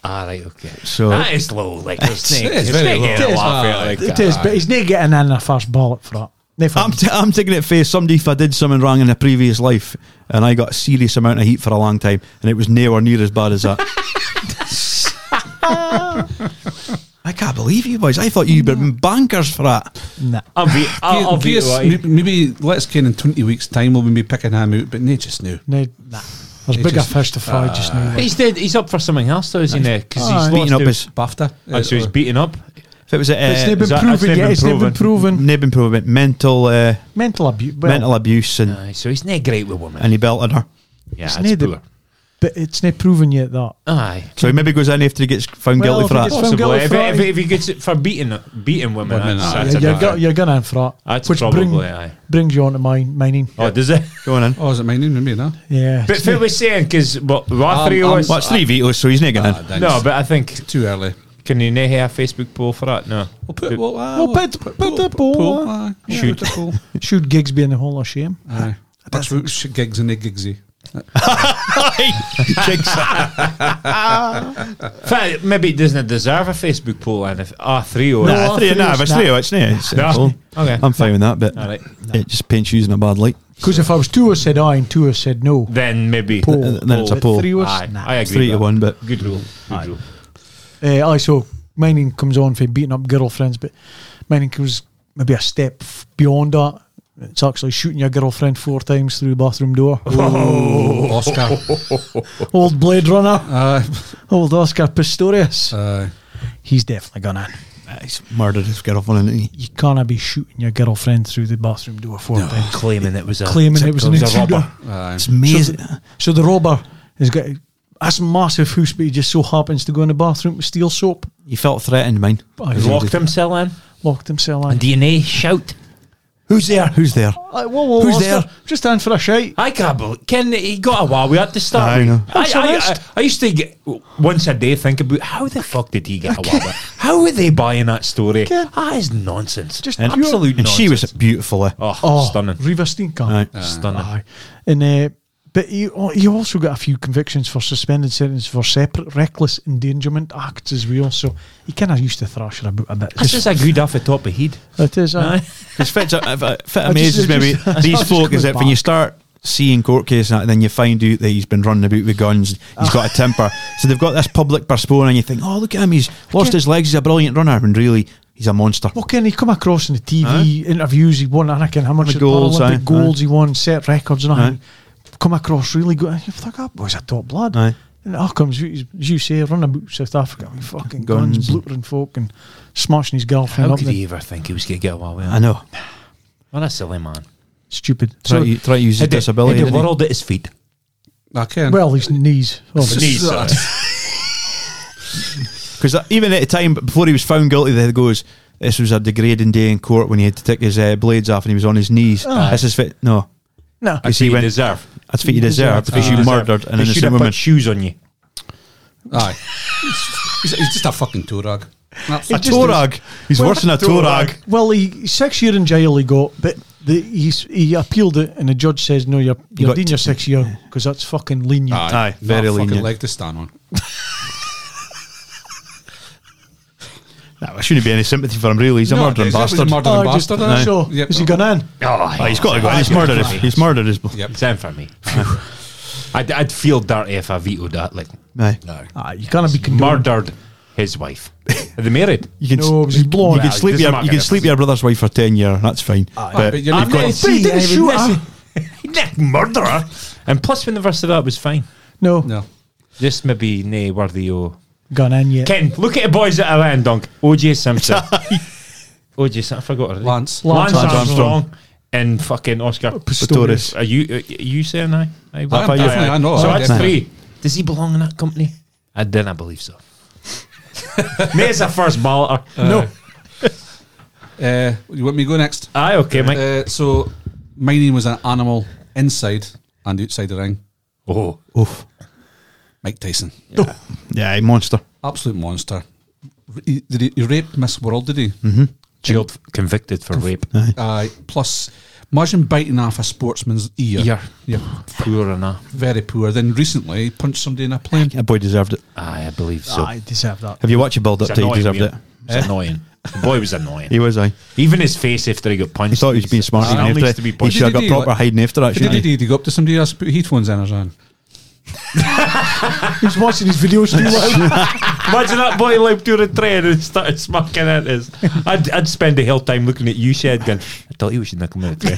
S6: ah, right, okay.
S5: So
S6: That is low. Like it's,
S1: it is very low.
S6: getting a
S1: It is,
S6: laugh
S1: aye.
S6: at, like,
S4: It is,
S6: aye.
S4: but he's not getting in a first ballot for that. Nae for
S5: I'm,
S4: him.
S5: t- I'm taking it face. Somebody, if I did something wrong in a previous life, and I got a serious amount of heat for a long time, and it was nowhere near as bad as that. I can't believe you boys. I thought you'd been bankers for that.
S4: nah.
S6: I'll be. I'll, I'll be.
S1: Guess
S6: right.
S1: maybe, maybe let's Ken in 20 weeks' time we'll be picking him out, but not just now.
S4: Nae- nah. There's
S1: He
S4: bigger
S1: just-
S4: fish to fry just now.
S6: He's dead. He's up for something else, though, is he? Because
S4: Aye.
S6: he's
S5: Beating
S6: lost
S5: up
S6: to-
S5: his.
S1: BAFTA.
S6: Oh, so he's
S1: Or-
S6: beating up.
S5: If it was
S4: It's not
S5: a. Uh,
S6: that-
S4: been
S6: that's
S4: proven
S6: not
S4: yet.
S6: been
S4: It's not been proven.
S5: Nibbin probably mental, uh,
S4: Mental abuse. Well,
S5: mental abuse, and,
S6: Aye, so he's not great with women.
S5: and he belted her.
S6: yeah,
S4: it's
S6: that's
S4: neither-
S6: poor.
S4: but it's not proven yet that.
S6: Aye,
S5: So he maybe goes in after he gets found
S4: Well,
S5: guilty for
S4: if he
S5: that.
S4: gets
S6: possibly.
S4: guilty
S6: If,
S4: for
S6: if,
S4: it.
S6: if he gets it for beating beating women,
S1: Women,
S6: that's,
S1: aye.
S6: that's,
S4: You're,
S6: a bad
S4: go-
S6: thing.
S4: you're going in for that.
S6: That's
S4: which
S6: probably
S4: bring,
S6: aye.
S4: brings you on to mine, mining.
S6: Oh, does it?
S5: Going in.
S1: Oh, is it my name? Maybe, no?
S4: Yeah.
S6: But
S4: it's
S6: Phil
S4: not-
S6: was saying because what what three
S1: um,
S6: was.
S5: Well, it's three vetoes, so he's not getting
S1: Ah,
S5: in.
S1: thanks.
S6: No, but I think
S1: Too early.
S6: can you not have a Facebook poll for that? No.
S1: We'll put, we'll, uh,
S4: Well, put- put the ball.
S1: Shoot the ball.
S4: Should gigs be in the Hall of Shame?
S1: Aye. That's what sh- gigs and the gigsy.
S6: Fa- Maybe it doesn't deserve a Facebook poll. And if R three or
S5: Nah, three,
S4: three
S5: nah,
S4: is
S5: if it's
S4: not-
S5: three, oh it's not. It's
S6: No.
S5: simple.
S6: Okay.
S5: I'm fine with that, but
S6: All right.
S5: it just paints you in a bad light.
S4: Because if I was two, I said aye, and two, I said no.
S6: then maybe
S4: Poll.
S5: Th- then it's a
S4: But
S5: poll.
S4: Three was,
S6: Aye,
S4: nah.
S6: I
S5: It's
S6: agree.
S5: three to
S6: with
S5: one, but
S6: that. Good rule. Good rule.
S4: Uh, aye, so mining comes on for beating up girlfriends, but mining goes maybe a step f- beyond that. It's actually shooting your girlfriend four times through the bathroom door.
S1: Oh, Oscar.
S4: Old Blade Runner,
S1: Aye.
S4: old Oscar Pistorius.
S1: Aye.
S4: He's definitely gone in.
S5: he's murdered his girlfriend, isn't he?
S4: You can't be shooting your girlfriend through the bathroom door four times,
S6: Claiming it was a
S4: claiming it was an
S6: a
S4: intruder.
S6: robber.
S1: Aye.
S5: It's amazing.
S4: So the robber has got that's massive house, but he just so happens to go in the bathroom to steal soap.
S5: he felt threatened, mine.
S4: Aye.
S5: He's
S6: Locked himself in.
S4: Locked himself in.
S6: And DNA shout.
S5: Who's there? Who's there?
S4: Aye, whoa, whoa,
S5: Who's
S4: Oscar,
S5: there?
S4: Just in for a shite.
S6: I can't believe Ken. He got a while. We had to start.
S5: I know.
S6: I,
S4: That's
S6: I,
S4: honest.
S6: I, I used to get once a day think about how the fuck did he get a while. How are they buying that story?
S4: Ken.
S6: That is nonsense.
S4: Just
S6: Just
S4: And-
S6: absolute.
S5: And
S6: nonsense.
S5: she was beautiful. eh?
S6: oh,
S4: Oh,
S6: stunning,
S4: Riva Steenkamp.
S5: Aye.
S6: stunning.
S4: Aye. And uh, but you you also got a few convictions for suspended sentences for separate reckless endangerment acts as well. So you kind of used to thrash her about a bit.
S6: That's just agreed off the top of head.
S4: it is. aye.
S6: Aye.
S5: It's fit, uh, uh, fit
S4: just-
S5: amazes
S4: I
S5: me.
S4: just-
S5: about
S4: I
S5: These
S4: just
S5: folk
S4: come
S5: is that when you
S4: back.
S5: start seeing court cases and that, then you find out that he's been running about with guns. He's got a temper. So they've got this public persona, and you think, oh, look at him. He's lost his legs. He's a brilliant runner. And really, he's a monster.
S4: Well, Ken, he come across in the TV interviews. He won, I reckon, how much
S5: the goals,
S4: Paralympic
S5: aye,
S4: goals he won, set records and all. Come across really good. You thought that "Ah, boy's a top lad.
S5: Aye.
S4: And how comes, as you say, running about South Africa, with fucking guns,
S5: Guns.
S4: blundering folk and smashing his girlfriend
S6: How
S4: up.
S6: could
S4: and-
S6: he ever think he was going to get away with
S5: I
S6: it?
S5: know.
S6: What a silly man.
S4: Stupid.
S5: Try,
S4: So,
S5: to, try to use his
S6: Had the-
S5: disability.
S6: had the
S5: didn't he?
S6: world at his feet.
S1: I can.
S4: well, his knees. obviously.
S6: Knees, sorry.
S5: Because even at the time, but before he was found guilty, they goes, "This was a degrading day in court when he had to take his uh, blades off and he was on his knees." This is fit. No,
S4: No.
S5: Because he
S6: You
S5: went-
S6: deserve.
S5: that's what you deserve because you
S6: deserve.
S5: murdered an
S6: They should
S5: innocent
S6: have
S5: woman.
S6: Put shoes on you.
S1: Aye. he's, he's just a fucking toe rag. That's
S5: A
S4: just
S5: toe rag. He's worse than a toe rag.
S4: Well, he six year in jail he got, but the, he's, he appealed it, and the judge says, "No, you're
S5: You
S4: you're
S5: got
S4: doing your six year because that's fucking lenient."
S5: Aye, very
S1: Not a fucking
S5: lenient.
S1: leg to stand on.
S5: Nah, there shouldn't be any sympathy for him. Really, he's a
S1: No,
S5: murdering
S1: he's a- he's a
S5: bastard.
S1: murder-
S4: Oh,
S1: Murdering
S4: just-
S1: bastard, eh?
S4: so,
S1: Yep.
S4: has he gone in?
S6: Oh,
S5: Ah, he's got to go. He's murdered his. He's murdered his. bl-
S1: Yep.
S6: It's in for me. I'd, I'd feel dirty if I vetoed that. Like,
S5: Aye.
S4: Ah, you can't be condemned.
S6: murdered his wife. Are they married?
S5: You can,
S4: No,
S5: s-
S4: it was his blonde.
S5: You can
S6: Well,
S5: sleep
S6: this is
S5: your,
S6: my
S5: you
S6: kind
S5: can
S6: of
S5: sleep your brother's wife for ten year. That's fine. but
S1: Ah, but you're not
S6: I'm not
S1: going.
S4: But he didn't shoot her.
S6: Nick murderer. And plus, when the rest of that was fine.
S4: No,
S1: No.
S6: Just maybe nay worthy o.
S4: gone in yet.
S6: Ken, look at the boys that are in dunk. OJ Simpson. OJ Simpson, I forgot. her name.
S1: Lance.
S6: Lance,
S4: Lance
S6: Armstrong.
S5: Armstrong.
S6: And fucking Oscar
S5: Pistorius.
S6: Are you are you saying I? I,
S1: I'm definitely- I know,
S6: So
S1: I'm
S6: that's
S1: definitely-
S6: three. Does he belong in that company? I didn't believe so. May's a first baller.
S1: No. Uh, you want me to go next?
S6: Aye, okay, mate.
S1: Uh, so, my name was an animal inside and outside the ring.
S6: oh,
S5: oof.
S1: Mike Tyson.
S5: Yeah, aye, monster.
S1: Absolute monster. He, did he, he raped Miss World, did he?
S5: Mm-hmm.
S6: jailed, convicted for rape.
S1: Aye. plus, imagine biting off a sportsman's ear.
S6: Ear.
S1: Yeah.
S6: Poor enough.
S1: Very poor. Then recently, he punched somebody in a plane.
S5: That boy deserved it.
S6: Aye, I believe so.
S4: I deserve that.
S5: Have you watched a build up
S6: It's
S5: to? He
S6: annoying,
S5: deserved
S6: weird.
S5: it.
S6: It's annoying. The boy was annoying.
S5: He was. I.
S6: Even his face after he got punched.
S5: He thought he was being smart.
S6: He
S5: and
S6: needs to
S5: after it.
S6: be
S5: He
S6: punched.
S5: should have got
S1: Did he,
S5: proper
S1: like-
S5: hiding after that.
S1: Did
S5: shouldn't
S1: he,
S5: he?
S1: did he go up to somebody else, put headphones in his hand?
S4: He's watching his videos too loud.
S6: Imagine that boy lived through the train and started smacking at us. I'd, I'd spend the whole time looking at you, Shed, going, I thought he was in the coming train.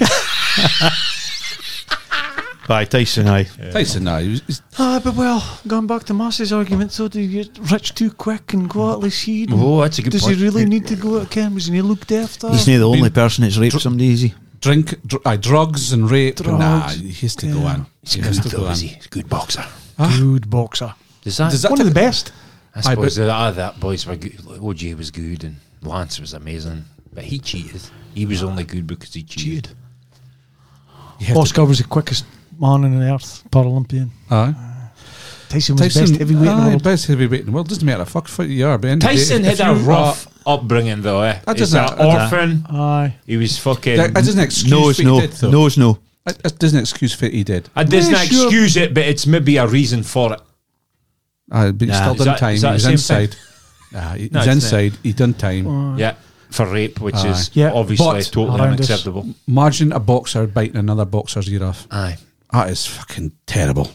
S5: Aye, Tyson. Aye.
S1: Tyson, no. He was, he's-
S4: ah, but well, going back to Mass's argument, so do you get rich too quick and go out like seed?
S6: oh, that's a good
S4: Does
S6: point.
S4: he really need to go out, Ken? Was he looked after?
S5: He's not the only person that's raped somebody, is he?
S1: drink, dr- aye, drugs and rape.
S4: Drugs.
S1: Nah, he has to go
S4: Yeah.
S1: in. He
S6: Good
S1: has to
S6: though,
S1: go
S6: is
S1: in.
S6: he? He's a good boxer.
S4: Good boxer.
S6: Does that,
S1: Does that
S4: Ah. One of the
S1: take-
S4: best.
S6: I
S1: Aye, but-
S6: suppose that, ah, that boys were good. Like, OJ was good and Lance was amazing. But he cheated. He was only good because he cheated.
S1: You have to-
S4: Oscar was the quickest man on the earth, Paralympian.
S1: Aye.
S4: Tyson was
S1: Tyson,
S4: best heavyweight in the
S1: aye,
S4: world.
S1: best heavyweight in the world. Doesn't matter. Fuck foot you are, Ben.
S6: Tyson had a rough upbringing, though. Eh?
S1: That
S6: He's
S1: doesn't-
S6: an
S1: that-
S6: orphan.
S4: Aye.
S6: He was fucking.
S1: That, that doesn't excuse
S5: No,
S1: what
S5: it's
S1: he
S5: no.
S1: did, though.
S5: No, it's no.
S1: That, that doesn't excuse what he did.
S6: I doesn't
S4: Yeah, sure.
S6: excuse it, but it's maybe a reason for it.
S1: Aye, but he
S5: Nah.
S1: still
S6: Is
S1: done
S6: that-
S1: time.
S6: is
S1: He
S6: that
S1: was
S6: the same
S1: inside. Nah, he
S6: No,
S1: was
S6: it's
S1: inside. He done time.
S6: Yeah, for rape, which is
S4: Yeah,
S6: obviously
S1: but-
S6: totally
S4: horrendous.
S6: unacceptable.
S1: Imagine a boxer biting another boxer's ear off.
S6: Aye.
S1: That is fucking terrible.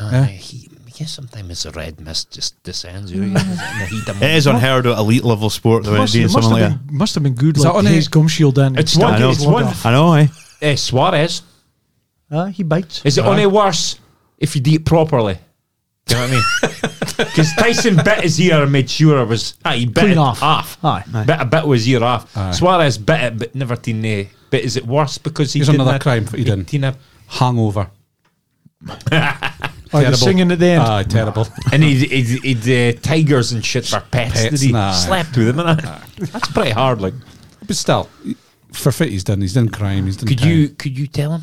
S6: Aye. He, yeah, sometimes it's a red mist just descends over you. in the heat of
S5: It
S6: moment.
S5: is unheard of at elite level sport though, when
S4: Must,
S5: it's doing
S4: it must,
S5: something
S4: have
S5: like
S4: been, must have been good.
S1: Is
S4: like
S1: that on
S4: his
S1: it?
S4: gum shield in.
S6: It's one-
S5: I know.
S6: it's one-
S5: that. I know, aye.
S6: Eh, Suarez.
S4: Ah, he bites.
S6: Is it only worse if you do it properly? Do you know what I mean? Because Tyson bit his ear and made sure it was. Aye, he bit
S4: Clean
S6: it
S4: off.
S6: off.
S4: Aye.
S6: Bit a bit was ear off. Suarez bit it, but never teen eh, But is it worse because he
S1: Here's
S6: didn't
S1: another
S6: have-
S1: crime for you then.
S6: teen a-
S1: Hangover.
S4: Aye, the
S1: terrible.
S4: Oh, singing at the end.
S1: Aye, terrible.
S6: And he'd, he'd, he'd uh, tigers and shit for pets.
S1: Pets,
S6: did he
S1: nah.
S6: slept with them? And that. That's pretty hard. Like,
S1: but still, for fit he's done. He's done crime. He's done
S6: could
S1: time.
S6: you could you tell him?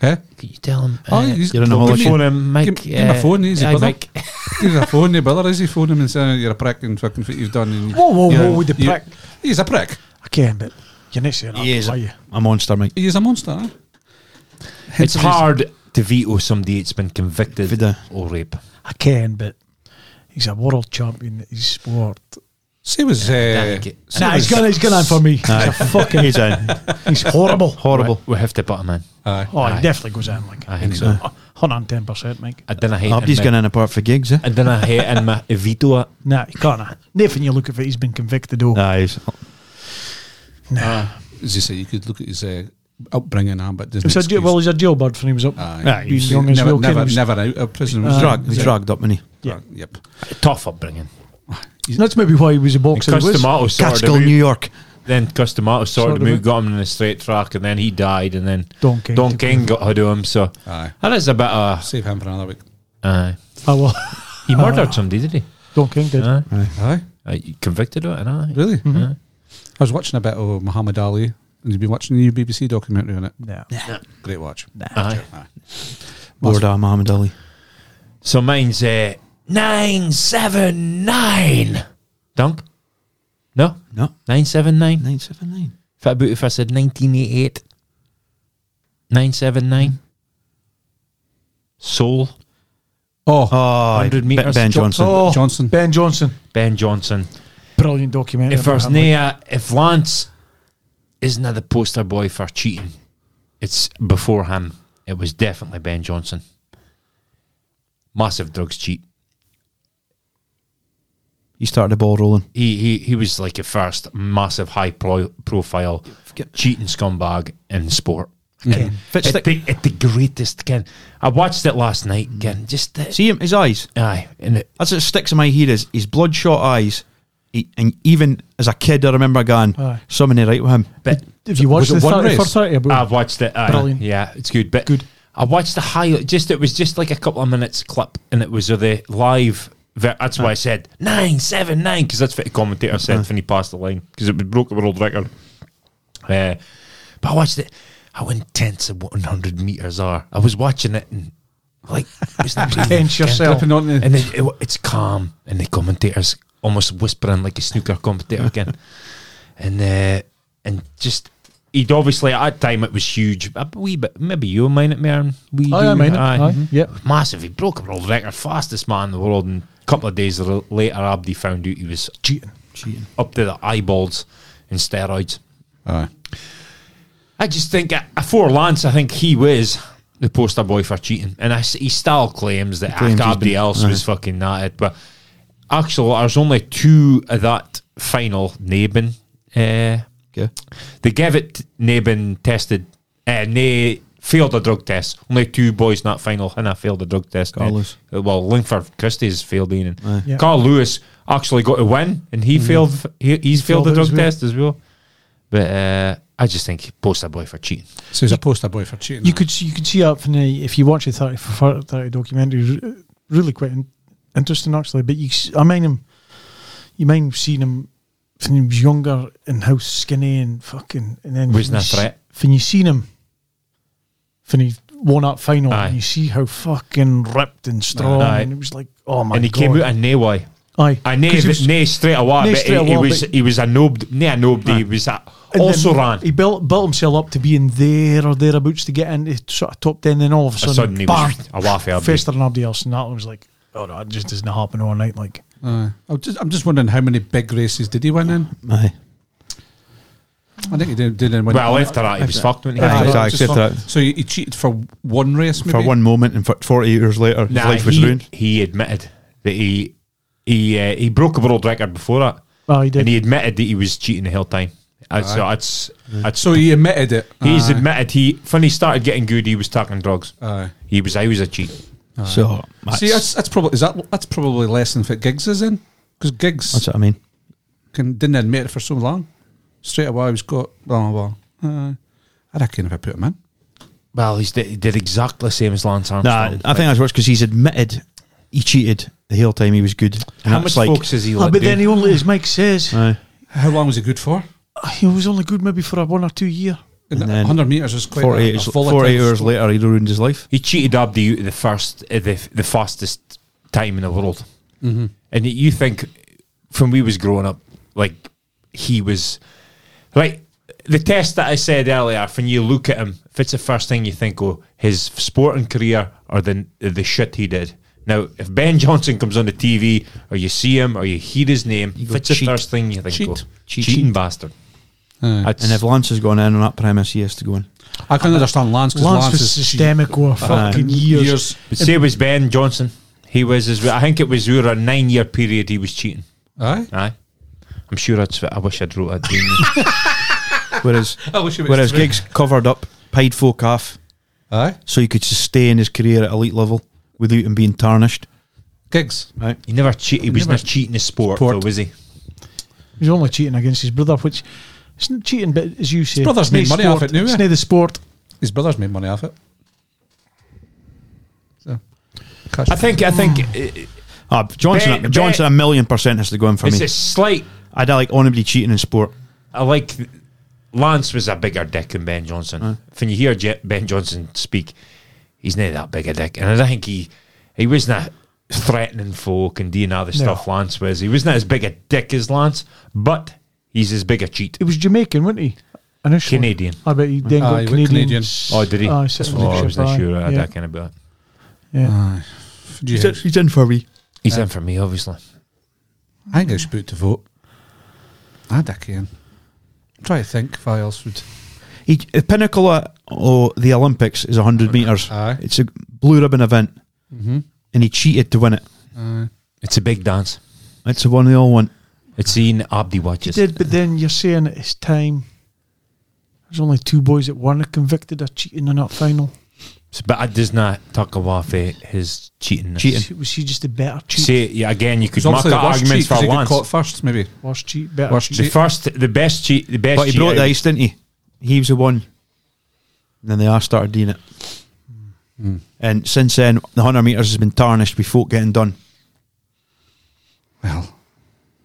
S1: Eh?
S6: Could you tell him?
S1: Oh,
S6: uh,
S1: he's-
S5: you're in a
S1: Give me-
S5: holiday.
S6: phone him, Mike.
S1: Give, give him a phone, he's
S6: aye,
S1: a brother.
S6: Mike.
S1: Give him a phone, your brother is he phone him and saying you're a prick and fucking what you've done. And
S4: Whoa, whoa,
S1: you-
S4: whoa, with the
S1: you-
S4: prick.
S1: He's a prick.
S4: I can't, but you're not saying that,
S5: He is
S4: are you?
S5: a, a monster, mate.
S1: He is a monster. Eh?
S6: It's
S1: the
S6: hard to veto somebody that's been convicted
S5: Vida.
S6: or rape.
S4: I can, but he's a world champion at his sport.
S1: Say was. Uh,
S6: Thank you.
S1: say
S4: Nah, he's
S1: was-
S4: gone, he's gone in for me.
S5: Aye. fucking he's in.
S4: He's horrible.
S5: Horrible.
S6: We have to put him in.
S1: Aye.
S4: Oh,
S6: Aye.
S4: he definitely goes in like
S6: I think so.
S4: 110%, Mike.
S6: I didn't hate him.
S5: Abdi's going in apart for gigs, eh?
S6: I didn't hate him. my veto. it.
S4: Nah, he can't. Nathan, you look at it, he's been convicted of.
S5: Aye, he's,
S1: As you say, you could look at his uh, upbringing habit doesn't
S4: He said,
S1: excuse-
S4: well, he's a jailbird when he was up.
S1: Aye.
S6: Aye,
S4: being young as
S1: never,
S4: well, Uh,
S1: never,
S4: kid.
S1: never out of prison.
S5: He's
S1: was
S5: dragged, he's
S1: yeah.
S5: dragged up, and he.
S4: Yeah.
S1: Yep.
S6: Tough upbringing.
S4: That's maybe why he was a boxer.
S6: Because
S4: he was.
S6: tomato sorted
S5: Catskill,
S6: him out.
S5: New York.
S6: Then Cus Tomato sorted
S4: Sorted
S6: him
S4: him
S6: out, got him in a straight track, and then he died, and then
S4: Don King
S6: Don
S4: took
S6: King got hold of him. So
S1: Aye.
S6: that is a bit of.
S1: Save him for another week.
S6: Aye.
S4: Oh, well,
S6: He murdered somebody, did he?
S4: Don King did.
S6: Aye.
S1: Aye.
S6: Aye, you Uh, convicted of it, and aye.
S1: Really?
S6: Aye.
S1: I was watching a bit of Muhammad Ali, and you've been watching the new BBC documentary on it.
S4: Yeah.
S1: Great watch.
S6: Aye.
S5: Lord Ah, Muhammad Ali.
S6: So mine's uh, 979. Dunk? No?
S5: No.
S6: 979?
S5: 979.
S6: If I, if I said 1988, 979, Soul,
S1: Oh,
S5: Oh,
S6: 100
S5: Ben,
S6: metres.
S5: ben
S6: Jo-
S5: Johnson.
S4: Oh,
S1: Johnson.
S4: Ben Johnson.
S6: Ben Johnson.
S4: Brilliant documentary.
S6: If there's Nea, if Lance isn't the poster boy for cheating, it's before him. It was definitely Ben Johnson. Massive drugs cheat.
S5: He started the ball rolling.
S6: he he he was like a first massive high pro- profile cheating scumbag in sport. And
S5: Fitz
S6: at, the, at the greatest, Ken. I watched it last night, Ken. Just the,
S5: See him, his eyes.
S6: aye, and it,
S5: That's what sticks in my head is his bloodshot eyes. He, and even as a kid, I remember going,
S4: Aye.
S5: something ain't right with him.
S6: but
S4: If you watch
S1: Was it
S4: the
S1: one
S4: 30 for
S1: race?
S4: 30 about
S6: I've watched it. Aye,
S4: Brilliant.
S6: Yeah, it's good. But
S4: Good.
S6: I watched the highlight. Just it was just like a couple of minutes clip, and it was of the live. Ver- that's
S4: Ah.
S6: why I said nine seven nine because that's what the commentator said
S4: Uh-huh.
S6: when he passed the line because it broke the world record. Uh, but I watched it. How intense the one hundred meters are. I was watching it and like was not breathing.
S4: Tense yourself.
S1: Flipping on the-
S6: and then it, it's calm, and the commentators almost whispering like a snooker commentator again, and uh, and just he'd obviously at that time it was huge, a wee bit, maybe you mind it, Maren. We
S4: Aye, I mind it. Aye. Yep.
S6: massive. He broke a world record, fastest man in the world, and a couple of days r- later, Abdi found out he was
S4: cheating.
S5: Cheating.
S6: up to the eyeballs in steroids.
S1: Aye.
S6: I just think uh, for Lance, I think he was the poster boy for cheating, and I s he still claims that
S5: claims he's
S6: everybody
S5: been- uh-huh.
S6: else was fucking that. But actually, there's only two of that final Nabin. Uh,
S5: Okay.
S6: they gave it Nabin tested, uh, nay failed a drug test. Only two boys in that final, and I failed the drug test.
S5: Carlos.
S6: Uh, well, Lingford Christie's failed in, and
S4: Yeah.
S6: Carl Lewis actually got a win, and he failed. He, he's failed,
S4: Mm-hmm. Failed
S6: the
S4: it
S6: drug
S4: as well.
S6: test as well. But uh, I just think poster boy for cheating.
S1: So he's a poster boy for cheating.
S4: You could see- you could see up from the, if you watch the 30 for 30 documentary, r- really quite in, interesting actually. But you, s- I mind him, you mind seeing him when he was younger and how skinny and fucking, and then
S6: Wasn't
S4: when
S6: a
S4: you s-
S6: threat.
S4: When you seen him, when he won that final,
S6: Aye.
S4: and you see how fucking ripped and strong,
S6: Aye.
S4: and it was like, oh my
S6: and he
S4: god,
S6: came out and nay why.
S4: aye,
S6: I nay,
S4: 'Cause he
S6: th-
S4: was-
S6: nay straight away.
S4: Nay
S6: but
S4: straight
S6: he, he
S4: away,
S6: was
S4: but-
S6: he was a nob, nay a nobody. He was a,
S4: and
S6: also
S4: then
S6: ran.
S4: He built built himself up to being there or thereabouts to get into sort of top ten. Then all of a sudden,
S6: sudden he was
S4: bang,
S6: a waffle Abdi.
S4: faster than Abdi else, and that was like, oh no, it just doesn't happen overnight. Like
S1: Aye. I'm, just, I'm just wondering how many big races did he win in?
S5: Aye.
S1: I think he did, didn't win.
S6: well, after that, he was fucked. When he
S5: Aye.
S1: Aye,
S5: Exactly,
S1: just
S5: except
S1: for-
S5: that.
S1: So he, he cheated for one race, maybe?
S5: For one moment, and for 48 hours later, his
S6: Nah,
S5: life was
S6: he,
S5: ruined.
S6: he admitted that he he uh, he broke a world record before that,
S4: Oh, he did.
S6: and he admitted that he was cheating the whole time. Uh, so uh, that's that's
S1: So he admitted it.
S6: he's
S1: Aye.
S6: admitted he when he started getting good, he was taking drugs.
S1: Aye.
S6: He was I was a cheat.
S5: So, that's,
S1: See, that's, that's probably is that that's probably less than what Gigs is in because
S5: that's
S1: Gigs
S5: what I mean.
S1: can, didn't admit it for so long. Straight away, he's got blah blah. blah. Uh, I reckon if I put him in,
S6: Well, he's did, he did exactly the same as Lance
S5: Nah,
S6: Armstrong.
S5: I think that's worse because he's admitted he cheated the whole time he was good. And
S6: how much
S5: that's like,
S6: focus is he?
S4: Ah,
S6: let
S4: but
S6: do?
S4: then he only, as Mike says,
S5: Aye.
S1: how long was he good for?
S4: he was only good maybe for a one or two year.
S1: And
S5: And then
S1: 100 meters is quite
S5: 48,
S1: a, a
S5: hours-
S1: volatile
S5: 48 hours later, he ruined his life.
S6: he cheated Abdi out of the first uh, the the fastest time in the world,
S5: Mm-hmm.
S6: and you think from we was growing up, like he was like the test that I said earlier. When you look at him, if it's the first thing you think, oh, his sporting career or the the shit he did. Now, if Ben Johnson comes on the TV, or you see him, or you hear his name, if
S5: go,
S6: it's the
S5: "Cheat.
S6: first thing you think,
S1: Cheat.
S6: oh,
S5: Cheat.
S6: cheating
S5: Cheat.
S6: bastard.
S1: Aye.
S6: That's-
S5: And if Lance has gone in on that premise, he has to go in.
S1: I can understand Lance because
S4: Lance
S1: Lance,
S4: was
S1: is Ah.
S4: systemic over fucking years.
S1: years.
S6: But say it was Ben Johnson, he was as well. I think it was over a nine-year period he was cheating.
S1: Aye.
S6: Aye. I'm sure that's what I wish I'd wrote it down.
S5: Whereas
S7: I wish it was
S5: whereas
S7: true.
S5: Giggs covered up, paid folk off,
S1: Aye.
S5: so he could sustain his career at elite level without him being tarnished.
S1: Gigs.
S6: He never cheat. He was never cheating his sport,
S5: Sport.
S6: though, was he?
S4: He's only cheating against his brother, which it's not cheating, but as you say,
S1: His brother's
S4: it's not
S1: made money
S4: sport,
S1: off it now,
S4: It's
S1: eh?
S4: not the sport.
S1: His brother's made money off it. So, cash
S6: I think. I think uh,
S5: Ah, Johnson,
S6: Bet-
S5: Johnson, a million percent has to go in for
S6: it's
S5: me.
S6: a slight.
S5: I don't like anybody cheating in sport.
S6: I like. Lance was a bigger dick than Ben Johnson. When you hear Je- Ben Johnson speak, he's not that big a dick, and I don't think he he wasn't threatening folk and doing all the stuff Lance was. He wasn't as big a dick as Lance, but he's as big a cheat.
S4: He was Jamaican, wasn't he? Initially.
S6: Canadian.
S4: I bet he then
S1: Aye, Ah, he
S4: got
S1: went
S4: Canadian. Ah,
S1: Canadian.
S6: Oh, did he?
S4: Aye,
S6: oh,
S4: citizenship,
S6: I was not
S4: aye.
S6: sure. I had
S4: Yeah.
S6: that kind of bit.
S1: Ah. Jeez.
S5: in for me.
S6: He's in for me, obviously.
S1: I think I should put to vote. I dick in. Try to think if I else would.
S5: He, the pinnacle of oh, the Olympics is 100 metres.
S1: Aye.
S5: It's a blue ribbon event. And he cheated to win it.
S6: It's a big dance.
S5: It's the one they all want.
S6: It's seen Abdi watches.
S4: Did, but then you're saying at his time, there's only two boys that weren't convicted of cheating in that final.
S6: So, But I does not talk about the- his cheating.
S4: Was he- Was he just a better cheat?
S6: See, yeah, again, you could
S1: He's
S6: make
S1: obviously
S6: the
S1: the worst
S6: arguments
S1: cheat
S6: for
S1: because he got
S6: Lance.
S1: caught first, maybe.
S4: Worst cheat, better
S1: Worst
S4: cheat.
S6: The first, the best cheat, the best.
S5: But he
S6: cheat
S5: brought the
S6: out.
S5: ice, didn't he? He was the one. And then they all started doing it. And since then, the 100 metres has been tarnished with folk getting done.
S1: Well,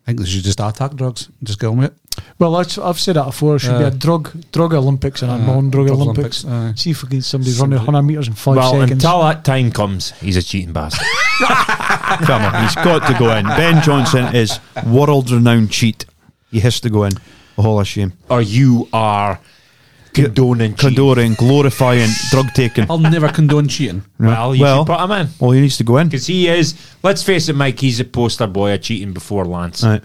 S1: I think they should just attack drugs and just go on with it.
S4: Well, that's, I've said that before. It should
S1: Uh,
S4: be a drug drug Olympics and a
S1: uh,
S4: non-drug
S1: drug
S4: Olympics.
S1: Olympics, aye.
S4: See if we can somebody run a hundred meters in five
S6: well,
S4: seconds.
S6: until that time comes, he's a cheating bastard.
S5: Come on, he's got to go in. Ben Johnson is world renowned cheat. He has to go in. A hall of shame.
S6: or you are condoning cheating.
S5: Condoring, glorifying, drug taking.
S1: I'll never condone cheating.
S6: Well, you
S5: Well-
S6: should put him in
S5: Well, he needs to go in.
S6: because he is. Let's face it, Mike. He's a poster boy of cheating before Lance.
S5: Right.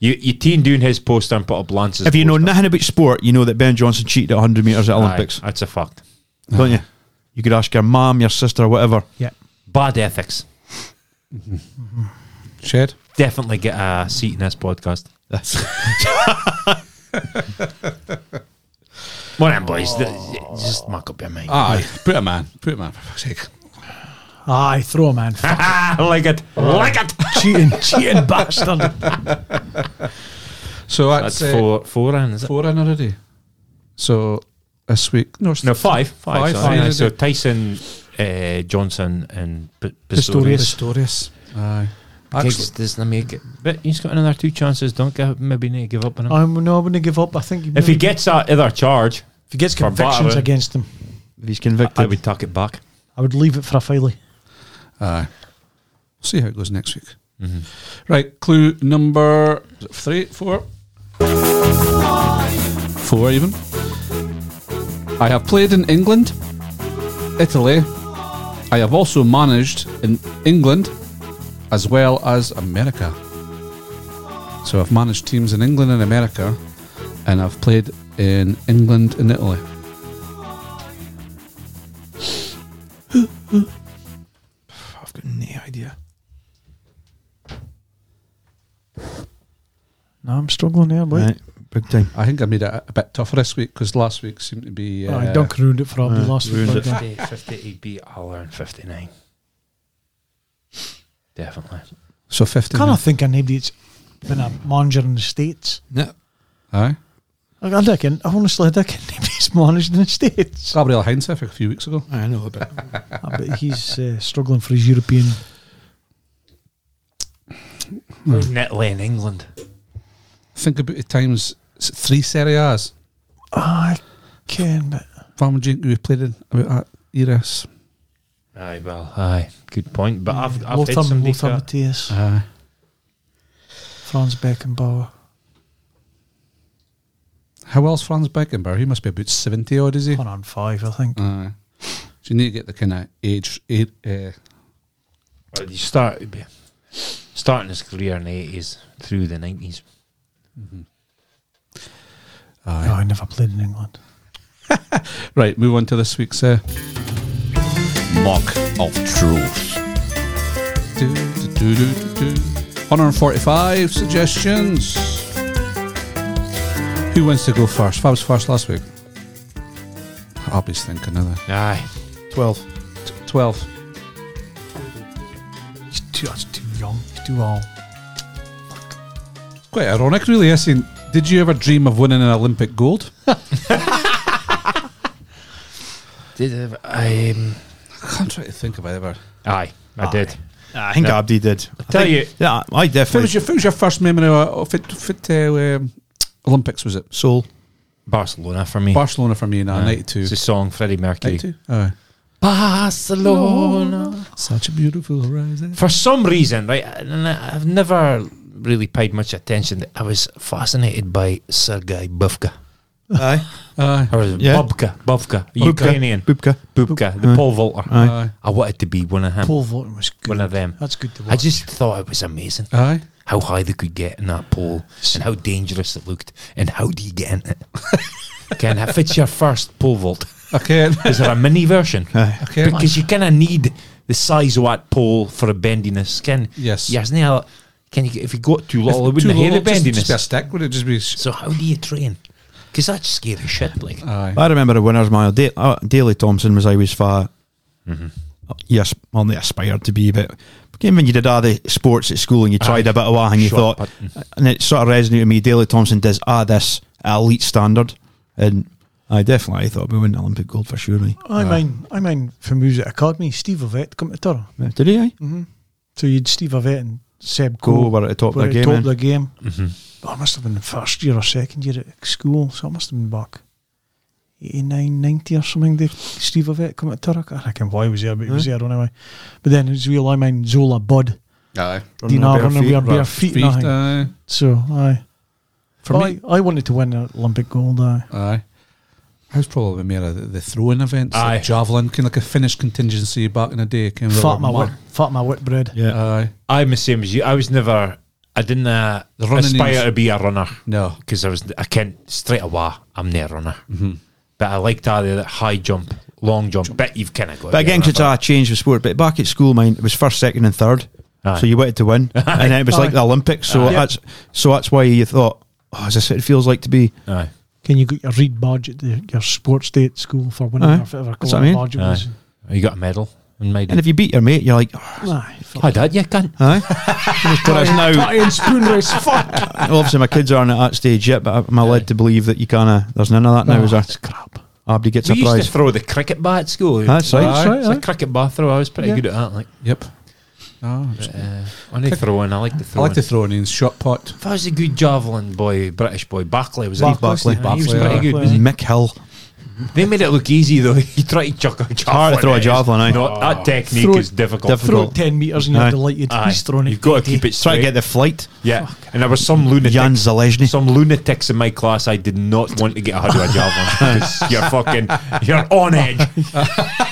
S6: You, your team doing his poster and put up Lance's.
S5: If you know
S6: poster.
S5: nothing about sport, you know that Ben Johnson cheated at 100 metres at
S6: Aye,
S5: Olympics,
S6: that's a fact.
S5: don't you? You could ask your mum, your sister, whatever.
S4: yeah,
S6: Bad ethics.
S1: Shed.
S6: Definitely get a seat in this podcast.
S5: That's
S6: Well, then, boys, th- just muck up your mind.
S1: Aye. Put a man. Put a man, for fuck's sake.
S4: aye, throw a man,
S6: Ah, like it, like it.
S4: cheating, cheating bastard.
S1: So that's,
S6: That's
S1: uh, four.
S6: four, four in, is it?
S1: in already. So this week. No, it's
S6: No, five,
S1: Five,
S6: five. sorry.
S1: five,
S6: Aye,
S1: is
S6: so
S1: it?
S6: Tyson, uh, Johnson, and P- Pistorius.
S4: Pistorius.
S1: Pistorius. Aye.
S6: Giggs
S1: Actually,
S6: doesn't make it, but he's got another two chances. Don't give, maybe need to give up on him.
S4: I'm no, I'm going to give up. I think
S6: if he gets that other charge,
S4: if he gets
S6: for
S4: convictions
S6: battering-
S4: against him,
S5: if he's convicted.
S6: I would tuck it back.
S4: I would leave it for a filey.
S1: aye. Uh, We'll see how it goes next week. Right. Clue number is it three, four. Four, even. I have played in England, Italy. I have also managed in England as well as America. So I've managed teams in England and America, and I've played in England and Italy.
S5: I've got no idea.
S4: No, I'm struggling there, boy.
S5: Right, big time.
S1: I think I made it a, a bit tougher this week because last week seemed to be. Uh,
S4: Aye, Dunk ruined it for Abby
S5: Aye,
S4: last week. uh,
S5: ruined
S4: like
S5: it.
S4: that.
S6: 58 beat Haller and 59. Definitely.
S1: So 15.
S4: Can I think of anybody that's been a manager in the states?
S5: No.
S1: Aye.
S4: Like, I reckon, honestly, I reckon anybody's managed in the states.
S1: Gabriel Heinz I think, a few weeks ago.
S5: I know a bit.
S4: I bet he's uh, struggling for his European.
S6: Hmm. Italy and England.
S1: Think about it times s- three Serie A's.
S4: I can, Ah, but
S1: Farmer Jink, we played in about that era. s-
S6: Aye, well, aye. Good point. But I've, I've had
S4: Lothar,
S6: some
S4: Lothar
S6: decent-
S4: Matthäus,
S1: Aye.
S4: Franz Beckenbauer.
S1: How else Franz Beckenbauer? He must be about 70 odd, is he?
S4: One on five, I think.
S1: Aye. So you need to get the kind of age. age uh,
S6: Well, you start starting his career in the eighties through the nineties.
S4: No, I never played in England.
S1: right, move on to this week's. Uh,
S2: Mock of truth.
S1: do, do, do, do, do, do. 145 suggestions. Who wants to go first? Fab was first last week. Abby's thinking of that.
S6: Aye.
S5: 12.
S1: 12.
S4: He's too, that's too young. He's too old.
S1: Quite ironic, really. I seen. Did you ever dream of winning an Olympic gold?
S6: Did I, um,
S1: I'm trying to think of ever.
S6: aye, I did.
S5: I think Abdi did. I
S6: Tell
S5: think-
S6: you-
S5: Yeah, I
S1: What was
S5: definitely.
S1: your, what was your first memory of it? Fit, uh, um, Olympics was it?
S5: Soul.
S6: Barcelona for me.
S1: Barcelona from you now,
S6: Aye.
S1: 92.
S6: It's a song, Freddie Mercury.
S1: 92? Aye.
S6: Barcelona.
S1: Such a beautiful horizon.
S6: For some reason, right, and I- I've never really paid much attention. to- I was fascinated by Sergei Bubka.
S5: Aye.
S1: Aye.
S6: Or
S5: Yeah. Uh-huh.
S6: Bubka, Bubka,
S5: Bubka.
S6: Ukrainian.
S5: Bubka.
S6: Bubka, the
S5: Aye.
S6: pole vaulter.
S5: Aye.
S1: Aye.
S6: I wanted to be one of him.
S4: Paul Vaughton was good.
S6: One of them.
S4: That's good to watch.
S6: I just thought it was amazing
S1: Aye.
S6: how high they could get in that pole and how dangerous it looked and how do you get in it? Ken, if it's your first pole vault,
S1: I can't.
S6: is there a mini version?
S5: Aye.
S1: Okay.
S6: Because you kind of need the size of that pole for a bendiness. Can
S1: Yes.
S6: Yes, now uh, can you if you got too
S1: If
S6: low, it
S1: too
S6: wouldn't have
S1: low,
S6: the
S1: just-
S6: bendiness.
S1: Just be a stick, would it just be. s-
S6: so how do you train? Because that's scary shit. Like
S1: Aye.
S5: I remember a winner's mile. Da- uh, Daley Thompson was always fat. Mm-hmm. Yes, well, they aspired to be, but again, when you did all the sports at school and you tried a bit of that and you
S6: Shot
S5: thought, uh, and it sort of resonated with me. Daley Thompson does ah this elite standard, and I definitely I thought we win Olympic gold for sure. Me,
S4: I mean, I mean, from Music Academy, Steve Ovett come to Toro.
S5: did he? aye?
S4: Mm-hmm. So you'd Steve Ovett and Seb
S5: Go
S4: Cole
S5: were at the top of
S4: were
S5: their
S4: at the
S5: game.
S4: top
S5: eh?
S4: of the game.
S1: Mm-hmm.
S4: Oh, I must have been the first year or second year at school, so I must have been back 89, 90 or something. Did Steve Ovett come to Turok? I reckon why he was there, but he was there anyway. But then as well, I mean Zola Bud,
S1: Aye.
S5: Running
S4: Dean
S5: on
S4: Arvin, and we
S5: bare
S4: are
S5: feet,
S4: bare
S5: right.
S4: feet,
S1: Feet,
S4: and everything.
S1: aye.
S4: So aye,
S1: For
S4: But
S1: me.
S4: I, I wanted to win the Olympic gold. Aye.
S1: Aye. I was probably more of the, the throwing events,
S6: Aye.
S1: like javelin, kind of like a Finnish contingency back in the day. Kind of
S4: Fat my wit, fat my wit bread.
S5: Yeah,
S1: Aye.
S6: I'm the same as you. I was never. I didn't uh,
S1: The running
S6: aspire
S1: is-
S6: to be a runner.
S1: No.
S6: because I was I can't straight away. I'm not a runner,
S5: Mm-hmm.
S6: but I liked all the high jump, long jump. But you've kind of got.
S5: but again, because I changed the sport. But back at school, mine it was first, second, and third.
S6: Aye.
S5: So you wanted to win, and then it was like the Olympics. So that's so that's why you thought, oh, is this what it feels like to be?
S6: aye,
S4: Can you get your read badge at the, your sports day at school for winning
S5: Aye.
S4: your whatever
S5: That's what I mean.
S4: badge it was?
S6: you got a medal and made
S5: And
S6: it.
S5: if you beat your mate, you're like,
S4: Aye.
S6: I did. You can.
S5: Aye. Whereas now,
S4: Iron spoon race, fuck.
S5: obviously, my kids aren't at that stage yet, but I'm led to believe that you kind of, there's none of that now. Is there?
S4: that's crap.
S5: Abdi gets
S6: Oh, We
S5: a
S6: used to
S5: prize.
S6: throw the cricket bat at school.
S5: That's right.
S1: Aye.
S6: It's a cricket bat throw. I was pretty good at that. Like
S1: Yep. No, it's-
S6: uh, I need throwing. I like the
S1: I
S6: throwing.
S1: like the throwing in shot pot.
S6: If I was a good javelin boy, British boy, Barclay was
S5: Steve
S6: it?
S5: Barclay.
S6: Aye, he was
S1: Barclay,
S6: pretty
S1: aye.
S6: good. was he?
S5: Mick Hill.
S6: They made it look easy though. You try to chuck a javelin.
S5: hard to throw a eh?
S6: it is
S5: javelin, aye.
S6: not- that technique
S4: Throw it-
S6: is difficult.
S5: Diff-
S4: Throw
S5: Difficult.
S4: it 10 metres and you're
S5: Aye.
S4: delighted.
S6: Aye.
S4: He's thrown it.
S6: You've got to keep it straight.
S5: Try to get the flight.
S6: Yeah, and there were some
S5: Jan
S6: lunatics,
S5: Zalesny.
S6: some lunatics in my class. I did not want to get a head of a javelin because you're fucking, you're on edge.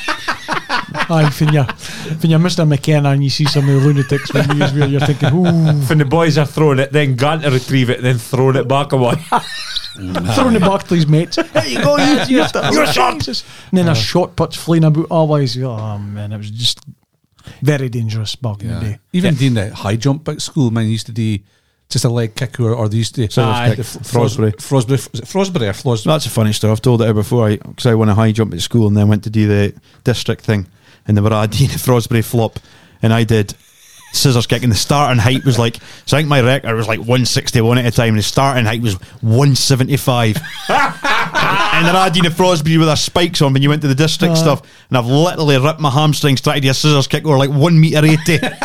S4: Aye, when you're, when you're Mr. McKenna and you see some of the lunatics with you as well, you're thinking, ooh,
S6: When the boys are throwing it, then going to retrieve it, then throwing it back away.
S4: throwing it back to his mates. There you go, you, you're,
S6: You're shot.
S4: And then a shot put's flying about always. Oh, man, it was just very dangerous back in the day.
S1: Even doing the high jump at school, man, used to do just a leg kick or, or they used to.
S5: Service
S1: Aye,
S5: kick.
S1: the f-
S5: Frosbury.
S1: Fros- Frosbury. is it Frosbury or Fros-
S5: That's a funny story. I've told it out before because I, won a high jump at school and then went to do the district thing. And they were adding the Frosbury flop. And I did scissors kick. And the starting height was like, so I think my record was like 161 at a time. And the starting height was 175. and then Adina Frosby with her spikes on when you went to the district stuff. And I've literally ripped my hamstrings trying to do a scissors kick over like one meter eighty.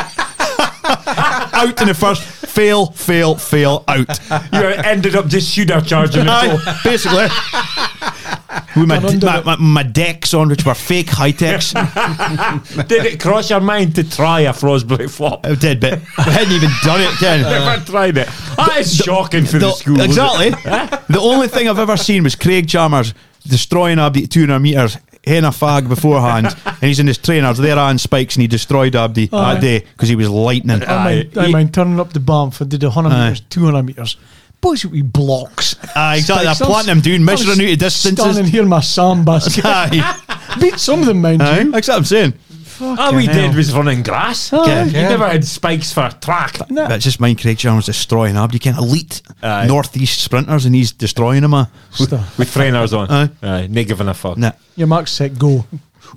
S5: out in the first, fail, fail, fail, out.
S6: you ended up just shooter charging it. all.
S5: Aye, basically. With my, my, my, my decks on, which were fake high techs. I
S6: Did it cross your mind to try a Frosbury flop?
S5: did, but I hadn't even done it then.
S6: Never tried it. That is shocking for the,
S5: The-
S6: school. isn't it?
S5: Exactly. the only thing I've ever seen was Craig Chalmers destroying Abdi at 200 metres in a fag beforehand, and he's in his trainers, they're on spikes, and he destroyed Abdi that day because he was lightning.
S4: I
S5: Aye,
S4: mind, I mind turning up the bomb for did 100
S5: Aye.
S4: metres, 200 metres. Boys, we blocks.
S5: Aye, exactly. I
S4: Sticks.
S5: planted him doing measuring out the distances.
S4: Standing here, in my sand basket.
S5: Aye.
S4: Beat some of them, mind you.
S5: Aye. That's what I'm saying.
S6: All we
S4: hell.
S6: did was running grass.
S4: Aye.
S6: you
S4: Yeah.
S6: never had spikes for track.
S4: No.
S5: That's just mind Craig Jones destroying Abdi. You can't elite
S6: Aye.
S5: northeast sprinters and he's destroying them. Uh.
S4: Stuff.
S6: With trainers on.
S5: Aye.
S6: Aye, not giving a fuck.
S5: Nah.
S4: Your mark set go.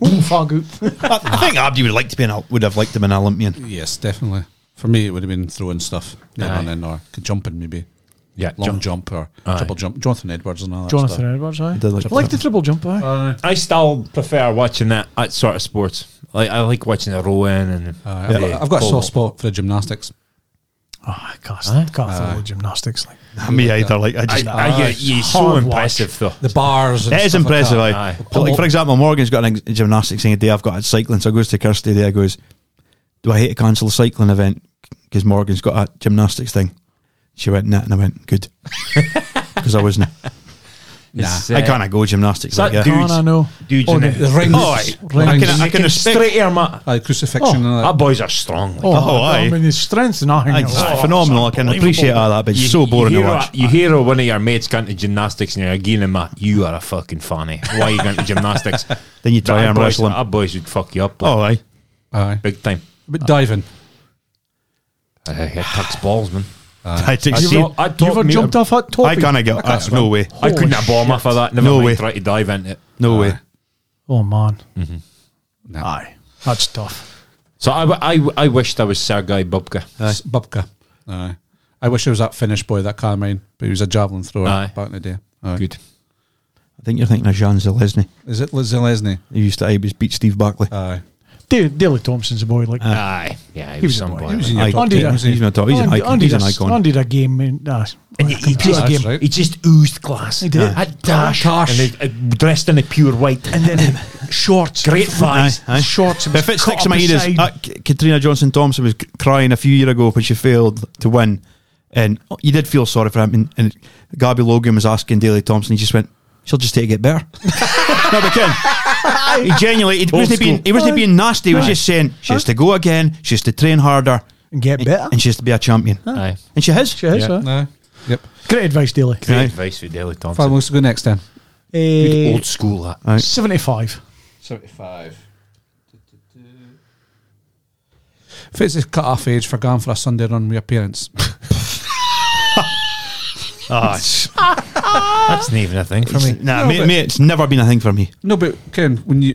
S4: Ooh, fuck out.
S5: I, I think Abdi would like to be an, Ol- would have liked to be an Olympian.
S1: Yes, definitely. For me, it would have been throwing stuff,
S6: Aye.
S1: and then or jumping maybe,
S6: Yeah,
S1: long
S6: jump.
S1: jump or
S6: Aye.
S1: triple jump. Jonathan Edwards and all that.
S4: Jonathan
S1: stuff.
S4: Edwards, aye.
S5: I did like
S4: I like the triple jump, aye.
S6: I still prefer watching that, that sort of sports. Like I like watching the rowing
S5: Uh,
S6: and
S1: Aye, I've, got, I've got a soft spot for the gymnastics.
S4: Oh, cast,
S6: Aye.
S4: cast all the gymnastics. Like.
S5: Me either. Like I
S6: I,
S5: just.
S6: I, yeah, he's so
S4: hard
S6: impressive though.
S1: The bars. And
S5: It is
S1: stuff like
S5: impressive.
S1: that.
S5: Like,
S6: Aye.
S5: But, like, for example, Morgan's got a gymnastics thing today. I've got a cycling, so I goes to Kirsty there. Goes, do I hate to cancel the cycling event because Morgan's got a gymnastics thing? She went, nah, and I went, good, because I wasn't.
S6: It's,
S5: I
S6: uh,
S5: can't go gymnastics.
S6: so
S5: Like, yeah.
S6: dude-
S4: Can't I know?
S6: Dude,
S4: Oh,
S6: you
S4: the-
S6: know-
S1: the rings.
S6: Oh, aye.
S1: Rings.
S5: I
S6: You
S5: can, I can
S6: can
S5: respect.
S6: straight arm at.
S1: Aye, crucifixion and all
S6: That
S1: that.
S6: boys are strong. like.
S4: Oh,
S5: Oh,
S4: I,
S5: aye.
S4: mean, his strength's nothing.
S5: Aye,
S4: else.
S5: it's Oh, phenomenal. I can appreciate all that, but it's so boring
S6: you
S5: to
S6: hear
S5: watch.
S6: a- you hear a one of your mates going to gymnastics and you're like, "Gillian, Matt, you are a fucking fanny. Why are you going to gymnastics?
S5: Then you try
S6: Our
S5: arm
S6: boys-
S5: wrestle
S6: Our
S5: him.
S6: boys would fuck you up like,
S5: Oh, aye.
S1: Aye,
S6: big time.
S1: but diving.
S6: Uh, it tucks balls, man.
S5: I take
S6: You've
S5: see,
S6: not- I
S4: You ever jumped off that top?
S5: I can't get. uh, no way.
S6: I couldn't have bomb off of that. Never
S5: No
S6: mind
S5: way.
S6: try to dive into it.
S5: No way.
S4: Oh, man.
S6: Mm-hmm.
S1: No.
S4: Aye. That's tough.
S6: So I, w- I w- I wished I was Sergei Bubka.
S1: S- Bubka. Aye. I wish I was that Finnish boy, that Carmine, but he was a javelin thrower
S6: Aye.
S1: back in the day. Aye.
S6: Good.
S5: I think you're thinking of Jean Zelesny.
S1: Is it Zelesny?
S5: He used to Ibis beat Steve Barkley.
S1: Aye.
S4: Da- Daley Thompson's a boy. Like,
S6: Aye. Yeah, he was some boy.
S1: was in
S6: man.
S5: Aye,
S1: your top
S5: Andy-
S1: ten.
S5: he's an icon. He's an
S4: Andy-
S5: icon.
S4: Andy
S5: He's an
S4: did a-
S5: icon.
S4: Andy did a game. in- uh, nah,
S6: And he, he just,
S1: That's
S6: gave-
S1: right.
S6: he just oozed class. He
S4: did.
S6: Had dash.
S1: Dash.
S6: And he, uh, dressed in a pure white. And then shorts. Great thighs.
S5: Aye, aye.
S4: Shorts. and
S5: If
S4: cut
S5: it sticks
S4: up
S5: in my ear
S4: the
S5: is
S4: side.
S5: uh, K- Katrina Johnson Thompson was c- crying a few years ago when she failed to win, and oh, you did feel sorry for him. And, and Gabby Logan was asking Daley Thompson, he just went, "She'll just take it better." no, but Ken, he genuinely he wasn't being he wasn't being nasty. He was just saying she has to go again, she has to train harder,
S4: And get
S5: and,
S4: better.
S5: and she has to be a champion.
S6: Aye.
S5: And she has.
S4: She is,
S6: Yeah.
S4: aye.
S1: No. Yep.
S4: Great advice, Daley.
S6: Great
S5: Aye.
S6: advice for Daley Thompson.
S1: Five wants to go next then.
S4: Eh,
S6: Old school. That.
S5: Aye.
S4: 75.
S1: 75. Fits his cut off age for going for a Sunday run with your parents.
S6: That's not even a thing for me.
S5: Nah, mate, mate, it's never been a thing for me.
S1: no, but Ken, when you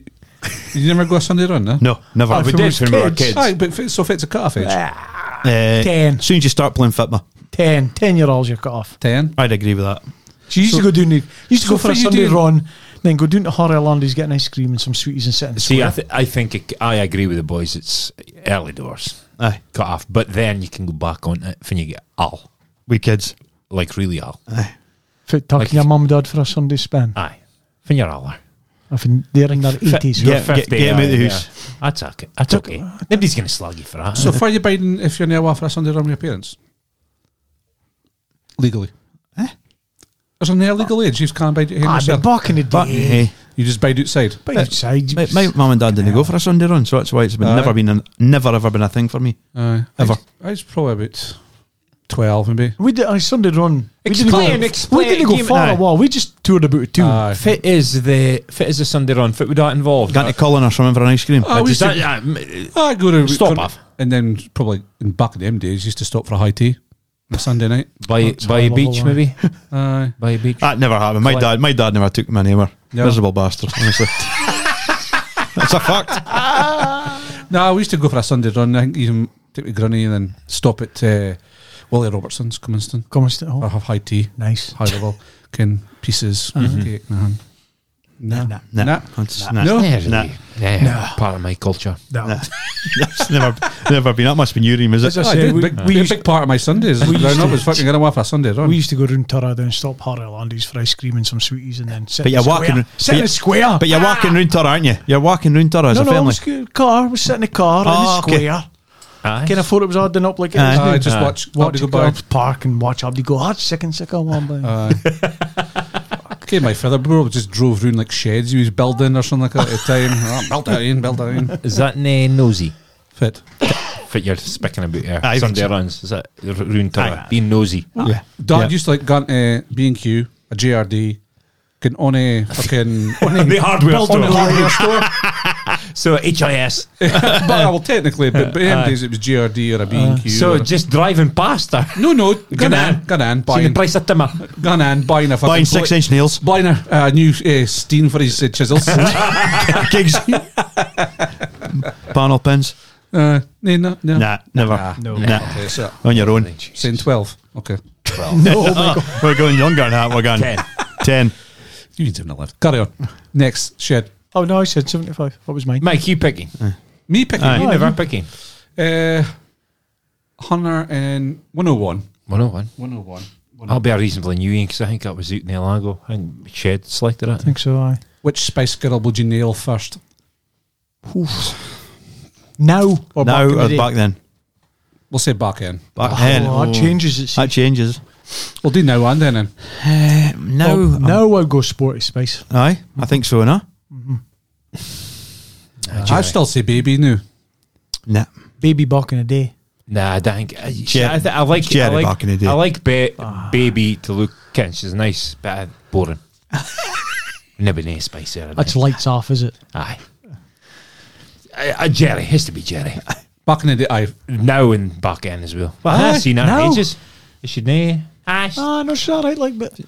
S1: you never go a Sunday run, no?
S5: No, never.
S4: Oh,
S5: Uh,
S4: we did when we were kids.
S1: Aye, but fits, so fits a cut off age.
S4: Ten.
S5: soon as you start playing football,
S4: 10. 10 year olds you're cut off.
S1: Ten.
S5: I'd agree with that.
S4: She used
S1: So-
S4: to go down the, used to
S1: so
S4: go for
S1: for
S4: a
S1: you
S4: Sunday
S1: doing-
S4: run, then go down to Horryland's, get an ice cream and some sweeties and sit in the
S6: See, I,
S4: square.
S6: th- I think it, I agree with the boys. It's early doors.
S5: Aye,
S6: Cut off. But then you can go back on it when you get all.
S5: we kids.
S6: Like really all.
S4: Fit tucking
S6: Like-
S4: your mum and dad for a Sunday spin.
S6: Aye. When you're all.
S4: If they're in their 80s.
S5: yeah. get- get him out of the
S6: yeah.
S5: house.
S6: That's okay. That's okay. Nobody's going to slag you for that.
S1: So far you Biden if you're now for a Sunday run with your parents? Legally.
S5: Eh?
S1: There's an illegal age you just can't bide out here
S4: Ah, but
S1: yourself.
S4: back in the
S5: But
S4: day.
S5: eh,
S1: You just bide outside.
S4: But outside.
S5: My, my mum and dad didn't go for a Sunday run, so that's why it's been
S1: Aye.
S5: never been an, never ever been a thing for me.
S1: Aye.
S5: Ever.
S1: I was probably about twelve maybe.
S4: we did a Sunday run. We didn't
S6: Explain,
S4: go,
S6: explain,
S4: We didn't go
S6: give it-
S4: far
S6: Aye.
S4: at all. We just toured about the town.
S1: Aye.
S6: Fit is the fit is the Sunday run. Fit would that involve?
S5: Going to Cullen or something for an ice cream.
S1: Oh, we
S6: Is
S1: used
S6: that,
S1: to-
S6: yeah, m-
S1: I go to
S6: Stop
S1: con-
S6: off.
S1: and then probably in back in them days used to stop for a high tea on a Sunday night.
S6: by
S4: That's
S6: by a
S4: horrible,
S6: beach
S4: aye.
S6: maybe
S1: Aye.
S6: by a beach.
S5: that never happened. My
S6: Cullen.
S5: dad, my dad never took me anywhere.
S1: No.
S5: Miserable bastard. Honestly, that's a fact.
S1: no, we used to go for a Sunday run. I think even take the granny and then stop at uh, Willie Robertson's, Cuminston,
S4: Come and sit
S1: or
S5: Oh.
S4: home.
S1: have high tea,
S4: oh, Nice.
S1: high level, kin pieces,
S4: Uh-huh.
S1: cake in hand. No, no,
S5: Nah,
S1: no,
S5: that's, nah,
S1: no.
S6: Yeah, really.
S5: Nah.
S6: Yeah, part of my culture.
S4: No.
S5: that's never, never been. That must have been your dream, is
S4: As I
S5: it? Oh,
S1: I
S4: said,
S1: did.
S4: we-
S1: big,
S4: we
S1: big,
S4: used-
S1: big part of my Sundays
S4: we
S1: growing
S4: used
S1: up
S4: to-
S1: was fucking getting off for a Sunday run.
S4: We used to go round Turrada and stop Horryland's for ice cream and some sweeties and then sit
S5: But
S4: in
S5: you're
S4: the
S5: walking-
S4: square. Sit
S5: but
S4: in the
S5: you-
S4: square.
S5: But you're walking round Tara, aren't you? You're walking round Tara as
S4: no,
S5: a
S4: no,
S5: family.
S4: it was a car. We sat in the car in the
S5: Oh, okay.
S4: square.
S6: Aye.
S4: Can I thought it was adding up like it
S5: Aye.
S4: is now.
S1: Aye, just watch- watch it
S4: you
S1: go by.
S4: up Park and watch Abdi go. Ah, sick and sick. I want by.
S1: Okay, my father bro just drove round like sheds he was building or something like that at the time. oh, build that in, build that in.
S6: Is that nae nosy?
S1: Fit.
S6: Fit you're speaking about here.
S5: Aye,
S6: Sunday
S5: so.
S6: runs. Is that r- ruined time? Being nosy.
S5: Yeah.
S1: Dad
S5: Yeah.
S1: used to Ah, like go to B and Q, a JRD, can on a fucking on a
S6: hardware
S1: on a hardware store.
S6: So HIS.
S1: but uh, well, technically, but, but in them days it was GRD or a B and Q.
S6: So
S1: or-
S6: just driving faster.
S1: no, no, gun
S6: Ganan.
S1: on, gun on,
S6: See the
S1: buying,
S6: price of timber.
S1: gun on, buying a fucking
S5: Buying
S1: pla-
S5: six inch nails.
S1: buying a uh, new uh, steen for his uh, chisels.
S5: Gigs. Panel pins.
S1: uh, no, no, no.
S5: Nah, never.
S4: No.
S5: Nah.
S1: Okay, so
S5: On your own.
S1: saying twelve. Okay,
S5: We're going younger than that. We're going
S6: Ten.
S5: 10.
S1: you need to have left. Carry on. Next shed.
S4: Oh no, I said seventy-five. What was mine?
S6: Mike, you picking?
S1: Me picking.
S5: Aye.
S6: You never picking.
S1: Uh, Hunter and 101.
S6: 101.
S1: 101.
S6: I'll be a reasonably new because I think that was out in the Lago. I think Shed selected
S4: I
S6: it.
S4: think so. Aye.
S1: Which Spice Girl would you nail first?
S4: Now or
S5: now
S4: Oh, back in the
S5: or
S4: day?
S5: uh, back then?
S1: We'll say back in.
S5: Back
S4: Oh,
S5: then.
S4: that changes it. see.
S5: That changes.
S1: We'll do now and then.
S5: Now.
S4: Oh, now I'll go sporty spice.
S5: Aye. I think so, no?
S1: I still say baby now.
S5: Nah.
S4: Baby back in the day.
S6: Nah, I don't think. I,
S5: Jerry-
S6: I, th- I like.
S5: Jerry
S6: I like,
S5: back in the day.
S6: I like ba- baby to look. Ken, she's nice, but uh, boring. Never nice spicy. I don't
S4: That's
S6: know.
S4: lights off, is it?
S6: Aye. Uh, uh, Jerry has to be Jerry
S1: Back in the day, I
S6: now and back end as well. But
S4: Aye,
S6: I seen that
S4: now.
S6: in ages. Is she nay? Aye. she-
S4: Ah, no, she's all right. Like, but I'm,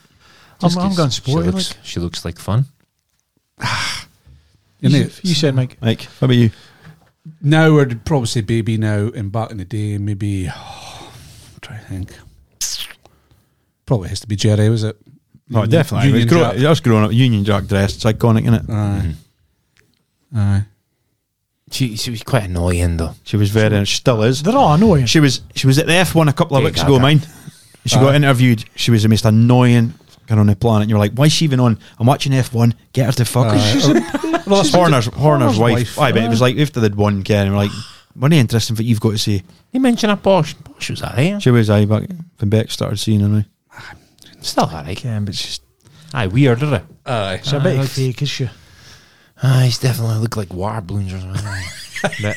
S6: just
S4: I'm
S6: 'cause
S4: going
S6: She
S4: sporty.
S6: looks.
S4: Like.
S6: She looks like fun.
S1: you know,
S4: You, you said, Mike.
S5: Mike, what about you?
S1: now I'd probably say baby now, and back in the day, maybe. try to think. Probably has to be Jerry, was it?
S5: Oh,
S1: Union-
S5: definitely.
S1: Union Uh.
S5: Union grow,
S1: Jack.
S5: us growing up, Union Jack dressed. It's iconic, isn't it?
S1: Aye. Aye.
S6: She, she was quite annoying though.
S5: She was very, and she still is.
S4: They're all annoying.
S5: She was she was at the F1 a couple of
S6: Yeah,
S5: weeks
S6: got
S5: ago,
S6: that.
S5: mine. She got interviewed. She was the most annoying fucker on the planet. And you're like, why is she even on? I'm watching F1. Get her to fuck.
S4: She's a-
S5: Well, that's Horner's, Horner's,
S1: Horner's
S5: wife.
S1: wife.
S5: Aye, but it was like after they'd won, Ken, and we're like, what interesting for you've got to say.
S6: They mentioned a Porsche. Porsche was alright. eh?
S5: She was aye back when Beck started seeing her now.
S6: Still alright.
S4: yeah, but she's,
S6: Aye, weird, isn't it?
S1: Aye.
S4: she's a bit fake, is she?
S6: Ah, he's definitely look like war balloons or something. but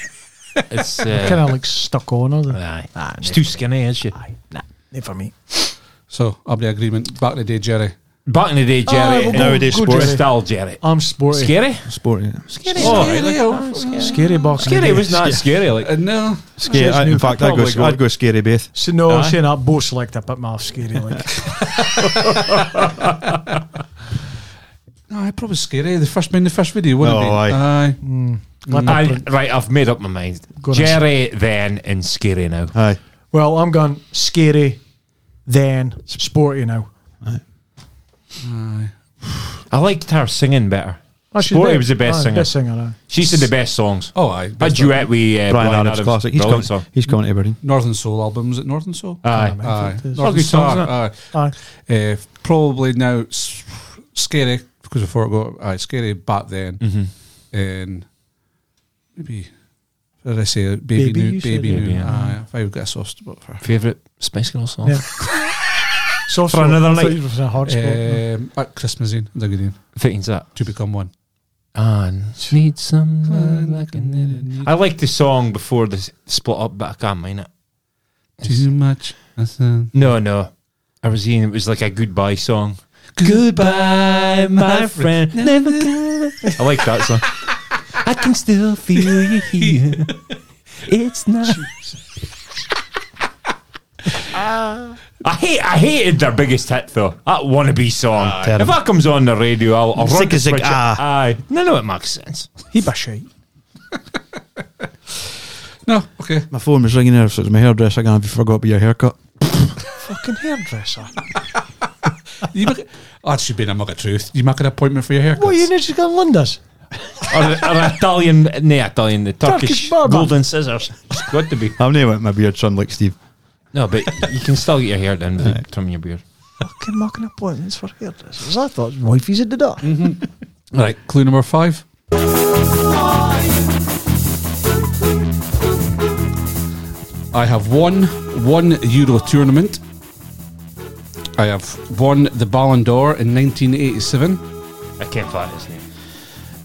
S6: it's uh,
S4: Kind of like stuck on her. Though.
S6: aye.
S4: Nah,
S6: it's
S4: nah.
S6: too skinny, is she?
S4: Aye, nah, not for me.
S1: So, I'll be agreement. Back in the day, Jerry.
S6: Back in the day, Jerry.
S4: we'll
S6: and
S4: go-
S6: nowadays,
S4: go
S6: sports
S4: Jerry. Oh,
S6: style Jerry.
S4: I'm sporty.
S6: Scary?
S5: Sporty.
S6: Scary.
S1: Oh,
S6: Oh,
S1: really? Oh,
S4: Scary box.
S6: Scary was not
S5: Scary.
S6: scary. Like
S1: Uh, no.
S5: Scary. I, in fact, I'd go,
S6: Probably go-
S5: I'd go Scary Beth.
S4: So, no, I'm
S6: Aye.
S4: saying that both select a bit mouth scary. Like,
S1: No, I probably scary. The first man, the first video, wouldn't
S5: Oh,
S1: it? be?
S5: aye.
S1: aye.
S4: lip
S6: I,
S4: print.
S6: right, I've made up my mind.
S4: Go on.
S6: Jerry then and scary now.
S5: Aye.
S4: well, I'm going scary, then sporty now.
S6: I liked her singing better.
S4: Ah, she's
S6: Sporty
S4: bit-
S6: was the best
S4: aye,
S6: singer.
S4: Best singer, aye.
S6: She said the best songs.
S1: Oh, aye.
S6: A
S1: Best
S6: duet with uh,
S5: Brian Adams, classic. He's
S6: Brilliant
S5: coming,
S6: song.
S5: he's coming to Aberdeen.
S1: Northern Soul album. Was it Northern Soul?
S6: Aye.
S1: Aye.
S4: It is.
S1: Northern
S6: good songs,
S1: Star,
S4: Aye.
S1: aye. Uh, probably now s- scary because before it got aye, scary back then. And maybe, what did I say? Baby,
S4: Baby,
S1: new,
S4: you said
S1: baby
S4: it.
S1: new.
S6: Baby, yeah.
S1: Aye. If I would get a soft spot for
S6: Favourite Spice Girl song?
S4: Yeah. Soft
S6: For another
S4: I thought
S6: night. Uh,
S4: you was a hard spot.
S1: um, at Christmas Eve, the good Eve,
S6: Fittings that.
S1: to become one.
S6: And need some love like I need it. I liked the song before the s- split up, but I can't mind it.
S1: Too much. That's, uh,
S6: No, no. I was seeing it was like a goodbye song. Goodbye, my friend. Never gonna. I like that song. I can still feel you here. It's not. I hate. I hated their biggest hit though. That wannabe song. if that comes on the radio, I'll, I'll run
S5: Ah, Zig
S6: to
S5: a zig
S6: switch it.
S5: ah.
S6: Aye. No, no, it makes sense.
S4: He by shite.
S1: no, okay.
S5: My phone was ringing there, so it was my hairdresser. Again, have you forgot about your haircut?
S4: Fucking hairdresser.
S1: You make, oh, that should be in a mug of truth. You make an appointment for your haircut.
S4: what, you need to go to Linda's?
S6: Or, or Italian, no Italian, the Turkish,
S4: Turkish barber.
S6: golden scissors. It's got to be.
S5: I've never went my beard trimmed like Steve.
S6: No, but you can still get your hair done with trim your beard.
S4: Fucking mocking appointments for hairdressers. I thought wifey's had the that.
S6: Mm-hmm.
S1: All right, clue number five. I have won one Euro tournament. I have won the Ballon d'Or in 1987.
S6: I can't find his name.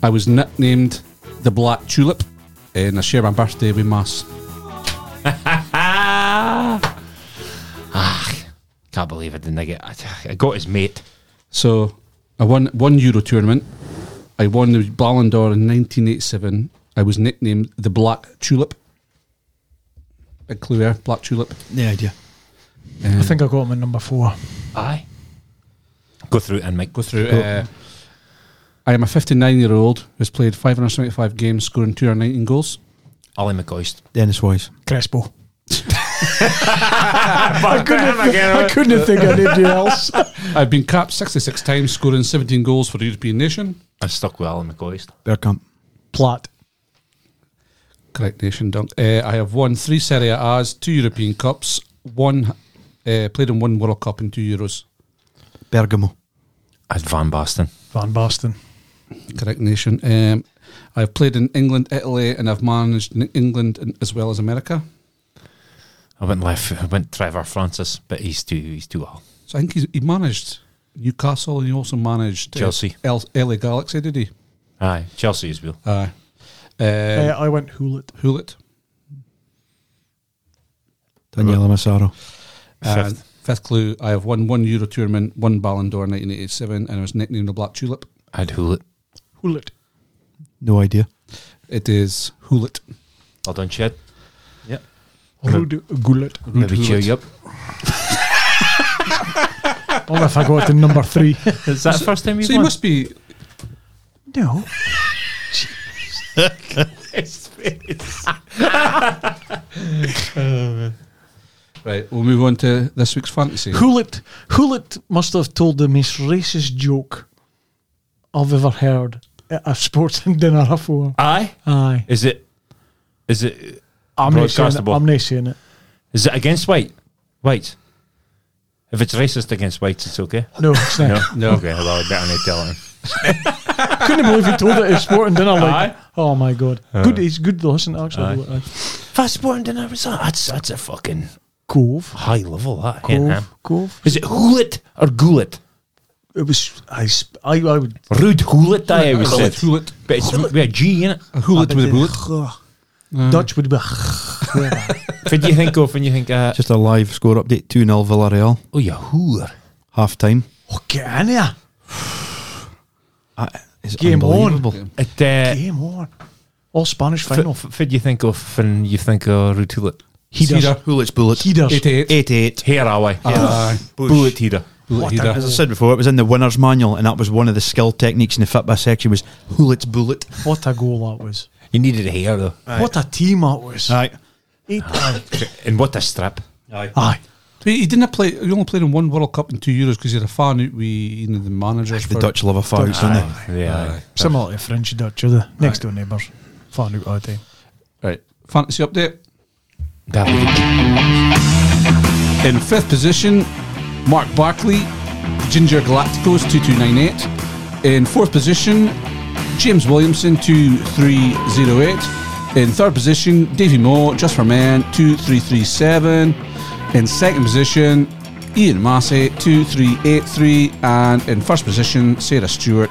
S1: I was nicknamed the Black Tulip, and I share my birthday with Mass.
S6: Ah, ah, can't believe I didn't get. I, I got his mate.
S1: So I won one Euro tournament. I won the Ballon d'Or in 1987. I was nicknamed the Black Tulip. Big clue there, Black Tulip.
S5: No idea.
S4: I think I got him at number four.
S6: Aye. Go through it and Mike. Go through
S1: through, uh, I am a 59 year old who's played 575 games, scoring 219 goals.
S6: Ollie McCoist.
S5: Dennis Wise.
S4: Crespo. I couldn't, I couldn't think of anybody else.
S1: I've been capped 66 times, scoring 17 goals for the European nation.
S6: I stuck with Ollie McCoist.
S5: Bergkamp.
S4: Platt.
S1: Correct nation dunk. Uh, I have won three Serie A's, two European Cups, one uh, played in one World Cup and two Euros.
S5: Bergamo.
S6: I'd Van Basten.
S4: Van Basten.
S1: Correct nation. Um, I've played in England, Italy, and I've managed in England and, as well as America.
S6: I went left. I went Trevor Francis, but he's too he's too old.
S1: So I think he's, he managed Newcastle and he also managed uh,
S6: Chelsea.
S1: L- LA Galaxy, did he?
S6: Aye, Chelsea as well.
S1: Aye. Uh,
S4: Uh,
S6: Um,
S4: I went Hewlett.
S1: Hewlett.
S5: Daniela Massaro.
S1: And Uh, fifth clue, I have won one Euro tournament, one Ballon d'Or in 1987, and I was nicknamed the Black Tulip.
S6: I'd Hewlett.
S4: Hewlett.
S5: No idea.
S1: It is Hewlett.
S6: Well done, Chad.
S4: Rude Gullet.
S6: Maybe cheer you up.
S4: Or if I got to number three.
S6: Is that the first time you've
S1: So you must be.
S4: No.
S1: Right, we'll move on to this week's fantasy.
S4: Hewlett, Hewlett must have told the most racist joke I've ever heard at a sporting dinner before.
S6: Aye.
S4: Aye.
S6: Is it? Is it?
S4: I'm not saying it.
S6: Broadcastable.
S4: I'm not saying it.
S6: Is it against white? White. If it's racist against whites, it's okay.
S4: No, it's not.
S6: No. no. Okay. Well, I better not tell him.
S4: Couldn't believe he told it at sporting dinner. Like,
S6: Aye.
S4: oh my god. good. It's good to listen to actually.
S6: Aye.
S4: Hewlett, aye.
S6: Fast sporting dinner result. That's that's a fucking
S4: Cove.
S6: high level. That
S4: Cove. Cove.
S6: Is it Hewlett or Goulet?
S4: It was. I. sp- I. I would.
S6: Rude Hewlett. I always
S1: Hewlett,
S6: said.
S1: Hewlett.
S6: But it's with a G in it.
S1: A Hewlett with a bullet.
S6: Mm.
S4: Dutch would be. "Oh,
S6: What do you think of when you think? Uh,
S5: Just a live score update 2 0 Villarreal.
S6: oh, you hooer.
S5: Half time.
S4: Oh, get in here.
S5: It's
S4: Game on.
S5: unbelievable.
S6: It, uh,
S4: Game on. All Spanish
S6: Final.
S4: final.
S6: F- f- what do you think of when you think of Ruud Hewlett?
S4: He does.
S1: Cedar.
S5: Hulit's bullet.
S4: He does.
S1: 88.
S5: 8 8.
S6: Here are we.
S1: Aye.
S6: Bullet header.
S1: Bullet header.
S5: As I said before, it was in the winner's manual, and that was one of the skill techniques in the football section was Hulit's bullet.
S4: What a goal that was.
S6: You needed a hair though.
S4: What a team that was.
S5: Aye.
S4: Eight. Aye.
S6: and what a strip.
S1: He he didn't play. He only played in one World Cup and two Euros because he had a fan out with you know, the managers.
S5: The
S1: for-
S5: Dutch love a fight, don't they?
S6: Yeah.
S4: Similar to French Dutch, are the next door neighbours. Far out all the time.
S1: Right, fantasy update.
S6: David.
S1: In fifth position, Mark Barkley, Ginger Galacticos 2298. In fourth position, James Williamson 2308. In third position, Davey Moore, Just for Men 2337. In second position, Ian Massey 2383. And in first position, Sarah Stewart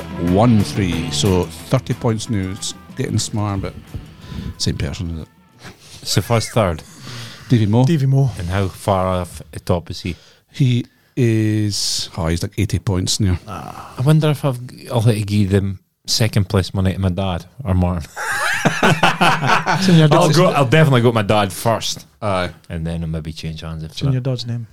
S1: 2413. So 30 points new. It's getting smart, but same person, is it?
S6: So first third.
S1: Davey Moore.
S4: Davy Moore.
S6: And how far off the top is he?
S1: He is. Oh, he's like 80 points now.
S6: I wonder if I've, I'll let you give them second place money to my dad or Martin.
S4: It's in your
S6: I'll,
S4: dad's,
S6: go, I'll definitely go to my dad first.
S1: Aye.
S6: And then I'll maybe change hands if
S4: it's in your
S6: that.
S4: dad's name.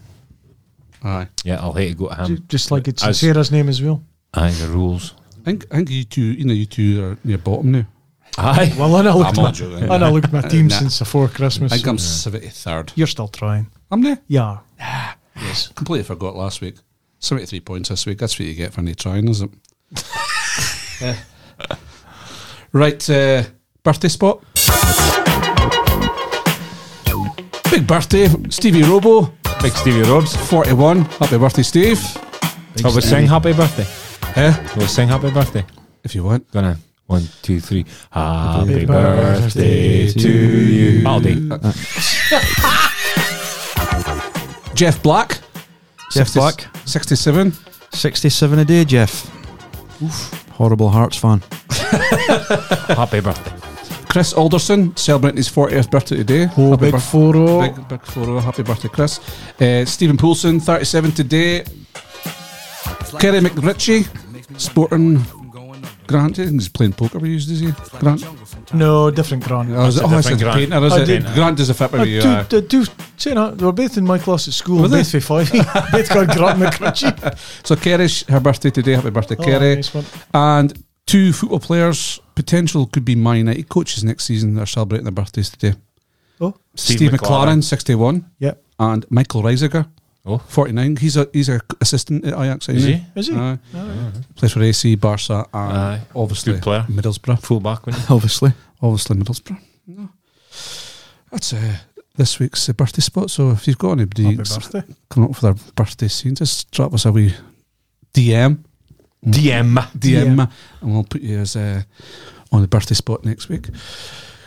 S1: Aye.
S6: Yeah, I'll hate to go to
S4: Ju-
S1: Um,
S6: him.
S4: Just like it's in
S6: as-
S4: Sarah's name as well.
S6: Aye, the rules.
S1: I think, I think you two, you know, you two are near bottom now.
S6: Aye.
S4: Well, I know looked
S1: I'm
S4: my,
S1: all joking.
S4: I know looked my team
S1: Nah.
S4: since before Christmas.
S1: I think I'm 73rd.
S4: You're still trying.
S1: I'm there.
S4: Yeah. Yes.
S1: Completely forgot last week. 73 points this week. That's what you get for not trying, is it? right. Uh, birthday spot. Big birthday, Stevie Robo,
S6: Big Stevie Robs.
S1: 41. Happy birthday, Steve.
S6: I will sing happy birthday.
S1: Eh?
S6: I will sing happy birthday.
S1: If you want.
S6: Gonna one, two, three. Happy
S4: Happy
S6: birthday
S4: birthday
S6: to you. Aldi.
S1: Jeff Black.
S5: Jeff
S1: 60
S5: Black,
S1: 67.
S5: 67 a day, Jeff. Horrible Hearts fan.
S6: Happy birthday.
S1: Chris Alderson celebrating his 40th birthday today.
S4: Oh,
S1: Happy
S4: big
S1: birth-
S4: four.
S1: Big, big 4 Happy birthday, Chris. Uh, Stephen Poulsen, 37 today. Kerry McRitchie, sporting Grant, he's playing poker with you, is he? Grant?
S4: No, different Uh, Grant. Oh,
S1: Oh, is it,
S6: a
S1: oh, it's a
S6: different Grant.
S1: painter, is
S4: I
S1: it?
S4: did-
S1: Grant does a fit
S4: I
S1: with you.
S4: do,
S1: aye.
S4: I do say that. They were both in my class at school.
S1: Were they?
S4: both for five. both got Grant McCrutchy.
S1: So Kerry's her birthday today. Happy birthday,
S4: Oh,
S1: Kerry!
S4: nice one.
S1: And two football players potential could be my United coaches next season. They're celebrating their birthdays today.
S4: Oh.
S1: Steve,
S6: Steve
S1: McLaren,
S6: McLaren.
S1: sixty-one,
S4: Yep.
S1: and Michael Reisiger,
S6: Oh.
S1: forty-nine. He's a he's a assistant at Ajax.
S6: Is he?
S4: Is he?
S1: Aye. Plays for AC, Barca, and
S6: Aye.
S1: obviously
S6: Good player.
S1: Middlesbrough.
S6: Fullback, wouldn't
S5: Obviously.
S1: Obviously Middlesbrough. No. That's uh, this week's uh, birthday spot. So if you've got anybody
S4: Happy birthday.
S1: coming up for their birthday scene, just drop us a wee DM.
S6: DM.
S1: DM,
S4: Yeah.
S1: and we'll put you as uh, on the birthday spot next week.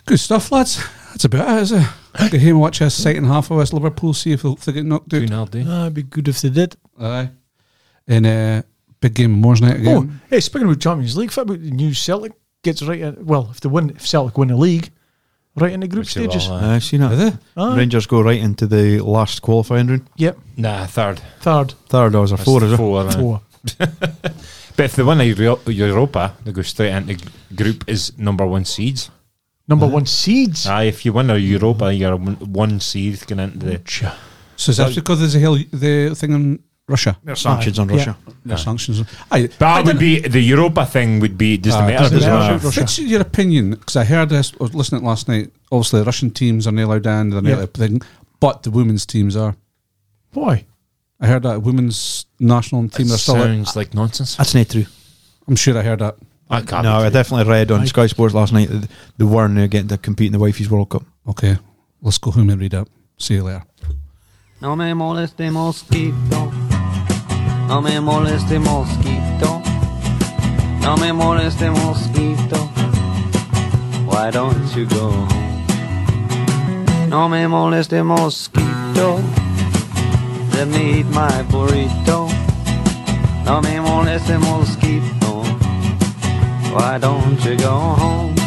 S1: Good stuff, lads. That's about it, is it? Go home and watch us second half of us Liverpool. See if they'll- if they get knocked out.
S4: Ah, it'd be good if they did.
S1: Aye. And uh, big game Moors night
S4: Oh,
S1: again.
S4: hey, speaking about Champions League, what about the new Celtic gets right in? Well, if they win, if Celtic win the league, right in the group
S6: Which uh, they will,
S4: stages.
S6: aye.
S5: I see
S1: Are
S5: that.
S1: they?
S4: Ah,
S5: Rangers go right into the last qualifying round.
S4: Yep,
S6: Nah, third.
S4: third,
S5: Third or was a
S6: That's
S5: four, is it?
S6: four, uh, aye.
S4: four.
S6: But if they win a Euro- Europa, they go straight into g- group as number one seeds.
S4: Number one seeds.
S6: Aye, if you win a Europa, you're a one one seed going into the.
S1: So is that because there's a hell the thing in Russia?
S5: There's sanctions on
S4: Yeah.
S5: Russia.
S1: No. Sanctions. Aye,
S6: That would be the Europa thing. Would be doesn't
S1: Ah,
S6: matter.
S1: doesn't
S6: does it
S4: matter.
S6: matter?
S4: Russia.
S1: What's your opinion? Because I heard this. I was listening last night. Obviously, the Russian teams are not allowed in. They're not
S4: Yeah.
S1: allowed thing, but the women's teams are.
S4: Why?
S1: I heard that women's national team are still.
S6: sounds like nonsense.
S5: That's not true.
S1: I'm sure I heard that.
S6: I can't
S5: No,
S6: be
S5: I
S6: true.
S5: definitely read on Sky Sports last night that they weren't uh, getting to compete in the Wifey's World Cup.
S1: Okay, let's go home and read up. See you later.
S7: No me moleste mosquito. No me moleste mosquito. No me moleste mosquito. Why don't you go home? No me moleste mosquito. Let me eat my burrito. No me moleste mosquito. Why don't you go home?